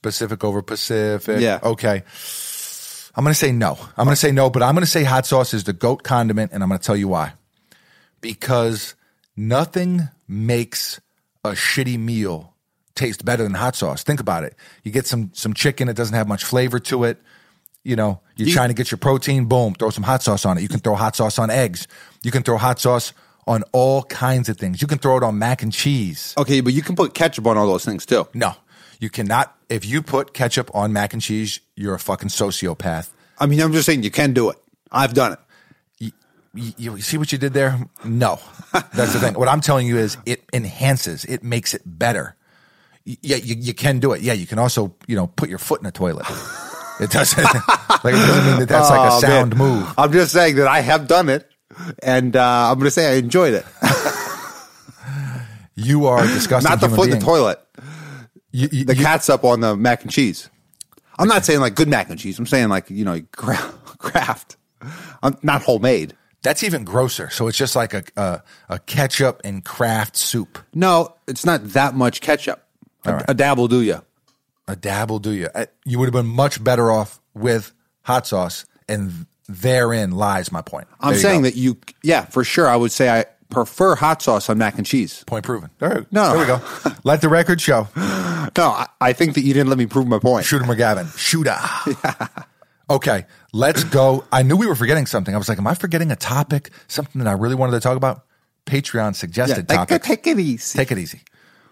[SPEAKER 1] Pacific over Pacific.
[SPEAKER 2] Yeah.
[SPEAKER 1] Okay. I'm going to say no. I'm going to say no, but I'm going to say hot sauce is the goat condiment, and I'm going to tell you why. Because nothing makes a shitty meal taste better than hot sauce. Think about it. You get some some chicken, it doesn't have much flavor to it. You know, you're trying to get your protein, boom, throw some hot sauce on it. You can throw hot sauce on eggs. You can throw hot sauce on all kinds of things. You can throw it on mac and cheese.
[SPEAKER 2] Okay, but you can put ketchup on all those things too.
[SPEAKER 1] No, you cannot. If you put ketchup on mac and cheese, you're a fucking sociopath.
[SPEAKER 2] I mean, I'm just saying you can do it. I've done it.
[SPEAKER 1] You, you see what you did there? No, that's the thing. What I'm telling you is it enhances, it makes it better. y- yeah, you, you can do it. Yeah, you can also, you know, put your foot in a toilet. It doesn't [LAUGHS] like it doesn't mean that that's like a
[SPEAKER 2] Oh,
[SPEAKER 1] sound
[SPEAKER 2] man.
[SPEAKER 1] move.
[SPEAKER 2] I'm just saying that I have done it, and uh, I'm going to say I enjoyed it.
[SPEAKER 1] You are a disgusting.
[SPEAKER 2] Not the
[SPEAKER 1] human
[SPEAKER 2] foot in
[SPEAKER 1] being.
[SPEAKER 2] the toilet.
[SPEAKER 1] You- you-
[SPEAKER 2] The
[SPEAKER 1] you-
[SPEAKER 2] cat's up on the mac and cheese. I'm not saying like good mac and cheese. I'm saying like you know [LAUGHS] cra- craft. I'm not homemade.
[SPEAKER 1] that's even grosser. So it's just like a a, a ketchup and craft soup.
[SPEAKER 2] No, it's not that much ketchup. A,
[SPEAKER 1] right.
[SPEAKER 2] a dab will do you.
[SPEAKER 1] A dab will do you. I- You would have been much better off with hot sauce, and therein lies my point.
[SPEAKER 2] I'm
[SPEAKER 1] There you
[SPEAKER 2] saying
[SPEAKER 1] go.
[SPEAKER 2] that you, yeah, for sure. I would say I prefer hot sauce on mac and cheese.
[SPEAKER 1] point proven. All right,
[SPEAKER 2] No.
[SPEAKER 1] there we [LAUGHS] go. Let the record show.
[SPEAKER 2] No, I, I think that you didn't let me prove my point.
[SPEAKER 1] Shooter McGavin.
[SPEAKER 2] [LAUGHS]
[SPEAKER 1] Shooter. Okay, let's go. I knew we were forgetting something. I was like, am I forgetting a topic? Something that I really wanted to talk about? Patreon
[SPEAKER 2] Yeah,
[SPEAKER 1] suggested
[SPEAKER 2] take,
[SPEAKER 1] topic.
[SPEAKER 2] take it easy.
[SPEAKER 1] Take it easy.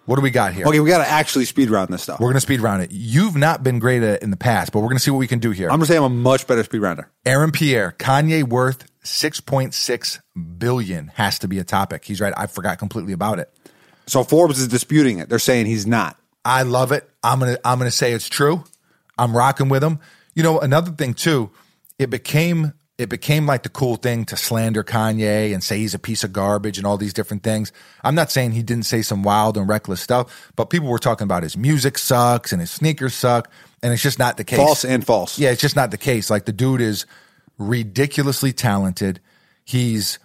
[SPEAKER 1] What do we got here?
[SPEAKER 2] okay, we got to actually speed round this stuff.
[SPEAKER 1] We're going to speed round it. You've not been great at it in the past, but we're going to see what we can do here.
[SPEAKER 2] I'm going to say I'm a much better speed rounder.
[SPEAKER 1] Aaron Pierre, Kanye worth 6.6 billion has to be a topic. He's right. I forgot completely about it.
[SPEAKER 2] So Forbes is disputing it. They're saying he's not.
[SPEAKER 1] I love it. I'm gonna I'm gonna say it's true. I'm rocking with him. You know, another thing too, it became it became like the cool thing to slander Kanye and say he's a piece of garbage and all these different things. I'm not saying he didn't say some wild and reckless stuff, but people were talking about his music sucks and his sneakers suck, and it's just not the case.
[SPEAKER 2] False and false.
[SPEAKER 1] Yeah, it's just not the case. Like the dude is ridiculously talented. He's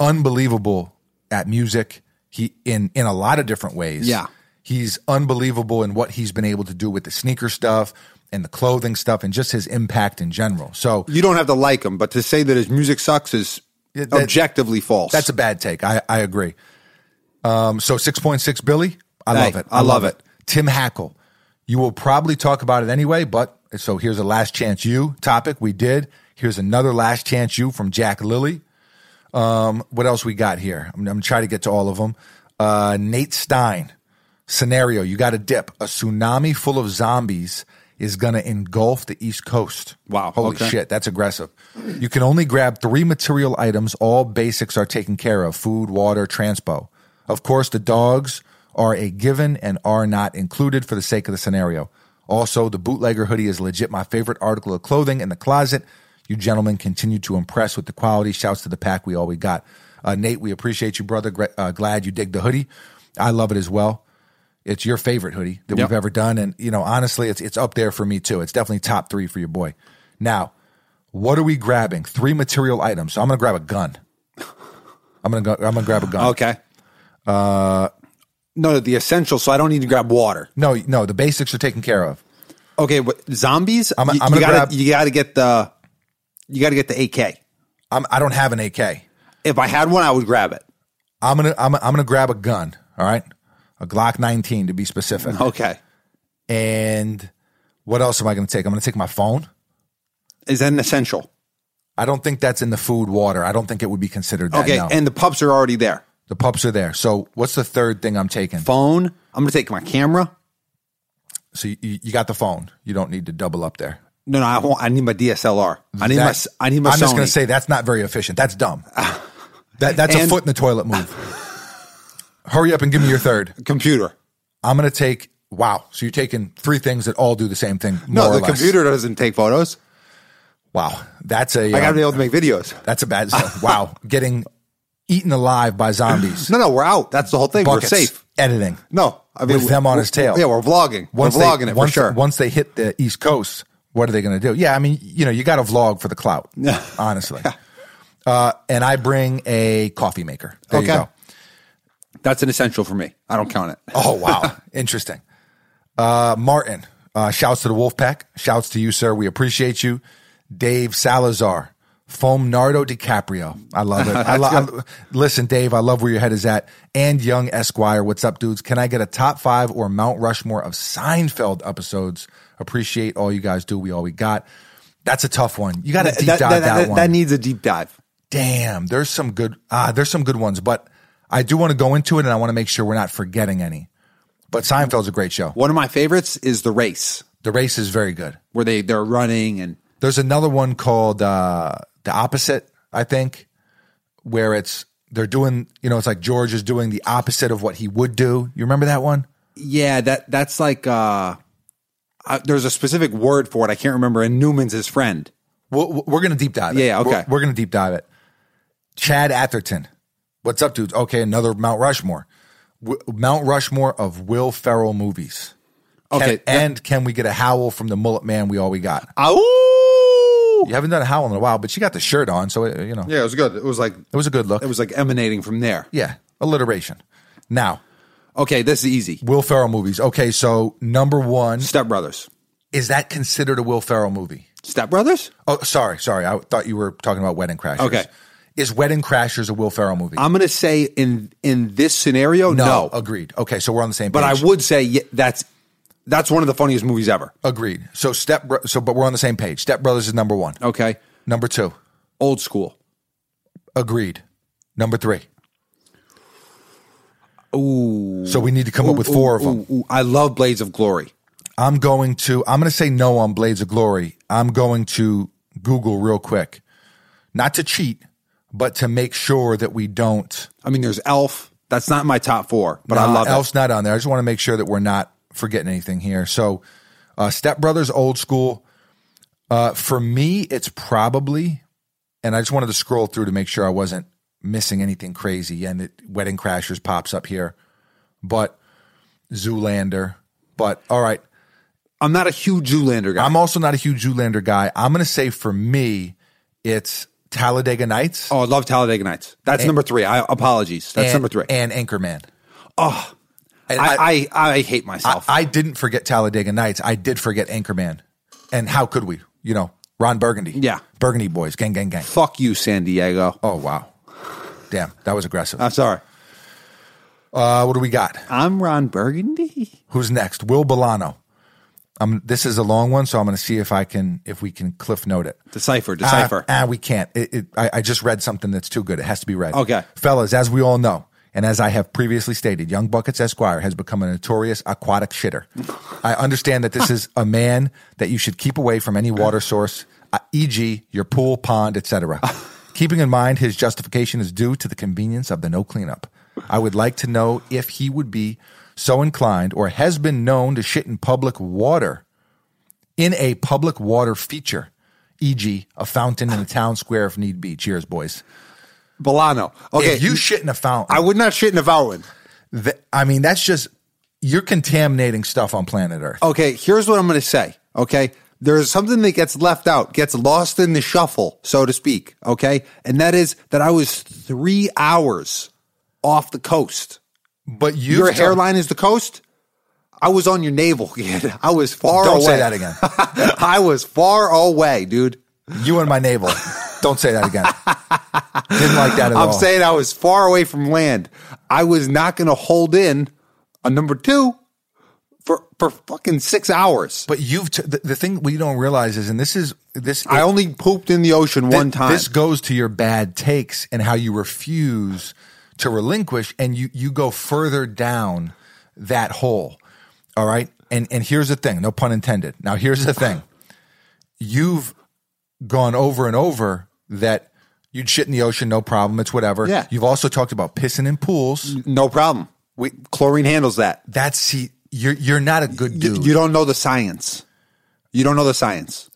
[SPEAKER 1] unbelievable at music. He in in a lot of different ways.
[SPEAKER 2] Yeah.
[SPEAKER 1] He's unbelievable in what he's been able to do with the sneaker stuff and the clothing stuff and just his impact in general. So
[SPEAKER 2] You don't have to like him, but to say that his music sucks is
[SPEAKER 1] Yeah, that-
[SPEAKER 2] objectively false.
[SPEAKER 1] that's a bad take. I, I agree. Um, so 6.6 Billy, I
[SPEAKER 2] Hey,
[SPEAKER 1] love it.
[SPEAKER 2] I love it.
[SPEAKER 1] Tim Hackle, you will probably talk about it anyway, but so here's a last chance you topic we did. Here's another last chance you from Jack Lilly. Um, what else we got here? I'm, I'm trying to get to all of them. Uh, Nate Stein, scenario you got a dip. A tsunami full of zombies is going to engulf the East Coast.
[SPEAKER 2] Wow,
[SPEAKER 1] Holy
[SPEAKER 2] okay.
[SPEAKER 1] shit. Shit, that's aggressive. You can only grab three material items. All basics are taken care of food, water, transpo. Of course, the dogs are a given and are not included for the sake of the scenario. Also, the bootlegger hoodie is legit my favorite article of clothing in the closet. You gentlemen continue to impress with the quality. Shouts to the pack. We all we got. Uh, Nate, we appreciate you, brother. Gre- uh, glad you dig the hoodie. I love it as well. It's your favorite hoodie that
[SPEAKER 2] Yep.
[SPEAKER 1] we've ever done, and you know, honestly, it's it's up there for me too. It's definitely top three for your boy. Now, what are we grabbing? Three material items. So I'm gonna grab a gun. I'm gonna go, I'm gonna grab a gun.
[SPEAKER 2] okay. Uh, no, the essential. So I don't need to grab water.
[SPEAKER 1] No, no, the basics are taken care of.
[SPEAKER 2] Okay, but zombies.
[SPEAKER 1] I'm-
[SPEAKER 2] you,
[SPEAKER 1] I'm
[SPEAKER 2] you
[SPEAKER 1] gonna
[SPEAKER 2] gotta
[SPEAKER 1] grab-
[SPEAKER 2] you gotta get the you gotta get the AK.
[SPEAKER 1] I'm I don't have an AK.
[SPEAKER 2] If I had one, I would grab it.
[SPEAKER 1] I'm gonna I'm, I'm gonna grab a gun. All right, a Glock 19 to be specific.
[SPEAKER 2] Okay,
[SPEAKER 1] And what else am I gonna take? I'm gonna take my phone.
[SPEAKER 2] is that an essential?
[SPEAKER 1] I don't think that's in the food water. I don't think it would be considered that.
[SPEAKER 2] Okay,
[SPEAKER 1] no.
[SPEAKER 2] and the pups are already there.
[SPEAKER 1] the pups are there. So what's the third thing I'm taking?
[SPEAKER 2] Phone. I'm gonna take my camera.
[SPEAKER 1] So you, you got the phone. You don't need to double up there.
[SPEAKER 2] No, no, I won't. I need my DSLR. I need my
[SPEAKER 1] That-
[SPEAKER 2] s- I need my.
[SPEAKER 1] I'm just
[SPEAKER 2] Sony.
[SPEAKER 1] going to say that's not very efficient. That's
[SPEAKER 2] [LAUGHS]
[SPEAKER 1] dumb. that, that's a
[SPEAKER 2] And-
[SPEAKER 1] foot in the toilet
[SPEAKER 2] [LAUGHS]
[SPEAKER 1] move. Hurry up and give me your third.
[SPEAKER 2] computer.
[SPEAKER 1] I'm going to take. Wow. So you're taking three things that all do the same thing.
[SPEAKER 2] No,
[SPEAKER 1] more or
[SPEAKER 2] the
[SPEAKER 1] less.
[SPEAKER 2] computer doesn't take photos.
[SPEAKER 1] Wow. That's a.
[SPEAKER 2] I gotta
[SPEAKER 1] um,
[SPEAKER 2] be able to make videos.
[SPEAKER 1] that's a
[SPEAKER 2] [LAUGHS]
[SPEAKER 1] bad. wow. Getting eaten alive by zombies.
[SPEAKER 2] No, no, we're out. That's the whole thing.
[SPEAKER 1] Buckets,
[SPEAKER 2] We're safe.
[SPEAKER 1] Editing.
[SPEAKER 2] No, I mean
[SPEAKER 1] with them on his tail.
[SPEAKER 2] Yeah, we're vlogging.
[SPEAKER 1] Once
[SPEAKER 2] we're
[SPEAKER 1] they-
[SPEAKER 2] vlogging it
[SPEAKER 1] once,
[SPEAKER 2] for sure.
[SPEAKER 1] Once they hit the East Coast, what are they going to do? Yeah, I mean, you know, you got to vlog for the
[SPEAKER 2] [LAUGHS]
[SPEAKER 1] clout, honestly. Uh, and I bring a coffee maker. There you
[SPEAKER 2] Okay.
[SPEAKER 1] go.
[SPEAKER 2] That's an essential for me. I don't count it.
[SPEAKER 1] Oh wow, [LAUGHS] interesting. Uh, Martin, uh, shouts to the Wolfpack. Shouts to you, sir. We appreciate you. Dave Salazar, foam Nardo DiCaprio. I love [LAUGHS] it. I lo- I- listen, Dave. I love where your head is at. And Young Esquire, what's up, dudes? Can I get a top five or Mount Rushmore of Seinfeld episodes? Appreciate all you guys do. We all we got. That's a tough one. You got to deep dive that, one.
[SPEAKER 2] needs a deep dive.
[SPEAKER 1] Damn, there's some good ah, there's some good ones, but I do want to go into it and I want to make sure we're not forgetting any. But Seinfeld's a great show.
[SPEAKER 2] One of my favorites is the race
[SPEAKER 1] The race is very good.
[SPEAKER 2] where they they're running and
[SPEAKER 1] There's another one called uh, The Opposite, I think, where it's they're doing, you know, it's like George is doing the opposite of what he would do. You remember that one?
[SPEAKER 2] Yeah, that that's like uh, uh there's a specific word for it. I can't remember. And Newman's his friend.
[SPEAKER 1] We're, we're going to deep dive it.
[SPEAKER 2] Yeah, okay.
[SPEAKER 1] We're, we're going to deep dive it. Chad Atherton. What's up, dudes? Okay, another Mount Rushmore. W- Mount Rushmore of Will Ferrell movies. Can-
[SPEAKER 2] Okay, that-
[SPEAKER 1] and can we get a howl from the mullet man we all we got?
[SPEAKER 2] Ow!
[SPEAKER 1] You haven't done a howl in a while, but she got the shirt on, so, it, you know,
[SPEAKER 2] Yeah, it was good. It was like
[SPEAKER 1] it was a good look.
[SPEAKER 2] it was like emanating from there.
[SPEAKER 1] yeah, alliteration. Now,
[SPEAKER 2] Okay, this is easy.
[SPEAKER 1] Will Ferrell movies. Okay, so number one,
[SPEAKER 2] Step Brothers.
[SPEAKER 1] is that considered a Will Ferrell movie?
[SPEAKER 2] Step Brothers?
[SPEAKER 1] Oh, sorry, sorry. I thought you were talking about Wedding Crashers.
[SPEAKER 2] Okay.
[SPEAKER 1] Is Wedding Crashers a Will Ferrell movie?
[SPEAKER 2] I'm going to say in in this scenario, no.
[SPEAKER 1] Agreed. Okay, so we're on the same page.
[SPEAKER 2] But I would say yeah, that's that's one of the funniest movies ever.
[SPEAKER 1] Agreed. So step Bro- so but we're on the same page. Step Brothers is number 1.
[SPEAKER 2] Okay,
[SPEAKER 1] Number 2.
[SPEAKER 2] old school.
[SPEAKER 1] Agreed. Number 3. Ooh. So we need to come up with
[SPEAKER 2] Ooh,
[SPEAKER 1] four of
[SPEAKER 2] ooh,
[SPEAKER 1] them.
[SPEAKER 2] ooh. I love Blades of Glory.
[SPEAKER 1] I'm going to I'm going to say no on Blades of Glory. I'm going to Google real quick. Not to cheat, but to make sure that we don't
[SPEAKER 2] I mean, there's Elf. That's not my top four, but I
[SPEAKER 1] Nah,
[SPEAKER 2] love
[SPEAKER 1] Uh, Elf's
[SPEAKER 2] it.
[SPEAKER 1] not on there. I just want to make sure that we're not forgetting anything here. So, uh, Step Brothers, old school. Uh, for me, it's probably, and I just wanted to scroll through to make sure I wasn't missing anything crazy. And it, Wedding Crashers pops up here, but Zoolander. But all right,
[SPEAKER 2] I'm not a huge Zoolander guy.
[SPEAKER 1] I'm also not a huge Zoolander guy. I'm going to say for me, it's Talladega Nights.
[SPEAKER 2] oh, I love Talladega Nights. That's number three. I apologies. That's
[SPEAKER 1] and,
[SPEAKER 2] number three.
[SPEAKER 1] And Anchorman. Oh,
[SPEAKER 2] I, I, I hate
[SPEAKER 1] I,
[SPEAKER 2] myself.
[SPEAKER 1] I didn't forget Talladega Nights. I did forget Anchorman. And how could we? You know, Ron Burgundy.
[SPEAKER 2] Yeah.
[SPEAKER 1] Burgundy boys, gang, gang, gang.
[SPEAKER 2] Fuck you, San Diego.
[SPEAKER 1] Oh, wow. Damn, that was aggressive.
[SPEAKER 2] I'm sorry.
[SPEAKER 1] Uh, what do we got?
[SPEAKER 2] I'm Ron Burgundy.
[SPEAKER 1] Who's next? Will Bolano. Um, this is a long one, so I'm going to see if I can, if we can cliff note it.
[SPEAKER 2] Decipher, decipher.
[SPEAKER 1] Ah, ah, we can't. It, it, I, I just read something that's too good. It has to be read.
[SPEAKER 2] Okay.
[SPEAKER 1] Fellas, as we all know, and as I have previously stated, Young Buckets Esquire has become a notorious aquatic shitter. I understand that this is a man that you should keep away from any water source, uh, e.g., your pool, pond, etc. Keeping in mind his justification is due to the convenience of the no cleanup. I would like to know if he would be so inclined or has been known to shit in public water in a public water feature, e.g., a fountain in a town square if need be. Cheers, boys.
[SPEAKER 2] Bolano. Okay,
[SPEAKER 1] if you shit in a fountain,
[SPEAKER 2] I would not shit in a Vowelin.
[SPEAKER 1] th- I mean, that's just you're contaminating stuff on planet Earth.
[SPEAKER 2] Okay, here's what I'm going to say. Okay, there's something that gets left out, gets lost in the shuffle, so to speak. Okay, and that is that I was three hours off the coast.
[SPEAKER 1] but you
[SPEAKER 2] Your hairline is the coast. I was on your navel, [LAUGHS] kid. I was far
[SPEAKER 1] Don't
[SPEAKER 2] away.
[SPEAKER 1] say that again.
[SPEAKER 2] [LAUGHS] I was far away, dude.
[SPEAKER 1] You and my
[SPEAKER 2] [LAUGHS]
[SPEAKER 1] navel. Don't say that again. Didn't like that at all.
[SPEAKER 2] I'm saying I was far away from land. I was not going to hold in a number two for for fucking six hours.
[SPEAKER 1] but you've t- the, the thing we don't realize is, and this is this.
[SPEAKER 2] I only pooped in the ocean
[SPEAKER 1] thi-
[SPEAKER 2] one time.
[SPEAKER 1] This goes to your bad takes and how you refuse to relinquish, and you you go further down that hole. All right, and and here's the thing. No pun intended. Now here's the thing. You've gone over and over that you'd shit in the ocean, no problem. It's whatever.
[SPEAKER 2] Yeah.
[SPEAKER 1] You've also talked about pissing in pools.
[SPEAKER 2] no problem. We, chlorine handles that.
[SPEAKER 1] That's see, you're you're not a good
[SPEAKER 2] You-
[SPEAKER 1] dude.
[SPEAKER 2] You don't know the science. You don't know the science.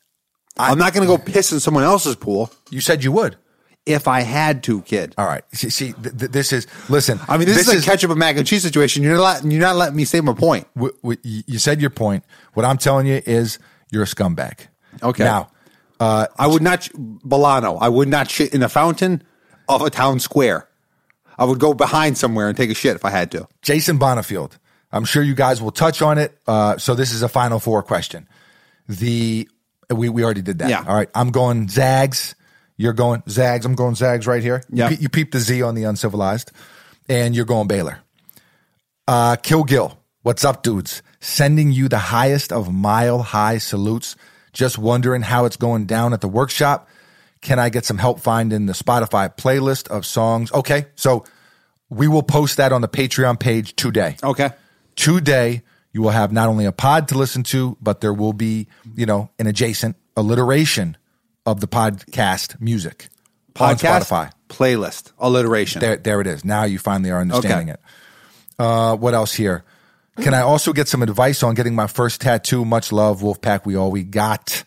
[SPEAKER 2] I, am not going to go piss in someone else's pool
[SPEAKER 1] you said you would.
[SPEAKER 2] if I had to, kid.
[SPEAKER 1] All right. See, see th- th- this is listen.
[SPEAKER 2] I mean, this, is, a ketchup and mac and cheese situation. You're not you're not letting me say my point.
[SPEAKER 1] w- w- you you said your point. What I'm telling you is you're a scumbag.
[SPEAKER 2] Okay.
[SPEAKER 1] Now,
[SPEAKER 2] I would not sh- Bolano. I would not shit in a fountain of a town square. I would go behind somewhere and take a shit if I had to.
[SPEAKER 1] Jason Bonifield. I'm sure you guys will touch on it. Uh, so this is a final four question. The we we already did that.
[SPEAKER 2] Yeah.
[SPEAKER 1] All right. I'm going Zags. You're going Zags. I'm going Zags right here.
[SPEAKER 2] Yeah.
[SPEAKER 1] You, pe- you peep the Z on the uncivilized, and you're going Baylor. Uh, Kill Gill. What's up, dudes? Sending you the highest of mile high salutes. Just wondering how it's going down at the workshop. Can I get some help finding the Spotify playlist of songs? Okay, so we will post that on the Patreon page today.
[SPEAKER 2] Okay.
[SPEAKER 1] Today, you will have not only a pod to listen to, but there will be, you know, an adjacent alliteration of the podcast music on Spotify.
[SPEAKER 2] playlist alliteration.
[SPEAKER 1] There, there it is. Now you finally are understanding
[SPEAKER 2] Okay.
[SPEAKER 1] it. Uh, what else here? Can I also get some advice on getting my first tattoo? Much love, Wolfpack. We all we got.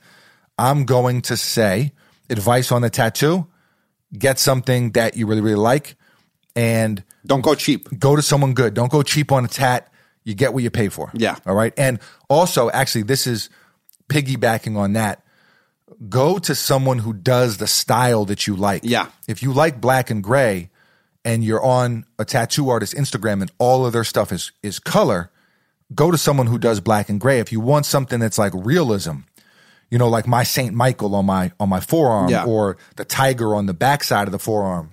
[SPEAKER 1] I'm going to say advice on the tattoo. Get something that you really, really like and
[SPEAKER 2] Don't go cheap.
[SPEAKER 1] go to someone good. Don't go cheap on a tat. You get what you pay for.
[SPEAKER 2] Yeah.
[SPEAKER 1] All right. And also, actually, this is piggybacking on that. Go to someone who does the style that you like.
[SPEAKER 2] Yeah.
[SPEAKER 1] If you like black and gray and you're on a tattoo artist Instagram and all of their stuff is is color, go to someone who does black and gray. If you want something that's like realism, you know, like my Saint Michael on my on my forearm
[SPEAKER 2] Yeah.
[SPEAKER 1] or the tiger on the backside of the forearm.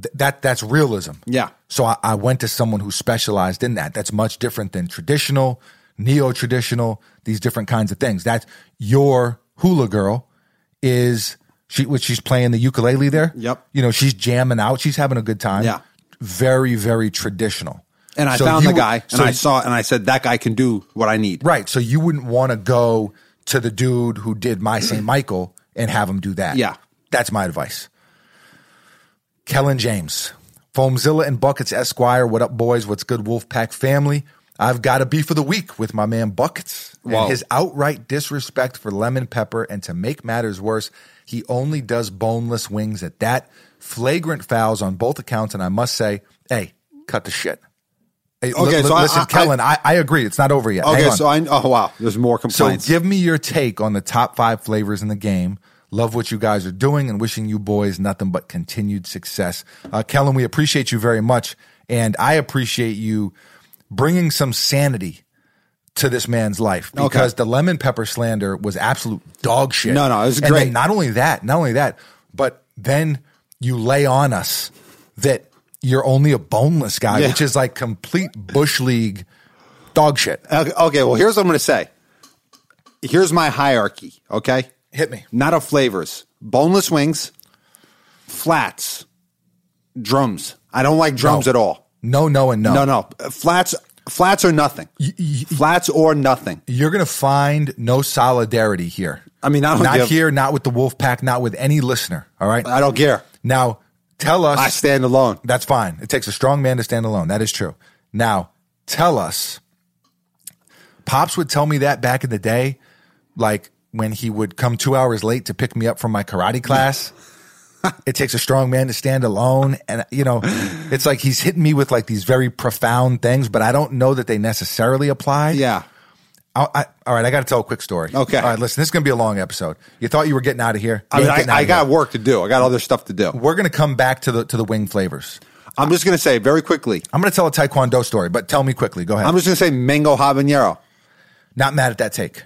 [SPEAKER 1] Th- that that's realism.
[SPEAKER 2] Yeah.
[SPEAKER 1] So I, I went to someone who specialized in that. That's much different than traditional, neo traditional, these different kinds of things. That's your hula girl is she which she's playing the ukulele there.
[SPEAKER 2] Yep.
[SPEAKER 1] You know, she's jamming out, she's having a good time.
[SPEAKER 2] Yeah.
[SPEAKER 1] Very, very traditional.
[SPEAKER 2] And I
[SPEAKER 1] So
[SPEAKER 2] found
[SPEAKER 1] you
[SPEAKER 2] the
[SPEAKER 1] would-
[SPEAKER 2] guy, and
[SPEAKER 1] so-
[SPEAKER 2] I saw, and I said that guy can do what I need.
[SPEAKER 1] Right. So you wouldn't want to go to the dude who did my St. Michael and have him do that.
[SPEAKER 2] Mm-hmm. Yeah.
[SPEAKER 1] That's my advice. Kellen James, Foamzilla and Buckets Esquire. What up, boys? What's good, Wolfpack family? I've got a beef of the week with my man Buckets and
[SPEAKER 2] Wow.
[SPEAKER 1] his outright disrespect for lemon pepper. And to make matters worse, he only does boneless wings at that. Flagrant fouls on both accounts. And I must say, hey, cut the shit. Hey, li-
[SPEAKER 2] Okay,
[SPEAKER 1] li-
[SPEAKER 2] so I-
[SPEAKER 1] listen,
[SPEAKER 2] I- I-
[SPEAKER 1] Kellen, I, I agree. It's not over yet.
[SPEAKER 2] Okay,
[SPEAKER 1] Hang on.
[SPEAKER 2] so I oh wow, there's more
[SPEAKER 1] So
[SPEAKER 2] complaints.
[SPEAKER 1] give me your take on the top five flavors in the game. Love what you guys are doing and wishing you boys nothing but continued success. Uh, Kellen, we appreciate you very much. And I appreciate you bringing some sanity to this man's life because the lemon pepper slander was absolute dog shit.
[SPEAKER 2] No, no, it was
[SPEAKER 1] And then
[SPEAKER 2] great.
[SPEAKER 1] not only that, not only that, but then you lay on us that you're only a boneless guy,
[SPEAKER 2] Yeah.
[SPEAKER 1] which is like complete bush league dog shit.
[SPEAKER 2] Okay, okay, well here's what I'm going to say. Here's my hierarchy. Okay,
[SPEAKER 1] Hit me.
[SPEAKER 2] not of flavors: boneless wings, flats, drums. I don't like drums
[SPEAKER 1] No.
[SPEAKER 2] at all.
[SPEAKER 1] No, no, and no.
[SPEAKER 2] No, no, flats, flats or nothing. flats or nothing.
[SPEAKER 1] you're going to find no solidarity here.
[SPEAKER 2] I mean, I don't
[SPEAKER 1] not
[SPEAKER 2] give-
[SPEAKER 1] here, not with the wolf pack, not with any listener. All right.
[SPEAKER 2] I don't care.
[SPEAKER 1] now, tell us.
[SPEAKER 2] I stand alone.
[SPEAKER 1] that's fine. It takes a strong man to stand alone. That is true. Now, tell us. Pops would tell me that back in the day, like when he would come two hours late to pick me up from my karate
[SPEAKER 2] [LAUGHS]
[SPEAKER 1] class. it takes a strong man to stand alone. And, you know, it's like he's hitting me with like these very profound things, but I don't know that they necessarily apply.
[SPEAKER 2] Yeah.
[SPEAKER 1] I, I, all right, I got to tell a quick story.
[SPEAKER 2] Okay.
[SPEAKER 1] All right, listen, this is going to be a long episode. You thought you were getting out of here.
[SPEAKER 2] I mean,
[SPEAKER 1] You ain't
[SPEAKER 2] I,
[SPEAKER 1] getting out
[SPEAKER 2] I
[SPEAKER 1] of
[SPEAKER 2] got
[SPEAKER 1] here.
[SPEAKER 2] work to do. I got other stuff to do.
[SPEAKER 1] We're going to come back to the to the wing flavors.
[SPEAKER 2] I'm just going to say very quickly.
[SPEAKER 1] I'm going to tell a taekwondo story, but tell me quickly. Go ahead.
[SPEAKER 2] I'm
[SPEAKER 1] I'm
[SPEAKER 2] just going to say mango habanero
[SPEAKER 1] not mad at that take.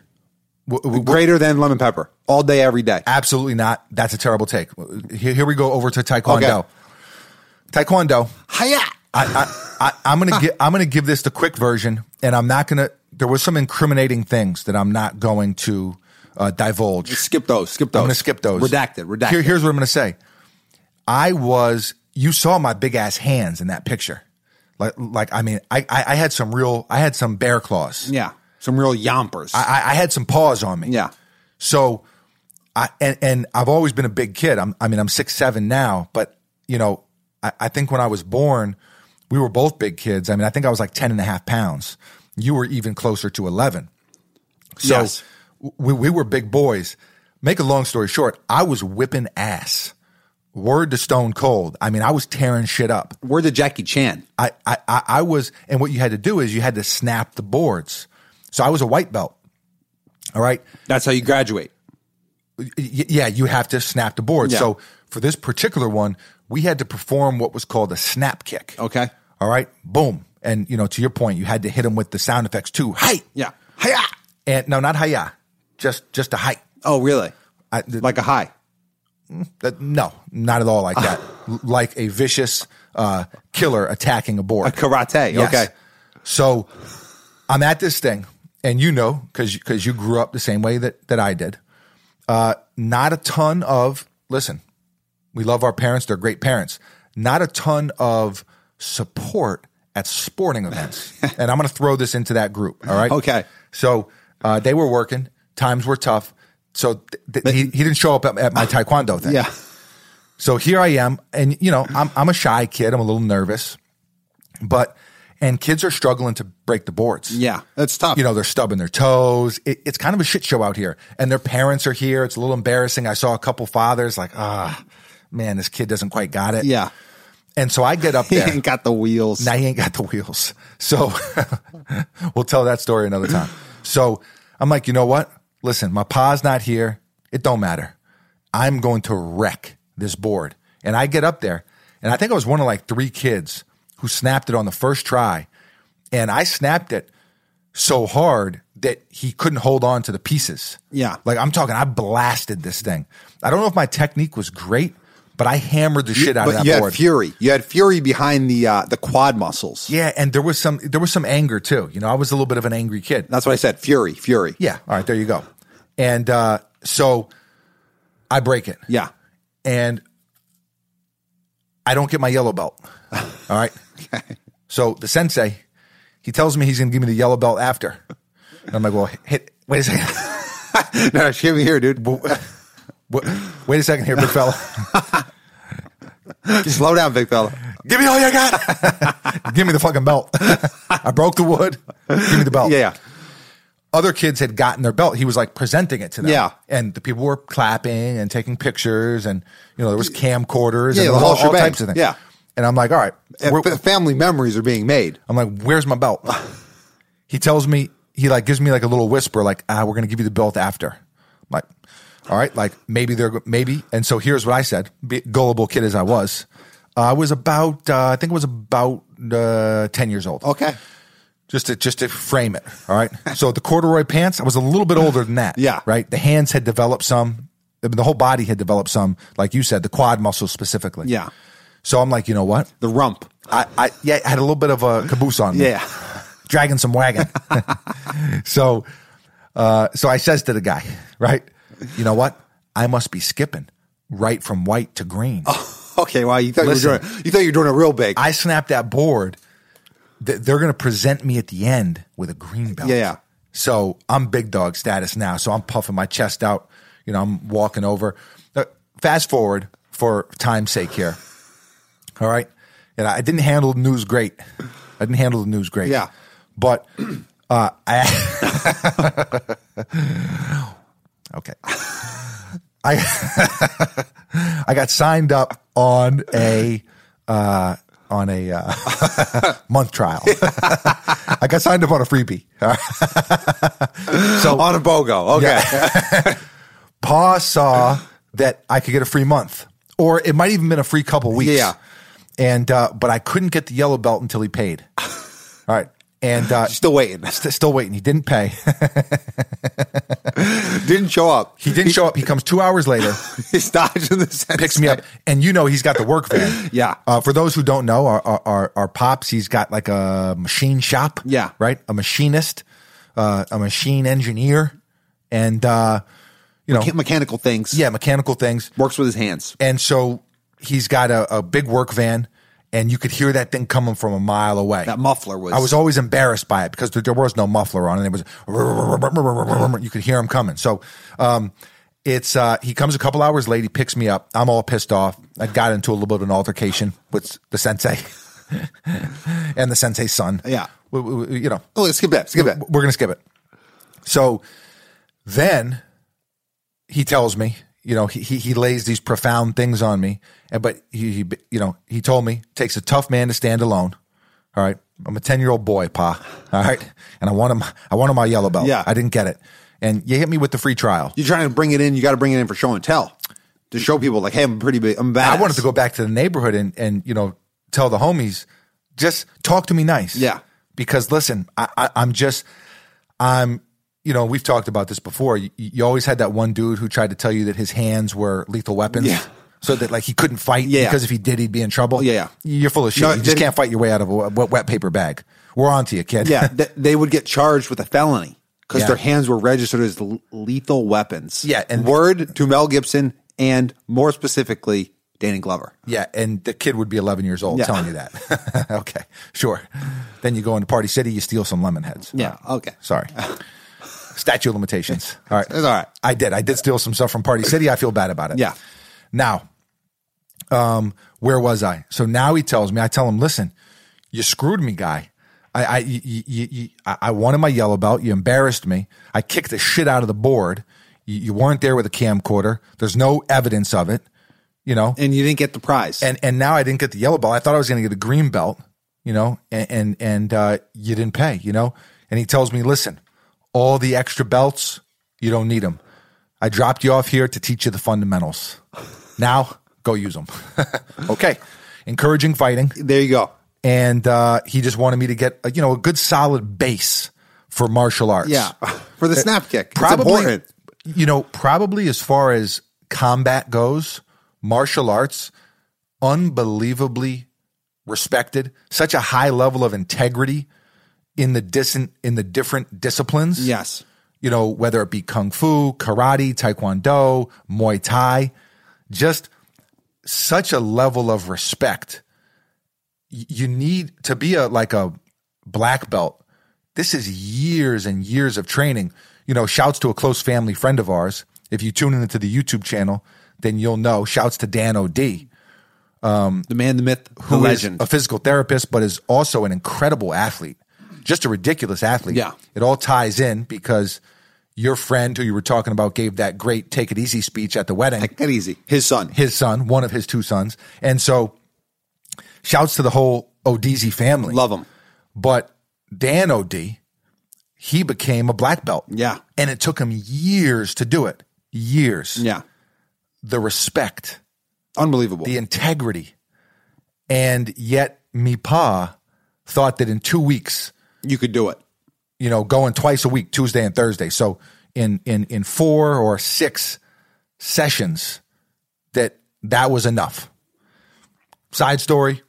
[SPEAKER 1] W- w- w-
[SPEAKER 2] greater than lemon pepper all day every day.
[SPEAKER 1] absolutely not. That's a terrible take. Here, here we go over to taekwondo.
[SPEAKER 2] Okay.
[SPEAKER 1] Taekwondo.
[SPEAKER 2] Hiya.
[SPEAKER 1] I, I, I, I'm gonna give I'm gonna give this the quick version, and I'm not gonna. There was some incriminating things that I'm not going to uh, divulge.
[SPEAKER 2] Skip those. Skip those.
[SPEAKER 1] I'm going to skip those.
[SPEAKER 2] Redacted. Redacted.
[SPEAKER 1] Here- here's what I'm going to say. I was. You saw my big ass hands in that picture. Like, like I mean, I, I, I had some real. I had some bear claws.
[SPEAKER 2] yeah. Some real yompers.
[SPEAKER 1] I, I had some paws on me.
[SPEAKER 2] yeah.
[SPEAKER 1] So, I and and I've always been a big kid. I'm, I mean, I'm six seven now, but you know, I, I think when I was born, we were both big kids. I mean, I think I was like 10 and a half pounds. You were even closer to eleven. So
[SPEAKER 2] Yes.
[SPEAKER 1] w- we, we were big boys. Make a long story short, I was whipping ass. Word to Stone Cold. I mean, I was tearing shit up.
[SPEAKER 2] We're the Jackie Chan.
[SPEAKER 1] I, I, I I was, and what you had to do is you had to snap the boards. So I was a white belt. All right.
[SPEAKER 2] That's how you graduate.
[SPEAKER 1] Y- yeah, you have to snap the boards.
[SPEAKER 2] Yeah.
[SPEAKER 1] So for this particular one, we had to perform what was called a snap kick.
[SPEAKER 2] Okay.
[SPEAKER 1] All right. Boom. And, you know, to your point, you had to hit them with the sound effects too. Hi.
[SPEAKER 2] Yeah. Hiya.
[SPEAKER 1] And no, not hiya. Just, just a hi.
[SPEAKER 2] Oh, really?
[SPEAKER 1] I, th-
[SPEAKER 2] Like a high.
[SPEAKER 1] Uh, no, not at all like
[SPEAKER 2] [LAUGHS]
[SPEAKER 1] that. L- like a vicious uh, killer attacking a board.
[SPEAKER 2] A karate.
[SPEAKER 1] Yes.
[SPEAKER 2] Okay.
[SPEAKER 1] So I'm at this thing, and you know, because because you grew up the same way that that I did. Uh, not a ton of listen. We love our parents; they're great parents. Not a ton of support at sporting
[SPEAKER 2] [LAUGHS]
[SPEAKER 1] events, and I'm going to throw this into that group. All right.
[SPEAKER 2] Okay.
[SPEAKER 1] So uh, they were working. Times were tough. So th- th- he, he didn't show up at, at my taekwondo thing.
[SPEAKER 2] Yeah.
[SPEAKER 1] So here I am, and you know, I'm I'm a shy kid. I'm a little nervous, but and kids are struggling to break the boards.
[SPEAKER 2] Yeah, that's tough.
[SPEAKER 1] You know, they're stubbing their toes. It, it's kind of a shit show out here, and their parents are here. It's a little embarrassing. I saw a couple fathers like, ah, man, this kid doesn't quite got it.
[SPEAKER 2] yeah,
[SPEAKER 1] And so I get up
[SPEAKER 2] [LAUGHS] he
[SPEAKER 1] there.
[SPEAKER 2] ain't got the wheels.
[SPEAKER 1] Now he ain't got the wheels. So [LAUGHS] we'll tell that story another time. So I'm like, you know what? Listen, my pa's not here. It don't matter. I'm going to wreck this board. And I get up there, and I think I was one of like three kids who snapped it on the first try. And I snapped it so hard that he couldn't hold on to the pieces.
[SPEAKER 2] Yeah.
[SPEAKER 1] Like I'm talking, I blasted this thing. I don't know if my technique was great, but I hammered the shit out
[SPEAKER 2] but
[SPEAKER 1] of that
[SPEAKER 2] you
[SPEAKER 1] board.
[SPEAKER 2] had fury. You had fury behind the uh, the quad muscles.
[SPEAKER 1] Yeah, and there was some there was some anger too. You know, I was a little bit of an angry kid.
[SPEAKER 2] That's what I said. Fury, fury.
[SPEAKER 1] Yeah. All right, there you go. And uh, so I break it.
[SPEAKER 2] yeah. [LAUGHS]
[SPEAKER 1] And I don't get my yellow [LAUGHS] belt. All right. So the sensei, he tells me he's gonna give me the yellow belt after. And I'm like, well, hit wait a second. [LAUGHS]
[SPEAKER 2] No, no, give me here, dude.
[SPEAKER 1] Wait, wait a second here, big fella.
[SPEAKER 2] Slow down, big fella.
[SPEAKER 1] [LAUGHS] give me all you got. [LAUGHS] give me the fucking belt. I broke the wood. Give me the belt.
[SPEAKER 2] Yeah, yeah.
[SPEAKER 1] other kids had gotten their belt. He was like presenting it to them.
[SPEAKER 2] Yeah.
[SPEAKER 1] And the people were clapping and taking pictures and, you know, there was camcorders
[SPEAKER 2] Yeah,
[SPEAKER 1] and
[SPEAKER 2] the
[SPEAKER 1] all,
[SPEAKER 2] whole
[SPEAKER 1] all
[SPEAKER 2] shebang.
[SPEAKER 1] types of things.
[SPEAKER 2] Yeah.
[SPEAKER 1] And I'm like, all right,
[SPEAKER 2] And
[SPEAKER 1] we're-
[SPEAKER 2] fa- family memories are being made.
[SPEAKER 1] I'm like, where's my belt? he tells me, he like gives me like a little whisper, like, ah, we're going to give you the belt after. I'm like, all right, like maybe they're, go- maybe. And so here's what I said, be- gullible kid as I was. I was about, uh, I think it was about uh, 10 years old
[SPEAKER 2] Okay.
[SPEAKER 1] just to just to frame it. All right. So the corduroy pants, I was a little bit older than that.
[SPEAKER 2] Yeah.
[SPEAKER 1] Right. The hands had developed some. I mean, the whole body had developed some, like you said, the quad muscles specifically.
[SPEAKER 2] Yeah.
[SPEAKER 1] So I'm like, you know what?
[SPEAKER 2] The rump.
[SPEAKER 1] I, I yeah, I had a little bit of a caboose on me.
[SPEAKER 2] Yeah. [LAUGHS]
[SPEAKER 1] Dragging some wagon. [LAUGHS] so uh so I says to the guy, right? You know what? I must be skipping right from white to green.
[SPEAKER 2] Okay. Wow. You thought you were
[SPEAKER 1] Listen.
[SPEAKER 2] doing you thought you were doing a real big.
[SPEAKER 1] I snapped that board. Th- They're going to present me at the end with a green belt.
[SPEAKER 2] Yeah, yeah.
[SPEAKER 1] So I'm big dog status now. So I'm puffing my chest out. You know, I'm walking over. Uh, Fast forward for time's sake here. All right. And I didn't handle the news great. I didn't handle the news great.
[SPEAKER 2] Yeah.
[SPEAKER 1] But uh, I. [LAUGHS] okay. I [LAUGHS] I got signed up on a uh, on a uh, [LAUGHS] month trial. I got signed up on a freebie. so
[SPEAKER 2] [LAUGHS] on a bogo. Okay.
[SPEAKER 1] [LAUGHS] Pa saw that I could get a free month, or it might even been a free couple weeks.
[SPEAKER 2] Yeah.
[SPEAKER 1] and uh, but I couldn't get the yellow belt until he
[SPEAKER 2] [LAUGHS]
[SPEAKER 1] paid. All right, and uh,
[SPEAKER 2] [LAUGHS] Still waiting.
[SPEAKER 1] st- still waiting. He didn't pay. [LAUGHS]
[SPEAKER 2] Didn't show up.
[SPEAKER 1] he [LAUGHS] didn't show up. He comes two hours
[SPEAKER 2] [LAUGHS]
[SPEAKER 1] later.
[SPEAKER 2] He's dodging the sensei.
[SPEAKER 1] picks me up, and you know he's got the work van.
[SPEAKER 2] [LAUGHS] Yeah.
[SPEAKER 1] Uh, for those who don't know, our, our our our pops, he's got like a machine shop.
[SPEAKER 2] Yeah.
[SPEAKER 1] right. A machinist, uh, a machine engineer, and uh, you know,
[SPEAKER 2] Can't- Mechanical things.
[SPEAKER 1] yeah, mechanical things.
[SPEAKER 2] Works with his hands.
[SPEAKER 1] And so he's got a, a big work van, and you could hear that thing coming from a mile away.
[SPEAKER 2] That muffler was.
[SPEAKER 1] I was always embarrassed by it because there, there was no muffler on, and it was you could hear him coming. So, um, it's uh, he comes a couple hours late. He picks me up. I'm all pissed off. I got into a little bit of an altercation with the sensei [LAUGHS] and the sensei's son.
[SPEAKER 2] Yeah.
[SPEAKER 1] We- we- we- you know,
[SPEAKER 2] Oh, let's skip that. Skip that.
[SPEAKER 1] we're gonna skip it. So then he tells me, you know, he he, he lays these profound things on me, and but he, he you know he told me takes a tough man to stand alone. All right, I'm a ten year old boy, pa. All right, and I want him. I wanted my yellow belt.
[SPEAKER 2] Yeah.
[SPEAKER 1] I didn't get it, and you hit me with the free trial.
[SPEAKER 2] You're trying to bring it in. You got to bring it in for show and tell to show people like, hey, I'm pretty big. I'm bad.
[SPEAKER 1] I wanted to go back to the neighborhood and and you know tell the homies, just talk to me nice.
[SPEAKER 2] Yeah.
[SPEAKER 1] Because listen, I, I I'm just I'm you know we've talked about this before. You, you always had that one dude who tried to tell you that his hands were lethal weapons.
[SPEAKER 2] Yeah.
[SPEAKER 1] So that like he couldn't fight
[SPEAKER 2] Yeah.
[SPEAKER 1] because if he did he'd be in trouble.
[SPEAKER 2] Yeah, yeah.
[SPEAKER 1] You're full of shit.
[SPEAKER 2] No,
[SPEAKER 1] you
[SPEAKER 2] they-
[SPEAKER 1] just can't fight your way out of a wet, wet paper bag. We're on to you, kid.
[SPEAKER 2] Yeah, th- they would get charged with a felony because
[SPEAKER 1] Yeah.
[SPEAKER 2] their hands were registered as l- lethal weapons.
[SPEAKER 1] Yeah, and-
[SPEAKER 2] word to Mel Gibson and more specifically Danny Glover.
[SPEAKER 1] [LAUGHS] Yeah, and the kid would be 11 years old
[SPEAKER 2] Yeah.
[SPEAKER 1] telling you that. [LAUGHS] okay, sure. Then you go into Party City, you steal some lemon heads.
[SPEAKER 2] Yeah, Uh, okay.
[SPEAKER 1] Sorry.
[SPEAKER 2] [LAUGHS]
[SPEAKER 1] Statue of limitations. All right.
[SPEAKER 2] It's all right.
[SPEAKER 1] I did. I did steal some stuff from Party City. I feel bad about it.
[SPEAKER 2] Yeah.
[SPEAKER 1] Now, um, where was I? So now he tells me, I tell him, listen, you screwed me, guy. I I you, you, you, I I wanted my yellow belt. You embarrassed me. I kicked the shit out of the board. You, you weren't there with a camcorder. There's no evidence of it. You know,
[SPEAKER 2] and you didn't get the prize.
[SPEAKER 1] and and now I didn't get the yellow belt. I thought I was going to get a green belt, you know, and and, and uh, you didn't pay, you know. And he tells me, listen, all the extra belts, you don't need them. I dropped you off here to teach you the fundamentals. Now go use them. [LAUGHS] okay, encouraging fighting,
[SPEAKER 2] there you go.
[SPEAKER 1] and uh, he just wanted me to get a, you know a good solid base for martial arts.
[SPEAKER 2] Yeah, [LAUGHS] for the snap kick. it's
[SPEAKER 1] Probably,
[SPEAKER 2] important.
[SPEAKER 1] you know, probably as far as combat goes, martial arts, unbelievably respected, such a high level of integrity in the distant in the different disciplines.
[SPEAKER 2] Yes.
[SPEAKER 1] You know, whether it be kung fu, karate, taekwondo, muay thai, just such a level of respect. Y- You need to be a like a black belt. This is years and years of training. You know, shouts to a close family friend of ours. If you tune into the YouTube channel, then you'll know. Shouts to Dan O'D
[SPEAKER 2] The man, the myth, the
[SPEAKER 1] who is
[SPEAKER 2] legend.
[SPEAKER 1] a physical therapist, but is also an incredible athlete, just a ridiculous athlete.
[SPEAKER 2] Yeah.
[SPEAKER 1] It all ties in because your friend who you were talking about gave that great take it easy speech at the wedding.
[SPEAKER 2] Take that easy. His son.
[SPEAKER 1] his son, one of his two sons. And so shouts to the whole Odeezy family.
[SPEAKER 2] Love him.
[SPEAKER 1] But Dan OD, he became a black belt.
[SPEAKER 2] Yeah.
[SPEAKER 1] And it took him years to do it. Years.
[SPEAKER 2] Yeah.
[SPEAKER 1] The respect
[SPEAKER 2] Unbelievable.
[SPEAKER 1] the integrity. And yet, me pa thought that in two weeks,
[SPEAKER 2] you could do it.
[SPEAKER 1] you know, going twice a week, Tuesday and Thursday. So in in in four or six sessions, that that was enough. Side story.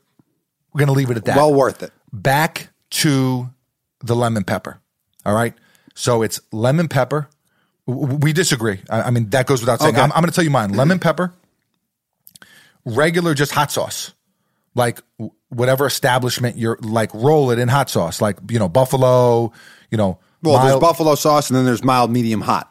[SPEAKER 1] We're gonna leave it at that
[SPEAKER 2] Well worth it.
[SPEAKER 1] back to the lemon pepper. All right. So it's lemon pepper. W- w- We disagree. I, I mean, that goes without saying.
[SPEAKER 2] Okay.
[SPEAKER 1] I'm, I'm going to tell you mine lemon pepper, regular, just hot sauce, like w- whatever establishment you're like, roll it in hot sauce, like, you know, buffalo, you know,
[SPEAKER 2] Well, there's
[SPEAKER 1] mild-
[SPEAKER 2] buffalo sauce and then there's mild, medium, hot.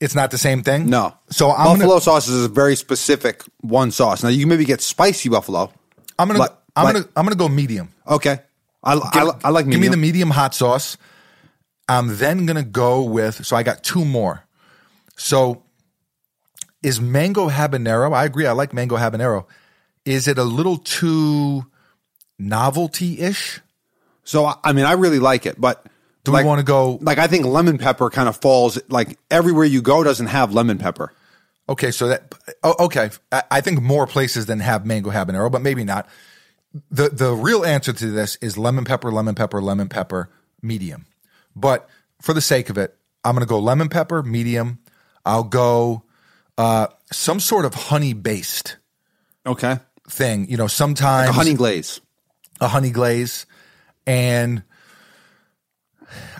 [SPEAKER 1] it's not the same thing.
[SPEAKER 2] No.
[SPEAKER 1] So I'm
[SPEAKER 2] buffalo
[SPEAKER 1] gonna,
[SPEAKER 2] sauce is a very specific one sauce. Now you can maybe get spicy buffalo.
[SPEAKER 1] I'm going
[SPEAKER 2] like-
[SPEAKER 1] to, I'm
[SPEAKER 2] like-
[SPEAKER 1] going to, I'm going to go medium.
[SPEAKER 2] Okay. I, I, I like medium.
[SPEAKER 1] Give me the medium hot sauce. I'm then gonna go with. So I got two more. So is mango habanero? I agree. I like mango habanero. Is it a little too novelty ish?
[SPEAKER 2] So I- I mean, I really like it, but
[SPEAKER 1] Do we wanna go-
[SPEAKER 2] Like I think lemon pepper kind of falls like everywhere you go doesn't have lemon pepper.
[SPEAKER 1] Okay, so that oh, okay. I, I think more places than have mango habanero, but maybe not. the The real answer to this is lemon pepper, lemon pepper, lemon pepper, medium. But for the sake of it, I'm going to go lemon pepper, medium. I'll go uh, some sort of honey based
[SPEAKER 2] Okay,
[SPEAKER 1] thing. You know, sometimes
[SPEAKER 2] a honey glaze.
[SPEAKER 1] a honey glaze, and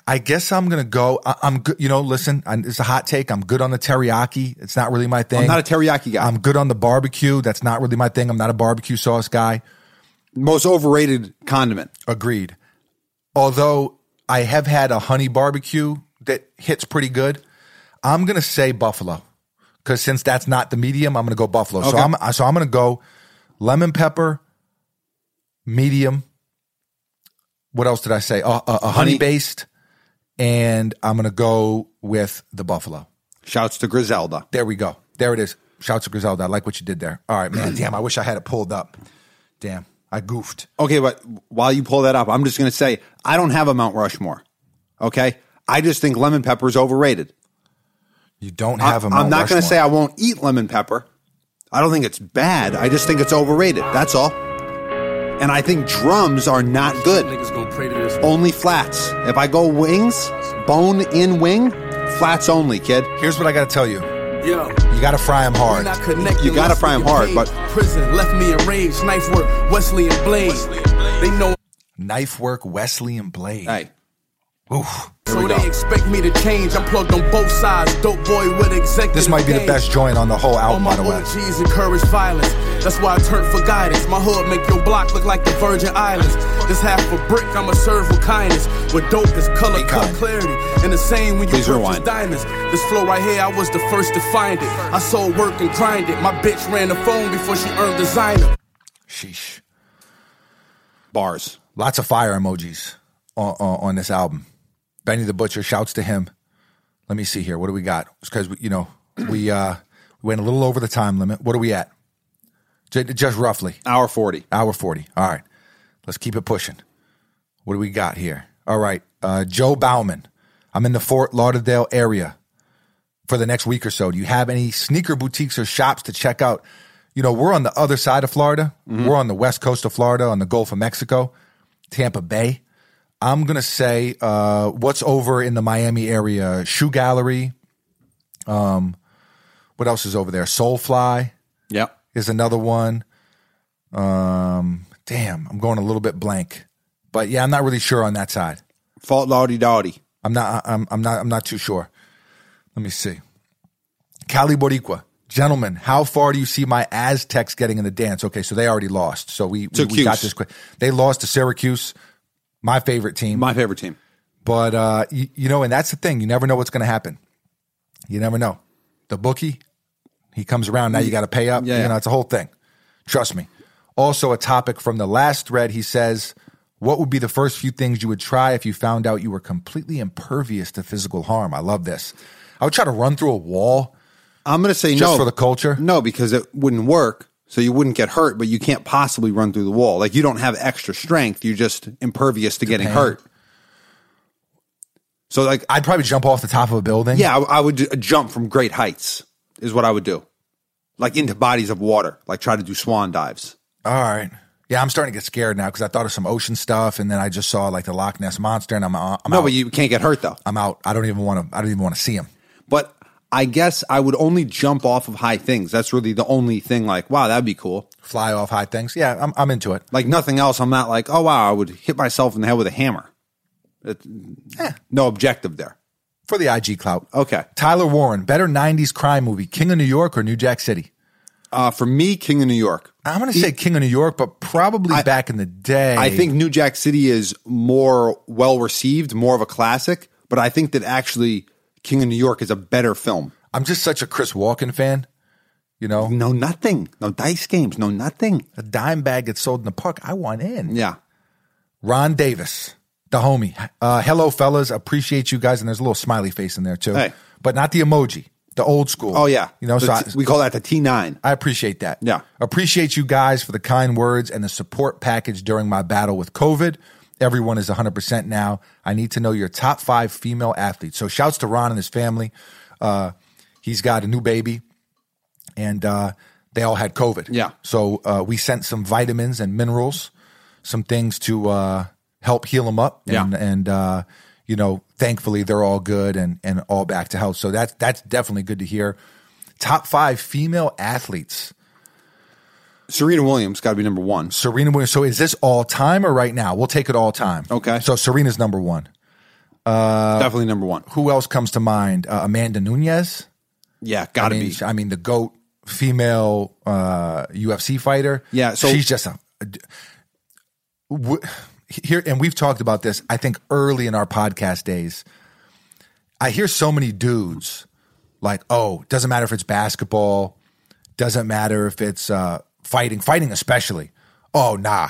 [SPEAKER 1] I guess I'm gonna go. I, I'm good. You know, listen, I, it's a hot take. I'm good on the teriyaki. It's not really my thing.
[SPEAKER 2] I'm not a teriyaki guy.
[SPEAKER 1] I'm good on the barbecue. That's not really my thing. I'm not a barbecue sauce guy.
[SPEAKER 2] Most overrated condiment.
[SPEAKER 1] Agreed. Although I have had a honey barbecue that hits pretty good, I'm gonna say buffalo because since that's not the medium, I'm gonna go buffalo. So
[SPEAKER 2] Okay.
[SPEAKER 1] I'm so I'm gonna go lemon pepper, medium. What else did I say? Uh, uh, a honey based, and I'm gonna go with the buffalo.
[SPEAKER 2] Shouts to Griselda.
[SPEAKER 1] There we go. There it is. Shouts to Griselda. I like what you did there. All right,
[SPEAKER 2] [CLEARS THROAT]
[SPEAKER 1] man. Damn, I wish I had it pulled up. Damn, I goofed.
[SPEAKER 2] Okay, but while you pull that up, I'm just going to say I don't have a Mount Rushmore. Okay, I just think lemon pepper is overrated.
[SPEAKER 1] You don't have them.
[SPEAKER 2] I, am not going to say I won't eat lemon pepper. I don't think it's bad. I just think it's overrated. That's all. And I think drums are not good.
[SPEAKER 7] Niggas gonna pray to this.
[SPEAKER 2] only flats. If I go wings, bone in wing, flats only, kid.
[SPEAKER 1] Here's what I got to tell you.
[SPEAKER 8] Yo.
[SPEAKER 1] You got to fry them hard.
[SPEAKER 8] When I connect,
[SPEAKER 2] You
[SPEAKER 8] the
[SPEAKER 2] gotta
[SPEAKER 8] less
[SPEAKER 2] fry 'em
[SPEAKER 8] we get
[SPEAKER 2] hard,
[SPEAKER 8] paid.
[SPEAKER 2] but-
[SPEAKER 8] prison left me enraged. Knife work, Wesley and Blade. They know,
[SPEAKER 1] Knife work, Wesley and Blade.
[SPEAKER 2] Hey,
[SPEAKER 1] Oof.
[SPEAKER 8] so
[SPEAKER 2] we
[SPEAKER 8] they
[SPEAKER 2] go.
[SPEAKER 8] expect me to change. I'm plugged on both sides. Dope boy with executive.
[SPEAKER 1] This might be the
[SPEAKER 8] gains.
[SPEAKER 1] best joint on the whole
[SPEAKER 8] All
[SPEAKER 1] album,
[SPEAKER 8] my
[SPEAKER 2] Oh
[SPEAKER 1] by the way.
[SPEAKER 8] OGs encourage violence. That's why I turned for guidance. My hood make your block look like the Virgin Islands. This half a brick, I'ma serve with kindness. With dope is color,
[SPEAKER 1] Be
[SPEAKER 8] cut
[SPEAKER 1] kind.
[SPEAKER 8] clarity. And the same when you
[SPEAKER 2] Please
[SPEAKER 8] purchase
[SPEAKER 2] rewind.
[SPEAKER 8] diamonds. This flow right here, I was the first to find it. I sold work and grind it. My bitch ran the phone before she earned designer.
[SPEAKER 1] Sheesh.
[SPEAKER 2] bars.
[SPEAKER 1] Lots of fire emojis on, on, on this album. Benny the Butcher shouts to him. Let me see here. What do we got? Because you know we uh, went a little over the time limit. What are we at? J- just roughly
[SPEAKER 2] Hour 40.
[SPEAKER 1] hour forty. All right, let's keep it pushing. What do we got here? All right, uh, Joe Bauman. I'm in the Fort Lauderdale area for the next week or so. Do you have any sneaker boutiques or shops to check out? You know, we're on the other side of Florida. We're on the west coast of Florida, on the Gulf of Mexico, Tampa Bay. I'm gonna say uh, what's over in the Miami area: Shoe Gallery. Um, what else is over there? Soulfly
[SPEAKER 2] Yep.
[SPEAKER 1] is another one. Um, damn, I'm going a little bit blank, but yeah, I'm not really sure on that side.
[SPEAKER 2] Fault Lordy Dotty.
[SPEAKER 1] I'm not. I'm. I'm not. I'm not too sure. Let me see. Cali Boricua, gentlemen, how far do you see my Aztecs getting in the dance? Okay, so they already lost. So we we, we got
[SPEAKER 2] Syracuse.
[SPEAKER 1] this quick. They lost to Syracuse, my favorite team.
[SPEAKER 2] My favorite team.
[SPEAKER 1] But uh, you, you know, and that's the thing. You never know what's going to happen. You never know. The bookie, he comes around. Now you got to pay up.
[SPEAKER 2] Yeah,
[SPEAKER 1] you know,
[SPEAKER 2] yeah.
[SPEAKER 1] it's a whole thing. Trust me. Also, a topic from the last thread. He says, "What would be the first few things you would try if you found out you were completely impervious to physical harm?" I love this. I would try to run through a wall.
[SPEAKER 2] I'm going to say
[SPEAKER 1] Just
[SPEAKER 2] no
[SPEAKER 1] for the culture?
[SPEAKER 2] No, because it wouldn't work. So you wouldn't get hurt, but you can't possibly run through the wall. Like you don't have extra strength. You're just impervious to getting
[SPEAKER 1] pain.
[SPEAKER 2] hurt. So like, I,
[SPEAKER 1] I'd probably jump off the top of a building.
[SPEAKER 2] yeah, I, I would ju- jump from great heights is what I would do. Like into bodies of water, like try to do swan dives.
[SPEAKER 1] All right. Yeah, I'm starting to get scared now because I thought of some ocean stuff, and then I just saw like the Loch Ness monster, and I'm, uh, I'm
[SPEAKER 2] No,
[SPEAKER 1] out.
[SPEAKER 2] but you can't get hurt though.
[SPEAKER 1] I'm out. I don't even want to. I don't even want to see him.
[SPEAKER 2] But I guess I would only jump off of high things. That's really the only thing like, wow, that'd be cool.
[SPEAKER 1] fly off high things. Yeah, I'm, I'm into it.
[SPEAKER 2] Like nothing else. I'm not like, oh wow, I would hit myself in the head with a hammer. It- No objective there.
[SPEAKER 1] For the IG clout. Oh,
[SPEAKER 2] Okay.
[SPEAKER 1] Tyler Warren, better 90s crime movie, King of New York or New Jack City?
[SPEAKER 2] Uh, for me, King of New York.
[SPEAKER 1] I'm going to say King of New York, but probably
[SPEAKER 2] I-
[SPEAKER 1] back in the day.
[SPEAKER 2] I think New Jack City is more well received, more of a classic, but I think that actually King of New York is a better film.
[SPEAKER 1] I'm just such a Chris Walken fan. You know,
[SPEAKER 2] No nothing. No dice games. No nothing.
[SPEAKER 1] a dime bag gets sold in the park. I want in.
[SPEAKER 2] Yeah.
[SPEAKER 1] Ron Davis, the homie. Uh, hello, fellas. Appreciate you guys. And there's a little smiley face in there, too.
[SPEAKER 2] Hey.
[SPEAKER 1] But not the emoji, the old school.
[SPEAKER 2] Oh yeah.
[SPEAKER 1] You know,
[SPEAKER 2] The
[SPEAKER 1] so I-
[SPEAKER 2] t- we call that the T nine.
[SPEAKER 1] I appreciate that.
[SPEAKER 2] Yeah.
[SPEAKER 1] Appreciate you guys for the kind words and the support package during my battle with COVID. Everyone is 100% now. I need to know your top five female athletes. So shouts to Ron and his family. Uh, he's got a new baby and uh, they all had COVID.
[SPEAKER 2] Yeah.
[SPEAKER 1] So uh, we sent some vitamins and minerals, some things to uh, help heal them up. And,
[SPEAKER 2] Yeah.
[SPEAKER 1] and uh, you know, thankfully they're all good and and all back to health. So that's that's definitely good to hear. Top five female athletes.
[SPEAKER 2] Serena Williams got to be number one.
[SPEAKER 1] Serena Williams. So is this all time or right now? We'll take it all time.
[SPEAKER 2] Okay.
[SPEAKER 1] So Serena's number one. Uh,
[SPEAKER 2] Definitely number one.
[SPEAKER 1] Who else comes to mind? Uh, Amanda Nunez.
[SPEAKER 2] Yeah, gotta
[SPEAKER 1] I mean,
[SPEAKER 2] be.
[SPEAKER 1] I mean the goat female uh, UFC fighter.
[SPEAKER 2] Yeah, so-
[SPEAKER 1] she's just a. a d- w- here and we've talked about this. I think early in our podcast days, I hear so many dudes like, "Oh, doesn't matter if it's basketball, doesn't matter if it's uh, fighting, fighting especially." Oh, nah,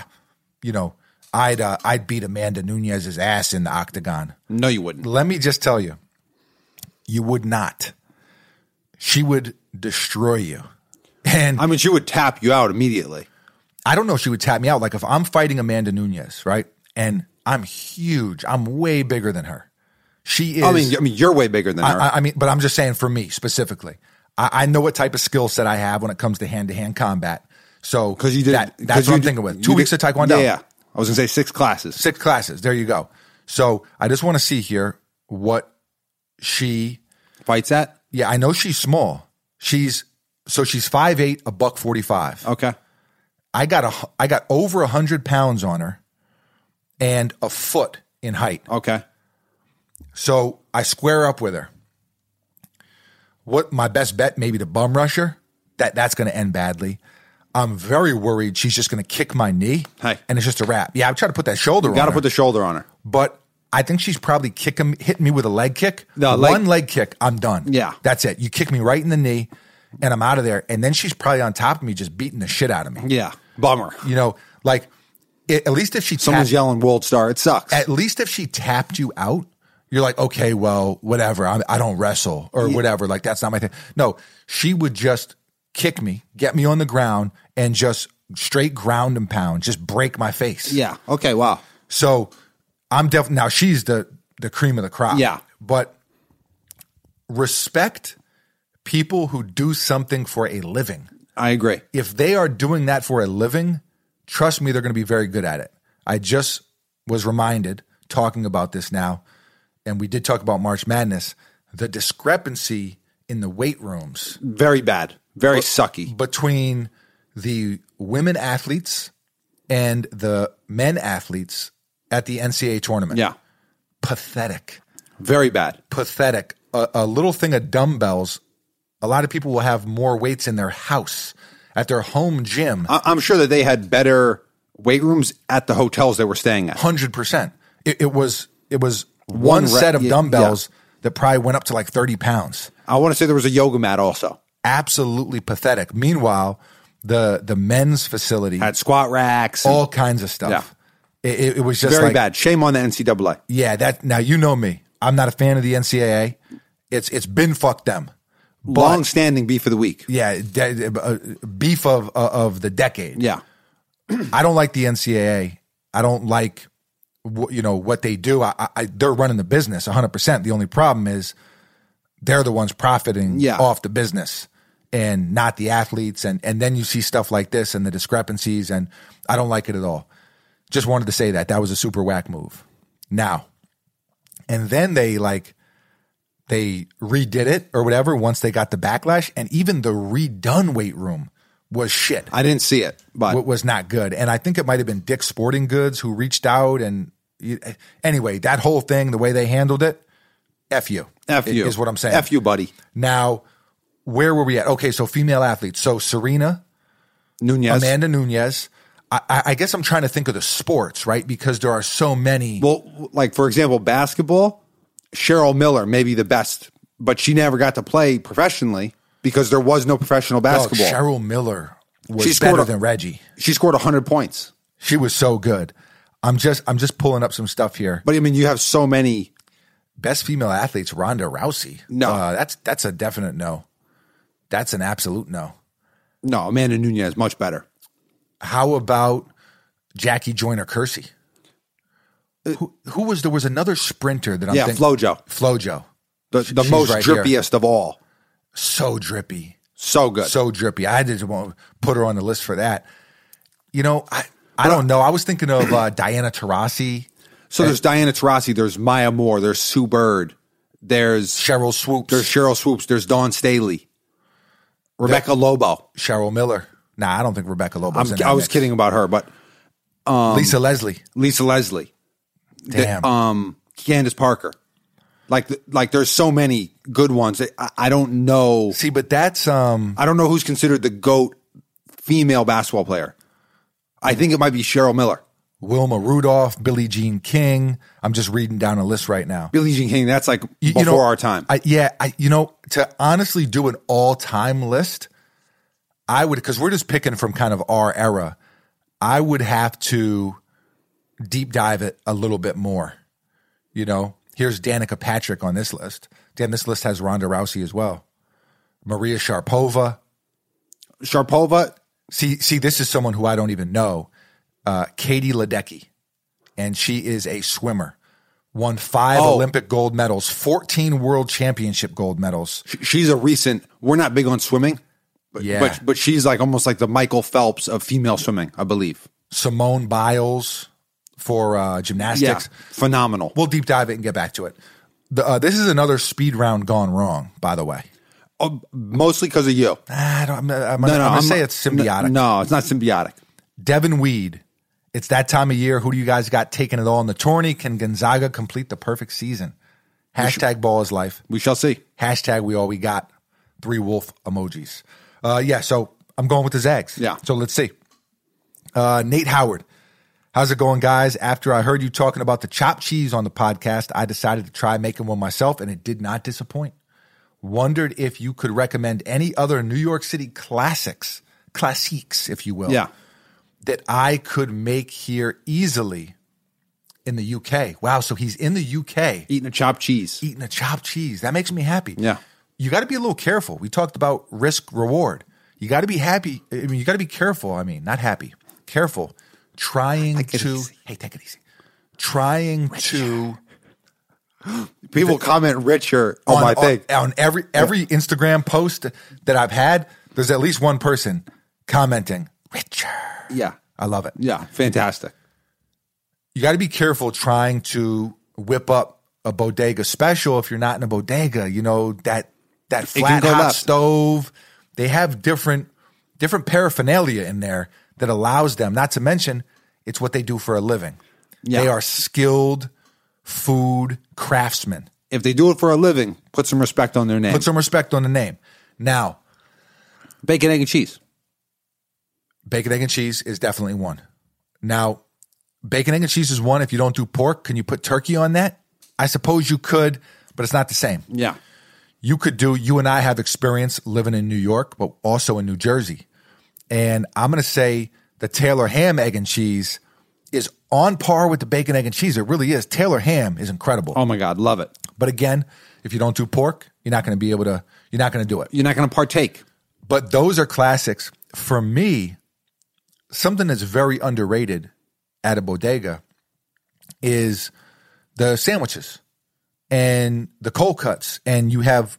[SPEAKER 1] you know, I'd uh, I'd beat Amanda Nunez's ass in the octagon.
[SPEAKER 2] no, you wouldn't.
[SPEAKER 1] Let me just tell you, you would not. She would destroy you. And
[SPEAKER 2] I mean, she would tap you out immediately.
[SPEAKER 1] I don't know if she would tap me out. Like if I'm fighting Amanda Nunez, right? And I'm huge. I'm way bigger than her. She is.
[SPEAKER 2] I mean, I mean, you're way bigger than her.
[SPEAKER 1] I, I mean, but I'm just saying for me specifically, I, I know what type of skill set I have when it comes to hand to hand combat. So
[SPEAKER 2] Because you did.
[SPEAKER 1] that,
[SPEAKER 2] 'cause
[SPEAKER 1] that's what
[SPEAKER 2] you
[SPEAKER 1] I'm
[SPEAKER 2] did-
[SPEAKER 1] thinking with.
[SPEAKER 2] you
[SPEAKER 1] Two
[SPEAKER 2] did-
[SPEAKER 1] weeks of Taekwondo.
[SPEAKER 2] Yeah, yeah. I was gonna say six classes.
[SPEAKER 1] six classes. There you go. So I just want to see here what she
[SPEAKER 2] fights at.
[SPEAKER 1] Yeah, I know she's small. She's so she's 5'8", a buck forty five.
[SPEAKER 2] Okay.
[SPEAKER 1] I got a hu- I got over hundred pounds on her, and a foot in height.
[SPEAKER 2] Okay.
[SPEAKER 1] So I square up with her. What my best bet? Maybe the bum rusher. That that's going to end badly. I'm very worried she's just going to kick my knee,
[SPEAKER 2] Hey.
[SPEAKER 1] and it's just a wrap. Yeah, I'm trying to put that shoulder.
[SPEAKER 2] Got
[SPEAKER 1] on
[SPEAKER 2] to
[SPEAKER 1] her,
[SPEAKER 2] put the shoulder on her.
[SPEAKER 1] but I think she's probably kick him, hitting me with a leg kick.
[SPEAKER 2] No, leg-
[SPEAKER 1] One leg kick, I'm done.
[SPEAKER 2] Yeah.
[SPEAKER 1] That's it. You kick me right in the knee and I'm out of there. And then she's probably on top of me just beating the shit out of me.
[SPEAKER 2] Yeah. Bummer.
[SPEAKER 1] You know, like it, at least if she
[SPEAKER 2] Someone's
[SPEAKER 1] tapped-
[SPEAKER 2] yelling "World Star." It sucks.
[SPEAKER 1] at least if she tapped you out, you're like, okay, well, whatever. I, I don't wrestle or whatever. Like that's not my thing. No, she would just kick me, get me on the ground, and just straight ground and pound, just break my face.
[SPEAKER 2] yeah. Okay. Wow.
[SPEAKER 1] So I'm definitely now she's the the cream of the crop.
[SPEAKER 2] Yeah.
[SPEAKER 1] But respect people who do something for a living
[SPEAKER 2] I agree.
[SPEAKER 1] if they are doing that for a living, trust me, they're going to be very good at it. I just was reminded talking about this now, and we did talk about March Madness, the discrepancy in the weight rooms
[SPEAKER 2] Very bad. Very sucky.
[SPEAKER 1] between the women athletes and the men athletes at the NCAA tournament.
[SPEAKER 2] Yeah.
[SPEAKER 1] Pathetic.
[SPEAKER 2] Very bad.
[SPEAKER 1] Pathetic. A, a little thing of dumbbells. A lot of people will have more weights in their house, at their home gym.
[SPEAKER 2] I- I'm sure that they had better weight rooms at the hotels they were staying at.
[SPEAKER 1] hundred percent. It, it was it was
[SPEAKER 2] One
[SPEAKER 1] one,
[SPEAKER 2] re-
[SPEAKER 1] set of
[SPEAKER 2] yeah,
[SPEAKER 1] dumbbells that probably went up to like thirty pounds.
[SPEAKER 2] I want to say there was a yoga mat also.
[SPEAKER 1] Absolutely pathetic. Meanwhile, the the men's facility
[SPEAKER 2] Had squat racks. and-
[SPEAKER 1] all kinds of stuff. It, it, it was just
[SPEAKER 2] very
[SPEAKER 1] like,
[SPEAKER 2] bad. Shame on the NCAA.
[SPEAKER 1] Yeah, that now you know me. I'm not a fan of the NCAA. It's it's been fuck them. But
[SPEAKER 2] Long standing beef of the week.
[SPEAKER 1] yeah, de- uh, beef of uh, of the decade.
[SPEAKER 2] Yeah.
[SPEAKER 1] [CLEARS THROAT] I don't like the NCAA. I don't like wh- you know what they do. I, I- I they're running the business 100. percent The only problem is they're the ones profiting
[SPEAKER 2] Yeah.
[SPEAKER 1] off the business and not the athletes. And and then you see stuff like this and the discrepancies. And I don't like it at all. Just wanted to say that that was a super whack move. Now, and then they like they redid it or whatever once they got the backlash. And even the redone weight room was shit
[SPEAKER 2] I didn't see it, but
[SPEAKER 1] what was not good. And I think it might have been Dick's Sporting Goods who reached out. And you- anyway, that whole thing, the way they handled it, F you.
[SPEAKER 2] F
[SPEAKER 1] i-
[SPEAKER 2] you.
[SPEAKER 1] Is what I'm saying.
[SPEAKER 2] F you, buddy.
[SPEAKER 1] Now, where were we at? Okay, so female athletes. So Serena,
[SPEAKER 2] Nunez.
[SPEAKER 1] Amanda Nunez. I, I I guess I'm trying to think of the sports, right? Because there are so many.
[SPEAKER 2] Well, like for example, basketball, Cheryl Miller may be the best, but she never got to play professionally because there was no professional
[SPEAKER 1] Oh,
[SPEAKER 2] basketball.
[SPEAKER 1] Cheryl Miller was
[SPEAKER 2] She scored
[SPEAKER 1] better
[SPEAKER 2] a-
[SPEAKER 1] than Reggie.
[SPEAKER 2] she scored 100 points.
[SPEAKER 1] She was so good. I'm just I'm just pulling up some stuff here.
[SPEAKER 2] But I mean, you have so many.
[SPEAKER 1] best female athletes Ronda Rousey.
[SPEAKER 2] No.
[SPEAKER 1] Uh, that's that's a definite no. That's an absolute no.
[SPEAKER 2] No, Amanda Nunez, much better.
[SPEAKER 1] How about Jackie Joyner Kersey? Who, who was there was another sprinter that I'm
[SPEAKER 2] Uh, Yeah,
[SPEAKER 1] think-
[SPEAKER 2] Flojo.
[SPEAKER 1] Flojo.
[SPEAKER 2] The, the
[SPEAKER 1] she's
[SPEAKER 2] most
[SPEAKER 1] right here.
[SPEAKER 2] drippiest of all.
[SPEAKER 1] So drippy.
[SPEAKER 2] So good.
[SPEAKER 1] So drippy. I just won't put her on the list for that. You know, I I don't know. I was thinking of uh, Diana Taurasi,
[SPEAKER 2] So there's Diana Taurasi, there's Maya Moore, there's Sue Bird, there's
[SPEAKER 1] Cheryl Swoops,
[SPEAKER 2] there's Cheryl Swoops, there's Dawn Staley, Rebecca Lobo.
[SPEAKER 1] Cheryl Miller. Nah, I don't think Rebecca Lobo.
[SPEAKER 2] I'm, I was kidding um, about her, but
[SPEAKER 1] Lisa Leslie.
[SPEAKER 2] Lisa Leslie,
[SPEAKER 1] Damn.
[SPEAKER 2] um, Candace Parker. Like th- like there's so many good ones. that I, I don't know.
[SPEAKER 1] See, but that's um.
[SPEAKER 2] I don't know who's considered the goat female basketball player. I think it might be Cheryl Miller,
[SPEAKER 1] Wilma Rudolph, Billie Jean King. I'm just reading down a list right now.
[SPEAKER 2] Billie Jean King. That's like
[SPEAKER 1] You- you
[SPEAKER 2] before
[SPEAKER 1] know,
[SPEAKER 2] our time.
[SPEAKER 1] I, yeah, I, you know, to honestly do an all time list, I would because we're just picking from kind of our era. I would have to deep dive it a little bit more. You know, here's Danica Patrick on this list. Damn, this list has Ronda Rousey as well, Maria Sharpova.
[SPEAKER 2] Sharpova.
[SPEAKER 1] See, see, this is someone who I don't even know, uh, Katie Ledecky, and she is a swimmer. Won five
[SPEAKER 2] Oh.
[SPEAKER 1] Olympic gold medals, fourteen World Championship gold medals.
[SPEAKER 2] sh- She's a recent. We're not big on swimming, but
[SPEAKER 1] Yeah.
[SPEAKER 2] but, but she's like almost like the Michael Phelps of female swimming, I believe.
[SPEAKER 1] Simone Biles for uh, gymnastics.
[SPEAKER 2] phenomenal.
[SPEAKER 1] We'll deep dive it and get back to it. The, uh, this is another speed round gone wrong, by the way.
[SPEAKER 2] Oh, mostly because of you.
[SPEAKER 1] I don't, I'm, not- I'm, not- I'm gonna say it's symbiotic.
[SPEAKER 2] No, it's not symbiotic.
[SPEAKER 1] Devin Weed. It's that time of year. Who do you guys got taking it all in the tourney? Can Gonzaga complete the perfect season? Hashtag ball is life.
[SPEAKER 2] We shall see.
[SPEAKER 1] Hashtag we all we got. Three wolf emojis. Uh, yeah, so I'm going with the Zags.
[SPEAKER 2] Yeah.
[SPEAKER 1] So let's see. Uh, Nate Howard. How's it going, guys? After I heard you talking about the chopped cheese on the podcast, I decided to try making one myself and it did not disappoint. Wondered if you
[SPEAKER 2] Oh.
[SPEAKER 1] could recommend any other New York City classics, classiques, if you will
[SPEAKER 2] Yeah,
[SPEAKER 1] that I could make here easily in the UK. Wow, so he's in the UK
[SPEAKER 2] Eating a chopped cheese.
[SPEAKER 1] eating a chopped cheese. That makes me happy.
[SPEAKER 2] Yeah.
[SPEAKER 1] You got to be a little careful. We talked about risk reward. You got to be happy. I mean, you got to be careful. I mean, not happy. Careful. Trying
[SPEAKER 2] it
[SPEAKER 1] to
[SPEAKER 2] easy.
[SPEAKER 1] hey, take it easy. Trying to
[SPEAKER 2] People comment richer on, Oh, my thing.
[SPEAKER 1] on every every Instagram post that I've had. There's at least one person commenting richer.
[SPEAKER 2] yeah.
[SPEAKER 1] I love it.
[SPEAKER 2] Uh, Yeah. Fantastic.
[SPEAKER 1] you got to be careful trying to whip up a bodega special if you're not in a bodega. You know that that
[SPEAKER 2] can
[SPEAKER 1] flat
[SPEAKER 2] go
[SPEAKER 1] hot
[SPEAKER 2] left.
[SPEAKER 1] stove. They have different different paraphernalia in there that allows them. Not to mention, it's what they do for a living.
[SPEAKER 2] Yeah.
[SPEAKER 1] They are skilled food craftsmen.
[SPEAKER 2] If they do it for a living, put some respect on their name.
[SPEAKER 1] Put some respect on the name. Now,
[SPEAKER 2] Bacon, egg, and cheese.
[SPEAKER 1] bacon, egg, and cheese is definitely one. Now, bacon, egg, and cheese is one. If you don't do pork, can you put turkey on that? I suppose you could, but it's not the same.
[SPEAKER 2] Yeah.
[SPEAKER 1] you could do you and i have experience living in new york but also in new jersey and i'm going to say the taylor ham egg and cheese is on par with the bacon egg and cheese it really is taylor ham is incredible
[SPEAKER 2] Oh my God. Love it.
[SPEAKER 1] but again if you don't do pork you're not going to be able to you're not going to do it
[SPEAKER 2] You're not going to partake.
[SPEAKER 1] but those are classics for me something that's very underrated at a bodega is the sandwiches and the cold cuts and you have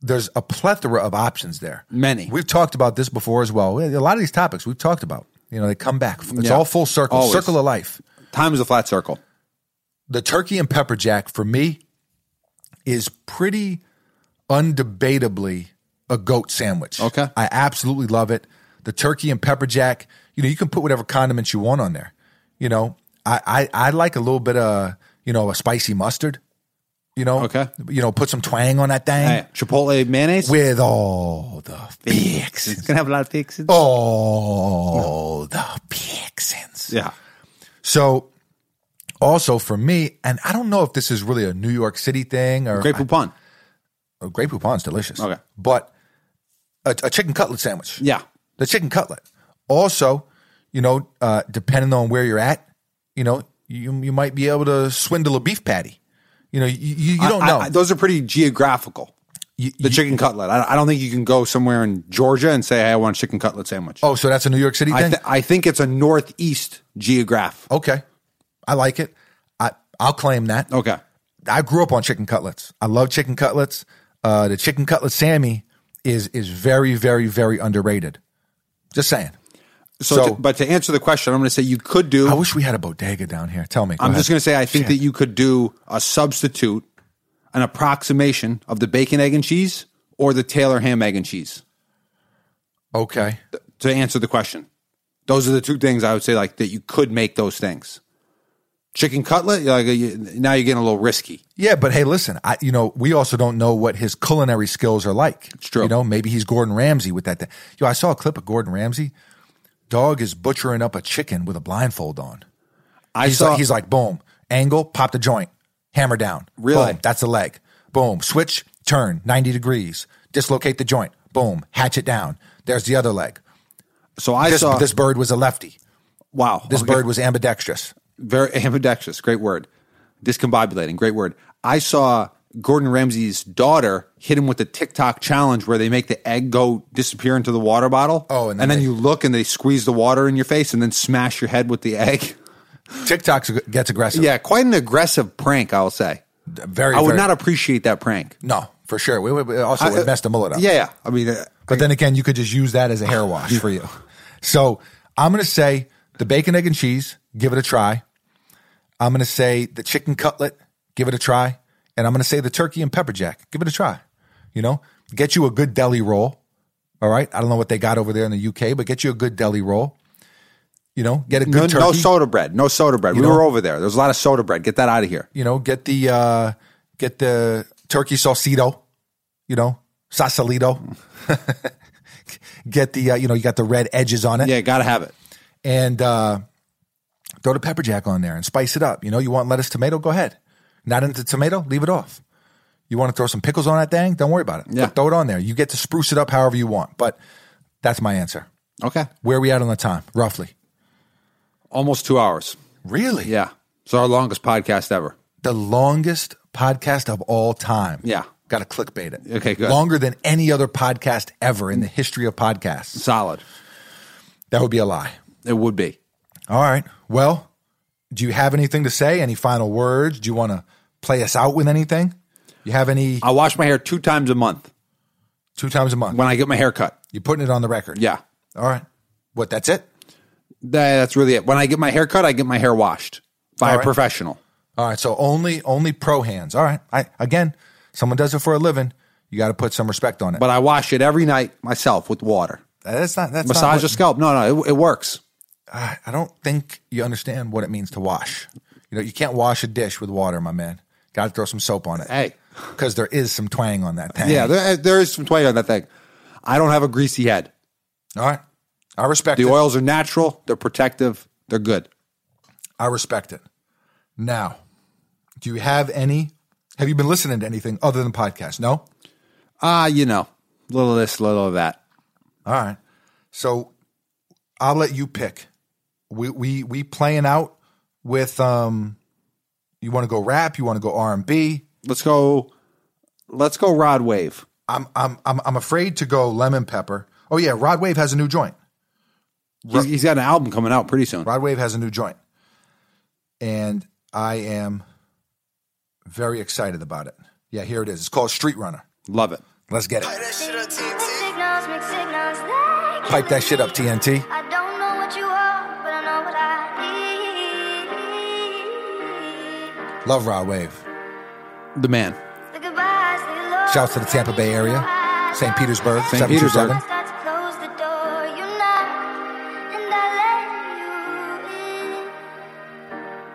[SPEAKER 1] there's a plethora of options there
[SPEAKER 2] Many.
[SPEAKER 1] we've talked about this before as well a lot of these topics we've talked about you know they come back it's
[SPEAKER 2] Yeah.
[SPEAKER 1] all full circle
[SPEAKER 2] Always.
[SPEAKER 1] circle of life
[SPEAKER 2] Time is a flat circle.
[SPEAKER 1] the turkey and pepper jack for me is pretty undebatably a goat sandwich.
[SPEAKER 2] Okay.
[SPEAKER 1] I absolutely love it. The turkey and pepper jack, you know, you can put whatever condiments you want on there. You know, I I, I like a little bit of, you know, a spicy mustard. You know,
[SPEAKER 2] Okay.
[SPEAKER 1] You know, put some twang on that thing
[SPEAKER 2] Hey, Chipotle mayonnaise.
[SPEAKER 1] with all the
[SPEAKER 2] It's
[SPEAKER 1] fixins.
[SPEAKER 2] going to have a lot of fixings.
[SPEAKER 1] All the fixins.
[SPEAKER 2] Yeah.
[SPEAKER 1] So, also for me, and I don't know if this is really a New York City thing or
[SPEAKER 2] Great poupon.
[SPEAKER 1] Oh, grape poupon's delicious.
[SPEAKER 2] Okay.
[SPEAKER 1] but a, a chicken cutlet sandwich.
[SPEAKER 2] Yeah.
[SPEAKER 1] the chicken cutlet. Also, you know, uh, depending on where you're at, you know, you you might be able to swindle a beef patty. You know, you, you, you don't
[SPEAKER 2] I-
[SPEAKER 1] know.
[SPEAKER 2] I- those are pretty geographical.
[SPEAKER 1] You-
[SPEAKER 2] The
[SPEAKER 1] you-
[SPEAKER 2] chicken cutlet. I, I don't think you can go somewhere in Georgia and say, hey, I want a chicken cutlet sandwich.
[SPEAKER 1] oh, so that's a New York City
[SPEAKER 2] I,
[SPEAKER 1] thing.
[SPEAKER 2] th- I think it's a northeast geograph.
[SPEAKER 1] okay, I like it. I I'll claim that.
[SPEAKER 2] Okay.
[SPEAKER 1] I grew up on chicken cutlets. I love chicken cutlets. Uh, the chicken cutlet Sammy is is very, very, very underrated. Just saying.
[SPEAKER 2] So,
[SPEAKER 1] So-
[SPEAKER 2] to- but to answer the question, I'm going to say you could do.
[SPEAKER 1] I wish we had a bodega down here. Tell me. Go
[SPEAKER 2] I'm
[SPEAKER 1] ahead.
[SPEAKER 2] just going to say I think that you could do a substitute, an approximation of the bacon, egg, and cheese or the Taylor ham, egg, and cheese
[SPEAKER 1] Okay.
[SPEAKER 2] to answer the question. Those are the two things I would say like that you could make those things. Chicken cutlet, like you, now you're getting a little risky.
[SPEAKER 1] Yeah, but hey, listen. I you know we also don't know what his culinary skills are like. It's
[SPEAKER 2] true.
[SPEAKER 1] You know, maybe he's Gordon Ramsay with that. Thing. Yo, I saw a clip of Gordon Ramsay. Dog is butchering up a chicken with a blindfold on.
[SPEAKER 2] I
[SPEAKER 1] He's
[SPEAKER 2] saw
[SPEAKER 1] like, he's like, boom, angle, pop the joint, hammer down.
[SPEAKER 2] Really?
[SPEAKER 1] Boom, that's a leg. Boom, switch, turn 90 degrees, dislocate the joint. Boom, hatchet down. There's the other leg.
[SPEAKER 2] so I
[SPEAKER 1] This,
[SPEAKER 2] saw
[SPEAKER 1] this bird was a lefty.
[SPEAKER 2] wow
[SPEAKER 1] This
[SPEAKER 2] okay.
[SPEAKER 1] bird was ambidextrous.
[SPEAKER 2] very [LAUGHS] ambidextrous. Great word. Discombobulating. Great word. I saw Gordon Ramsay's daughter hit him with the TikTok challenge where they make the egg go disappear into the water bottle.
[SPEAKER 1] Oh, and then
[SPEAKER 2] then
[SPEAKER 1] they-
[SPEAKER 2] you look and they squeeze the water in your face and then smash your head with the egg.
[SPEAKER 1] TikTok gets aggressive.
[SPEAKER 2] [LAUGHS] Yeah, quite an aggressive prank, I'll say.
[SPEAKER 1] Very,
[SPEAKER 2] I would
[SPEAKER 1] very-
[SPEAKER 2] not appreciate that prank.
[SPEAKER 1] No, for sure. We, we- we also,
[SPEAKER 2] I- uh,
[SPEAKER 1] it messed them all up.
[SPEAKER 2] Yeah, yeah. I mean, uh,
[SPEAKER 1] But then again, you could just use that as a hair wash for you. So I'm going to say the bacon, egg, and cheese, give it a try. I'm going to say the chicken cutlet, give it a try. And I'm going to say the turkey and pepper jack, give it a try. You know, get you a good deli roll. All right. I don't know what they got over there in the UK, but get you a good deli roll. You know, get a
[SPEAKER 2] no,
[SPEAKER 1] good turkey.
[SPEAKER 2] no soda bread. No soda bread. we
[SPEAKER 1] know-
[SPEAKER 2] were over there. There's a lot of soda bread. Get that out of here.
[SPEAKER 1] You know, get the uh, get the turkey salsito. You know, sausalito. [LAUGHS] get the uh, you know you got the red edges on it.
[SPEAKER 2] Yeah, got to have it.
[SPEAKER 1] and uh, throw the pepper jack on there and spice it up. You know, you want lettuce, tomato, go ahead. Not into tomato, leave it off. You want to throw some pickles on that thing? Don't worry about it.
[SPEAKER 2] Yeah.
[SPEAKER 1] Throw it on there. You get to spruce it up however you want. But that's my answer.
[SPEAKER 2] Okay.
[SPEAKER 1] Where we at on the time, roughly?
[SPEAKER 2] Almost two hours.
[SPEAKER 1] Really?
[SPEAKER 2] Yeah. It's our longest podcast ever.
[SPEAKER 1] The longest podcast of all time.
[SPEAKER 2] Yeah.
[SPEAKER 1] Got to clickbait it.
[SPEAKER 2] Okay, good.
[SPEAKER 1] Longer than any other podcast ever in the history of podcasts.
[SPEAKER 2] Solid.
[SPEAKER 1] That would be a lie.
[SPEAKER 2] It would be.
[SPEAKER 1] All right. Well, do you have anything to say? Any final words? Do you want to play us out with anything? You have any
[SPEAKER 2] I wash my hair two times a month
[SPEAKER 1] two times a month?
[SPEAKER 2] when I get my hair cut.
[SPEAKER 1] You're putting it on the record.
[SPEAKER 2] Yeah.
[SPEAKER 1] All right. What, that's it?
[SPEAKER 2] That- that's really it. When I get my hair cut, I get my hair washed by
[SPEAKER 1] All
[SPEAKER 2] a
[SPEAKER 1] right.
[SPEAKER 2] professional.
[SPEAKER 1] All right. So only only pro hands. All right. I again, someone does it for a living. You got to put some respect on it.
[SPEAKER 2] But I wash it every night myself with water.
[SPEAKER 1] that's not that's
[SPEAKER 2] Massage
[SPEAKER 1] Not
[SPEAKER 2] your scalp. No, no, it, it works.
[SPEAKER 1] I, I don't think you understand what it means to wash. You know, you can't wash a dish with water, my man. Got to throw some soap on it.
[SPEAKER 2] Hey.
[SPEAKER 1] because there is some twang on that thing.
[SPEAKER 2] Yeah, there, there is some twang on that thing. I don't have a greasy head.
[SPEAKER 1] All right. I respect
[SPEAKER 2] The
[SPEAKER 1] it.
[SPEAKER 2] oils are natural. They're protective. They're good.
[SPEAKER 1] I respect it. Now, do you have any? Have you been listening to anything other than podcasts? No.
[SPEAKER 2] Ah, you know, little of this, little of that.
[SPEAKER 1] All right. So I'll let you pick. We we we playing out with um. You want to go rap? You want to go R and B?
[SPEAKER 2] Let's go. Let's go. Rod wave.
[SPEAKER 1] I'm I'm I'm I'm afraid to go lemon pepper. Oh yeah, Rod Wave has a new joint.
[SPEAKER 2] He's, he's got an album coming out pretty soon.
[SPEAKER 1] Rod Wave has a new joint, and I am very excited about it. Yeah, here it is. It's called Street Runner.
[SPEAKER 2] Love it.
[SPEAKER 1] Let's get it.
[SPEAKER 9] Signals, mixed signals, they
[SPEAKER 1] Pipe that shit up, TNT.
[SPEAKER 9] I don't know what you are, but I know what I need.
[SPEAKER 1] Love Rod Wave.
[SPEAKER 2] The man.
[SPEAKER 9] The goodbyes, the love.
[SPEAKER 1] Shouts to the Tampa Bay area, St. Petersburg,
[SPEAKER 2] St.
[SPEAKER 1] 727.
[SPEAKER 2] Petersburg.
[SPEAKER 9] Start to close the door, you knock, and I let you in. Loving you is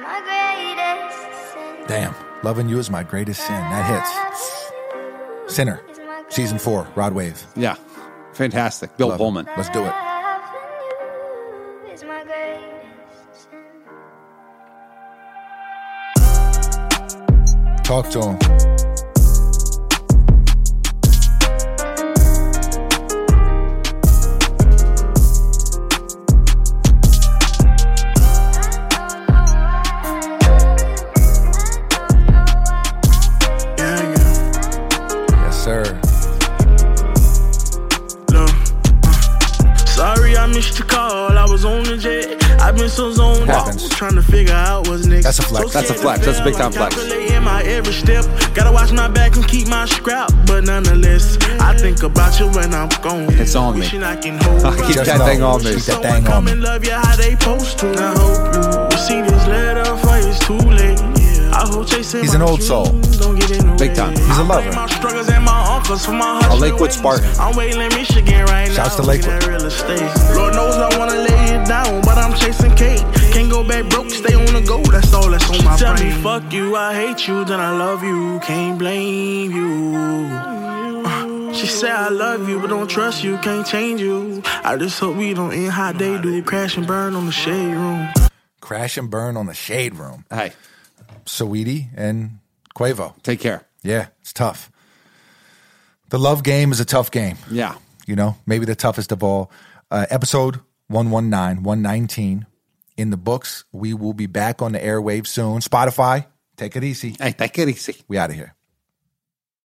[SPEAKER 9] my greatest sin.
[SPEAKER 1] Damn, loving you is my greatest sin. That hits. Sinner, season four, Rod Wave.
[SPEAKER 2] Yeah. Fantastic. Bill
[SPEAKER 1] Love it.
[SPEAKER 2] Pullman.
[SPEAKER 1] Let's do it.
[SPEAKER 9] Loving you is my greatest sin.
[SPEAKER 1] Talk to him. Yes, sir.
[SPEAKER 10] No. Uh, Sorry I missed your call. I was on the jet. I've been so zoned out,
[SPEAKER 1] Happens.
[SPEAKER 10] trying to figure out what's next.
[SPEAKER 1] That's a flex.
[SPEAKER 10] So
[SPEAKER 2] That's a
[SPEAKER 10] scared
[SPEAKER 2] flex.
[SPEAKER 10] to
[SPEAKER 2] That's a big
[SPEAKER 10] fail,
[SPEAKER 2] time
[SPEAKER 10] I'm
[SPEAKER 2] flex.
[SPEAKER 10] calculating my every step. Gotta watch my back and keep my scrap, but nonetheless, I think about you when I'm gone.
[SPEAKER 2] It's on me.
[SPEAKER 10] Wishing I can hold
[SPEAKER 2] I keep
[SPEAKER 1] Just
[SPEAKER 2] that
[SPEAKER 1] know.
[SPEAKER 2] thing on
[SPEAKER 1] Keep
[SPEAKER 2] me.
[SPEAKER 1] that
[SPEAKER 10] Someone
[SPEAKER 1] thing on
[SPEAKER 10] come
[SPEAKER 1] me.
[SPEAKER 10] and love you how they post to. I hope you see this letter before it's too late. I hope chasing
[SPEAKER 1] He's an
[SPEAKER 10] my
[SPEAKER 1] old soul.
[SPEAKER 10] dreams don't get in the
[SPEAKER 2] Big
[SPEAKER 10] way.
[SPEAKER 2] time.
[SPEAKER 1] He's a
[SPEAKER 10] I blame
[SPEAKER 1] lover.
[SPEAKER 10] my struggles and my uncles for my
[SPEAKER 2] A Lakewood Spartan.
[SPEAKER 10] I'm waiting Michigan right
[SPEAKER 1] Shouts
[SPEAKER 10] now.
[SPEAKER 1] to Lakewood.
[SPEAKER 10] Looking at real estate. Lord knows I wanna lay it down, but I'm chasing cake. Can't go back broke, stay on the go. That's all that's on my
[SPEAKER 8] Tell
[SPEAKER 10] brain.
[SPEAKER 8] me,
[SPEAKER 10] fuck you, I hate you, then I love you. Can't blame you. Uh, She said I love you, but don't trust you, can't change you. I just hope we don't end how they do. Crash and burn on the shade room.
[SPEAKER 1] Crash and burn on the shade room.
[SPEAKER 2] Hey,
[SPEAKER 1] Saweetie and Quavo.
[SPEAKER 2] take care.
[SPEAKER 1] Yeah, it's tough. The love game is a tough game.
[SPEAKER 2] Yeah.
[SPEAKER 1] you know, maybe the toughest of all. Uh, episode 119, 119 in the books. We will be back on the airwaves soon. Spotify, take it easy.
[SPEAKER 2] Hey, take it easy.
[SPEAKER 1] We out of here.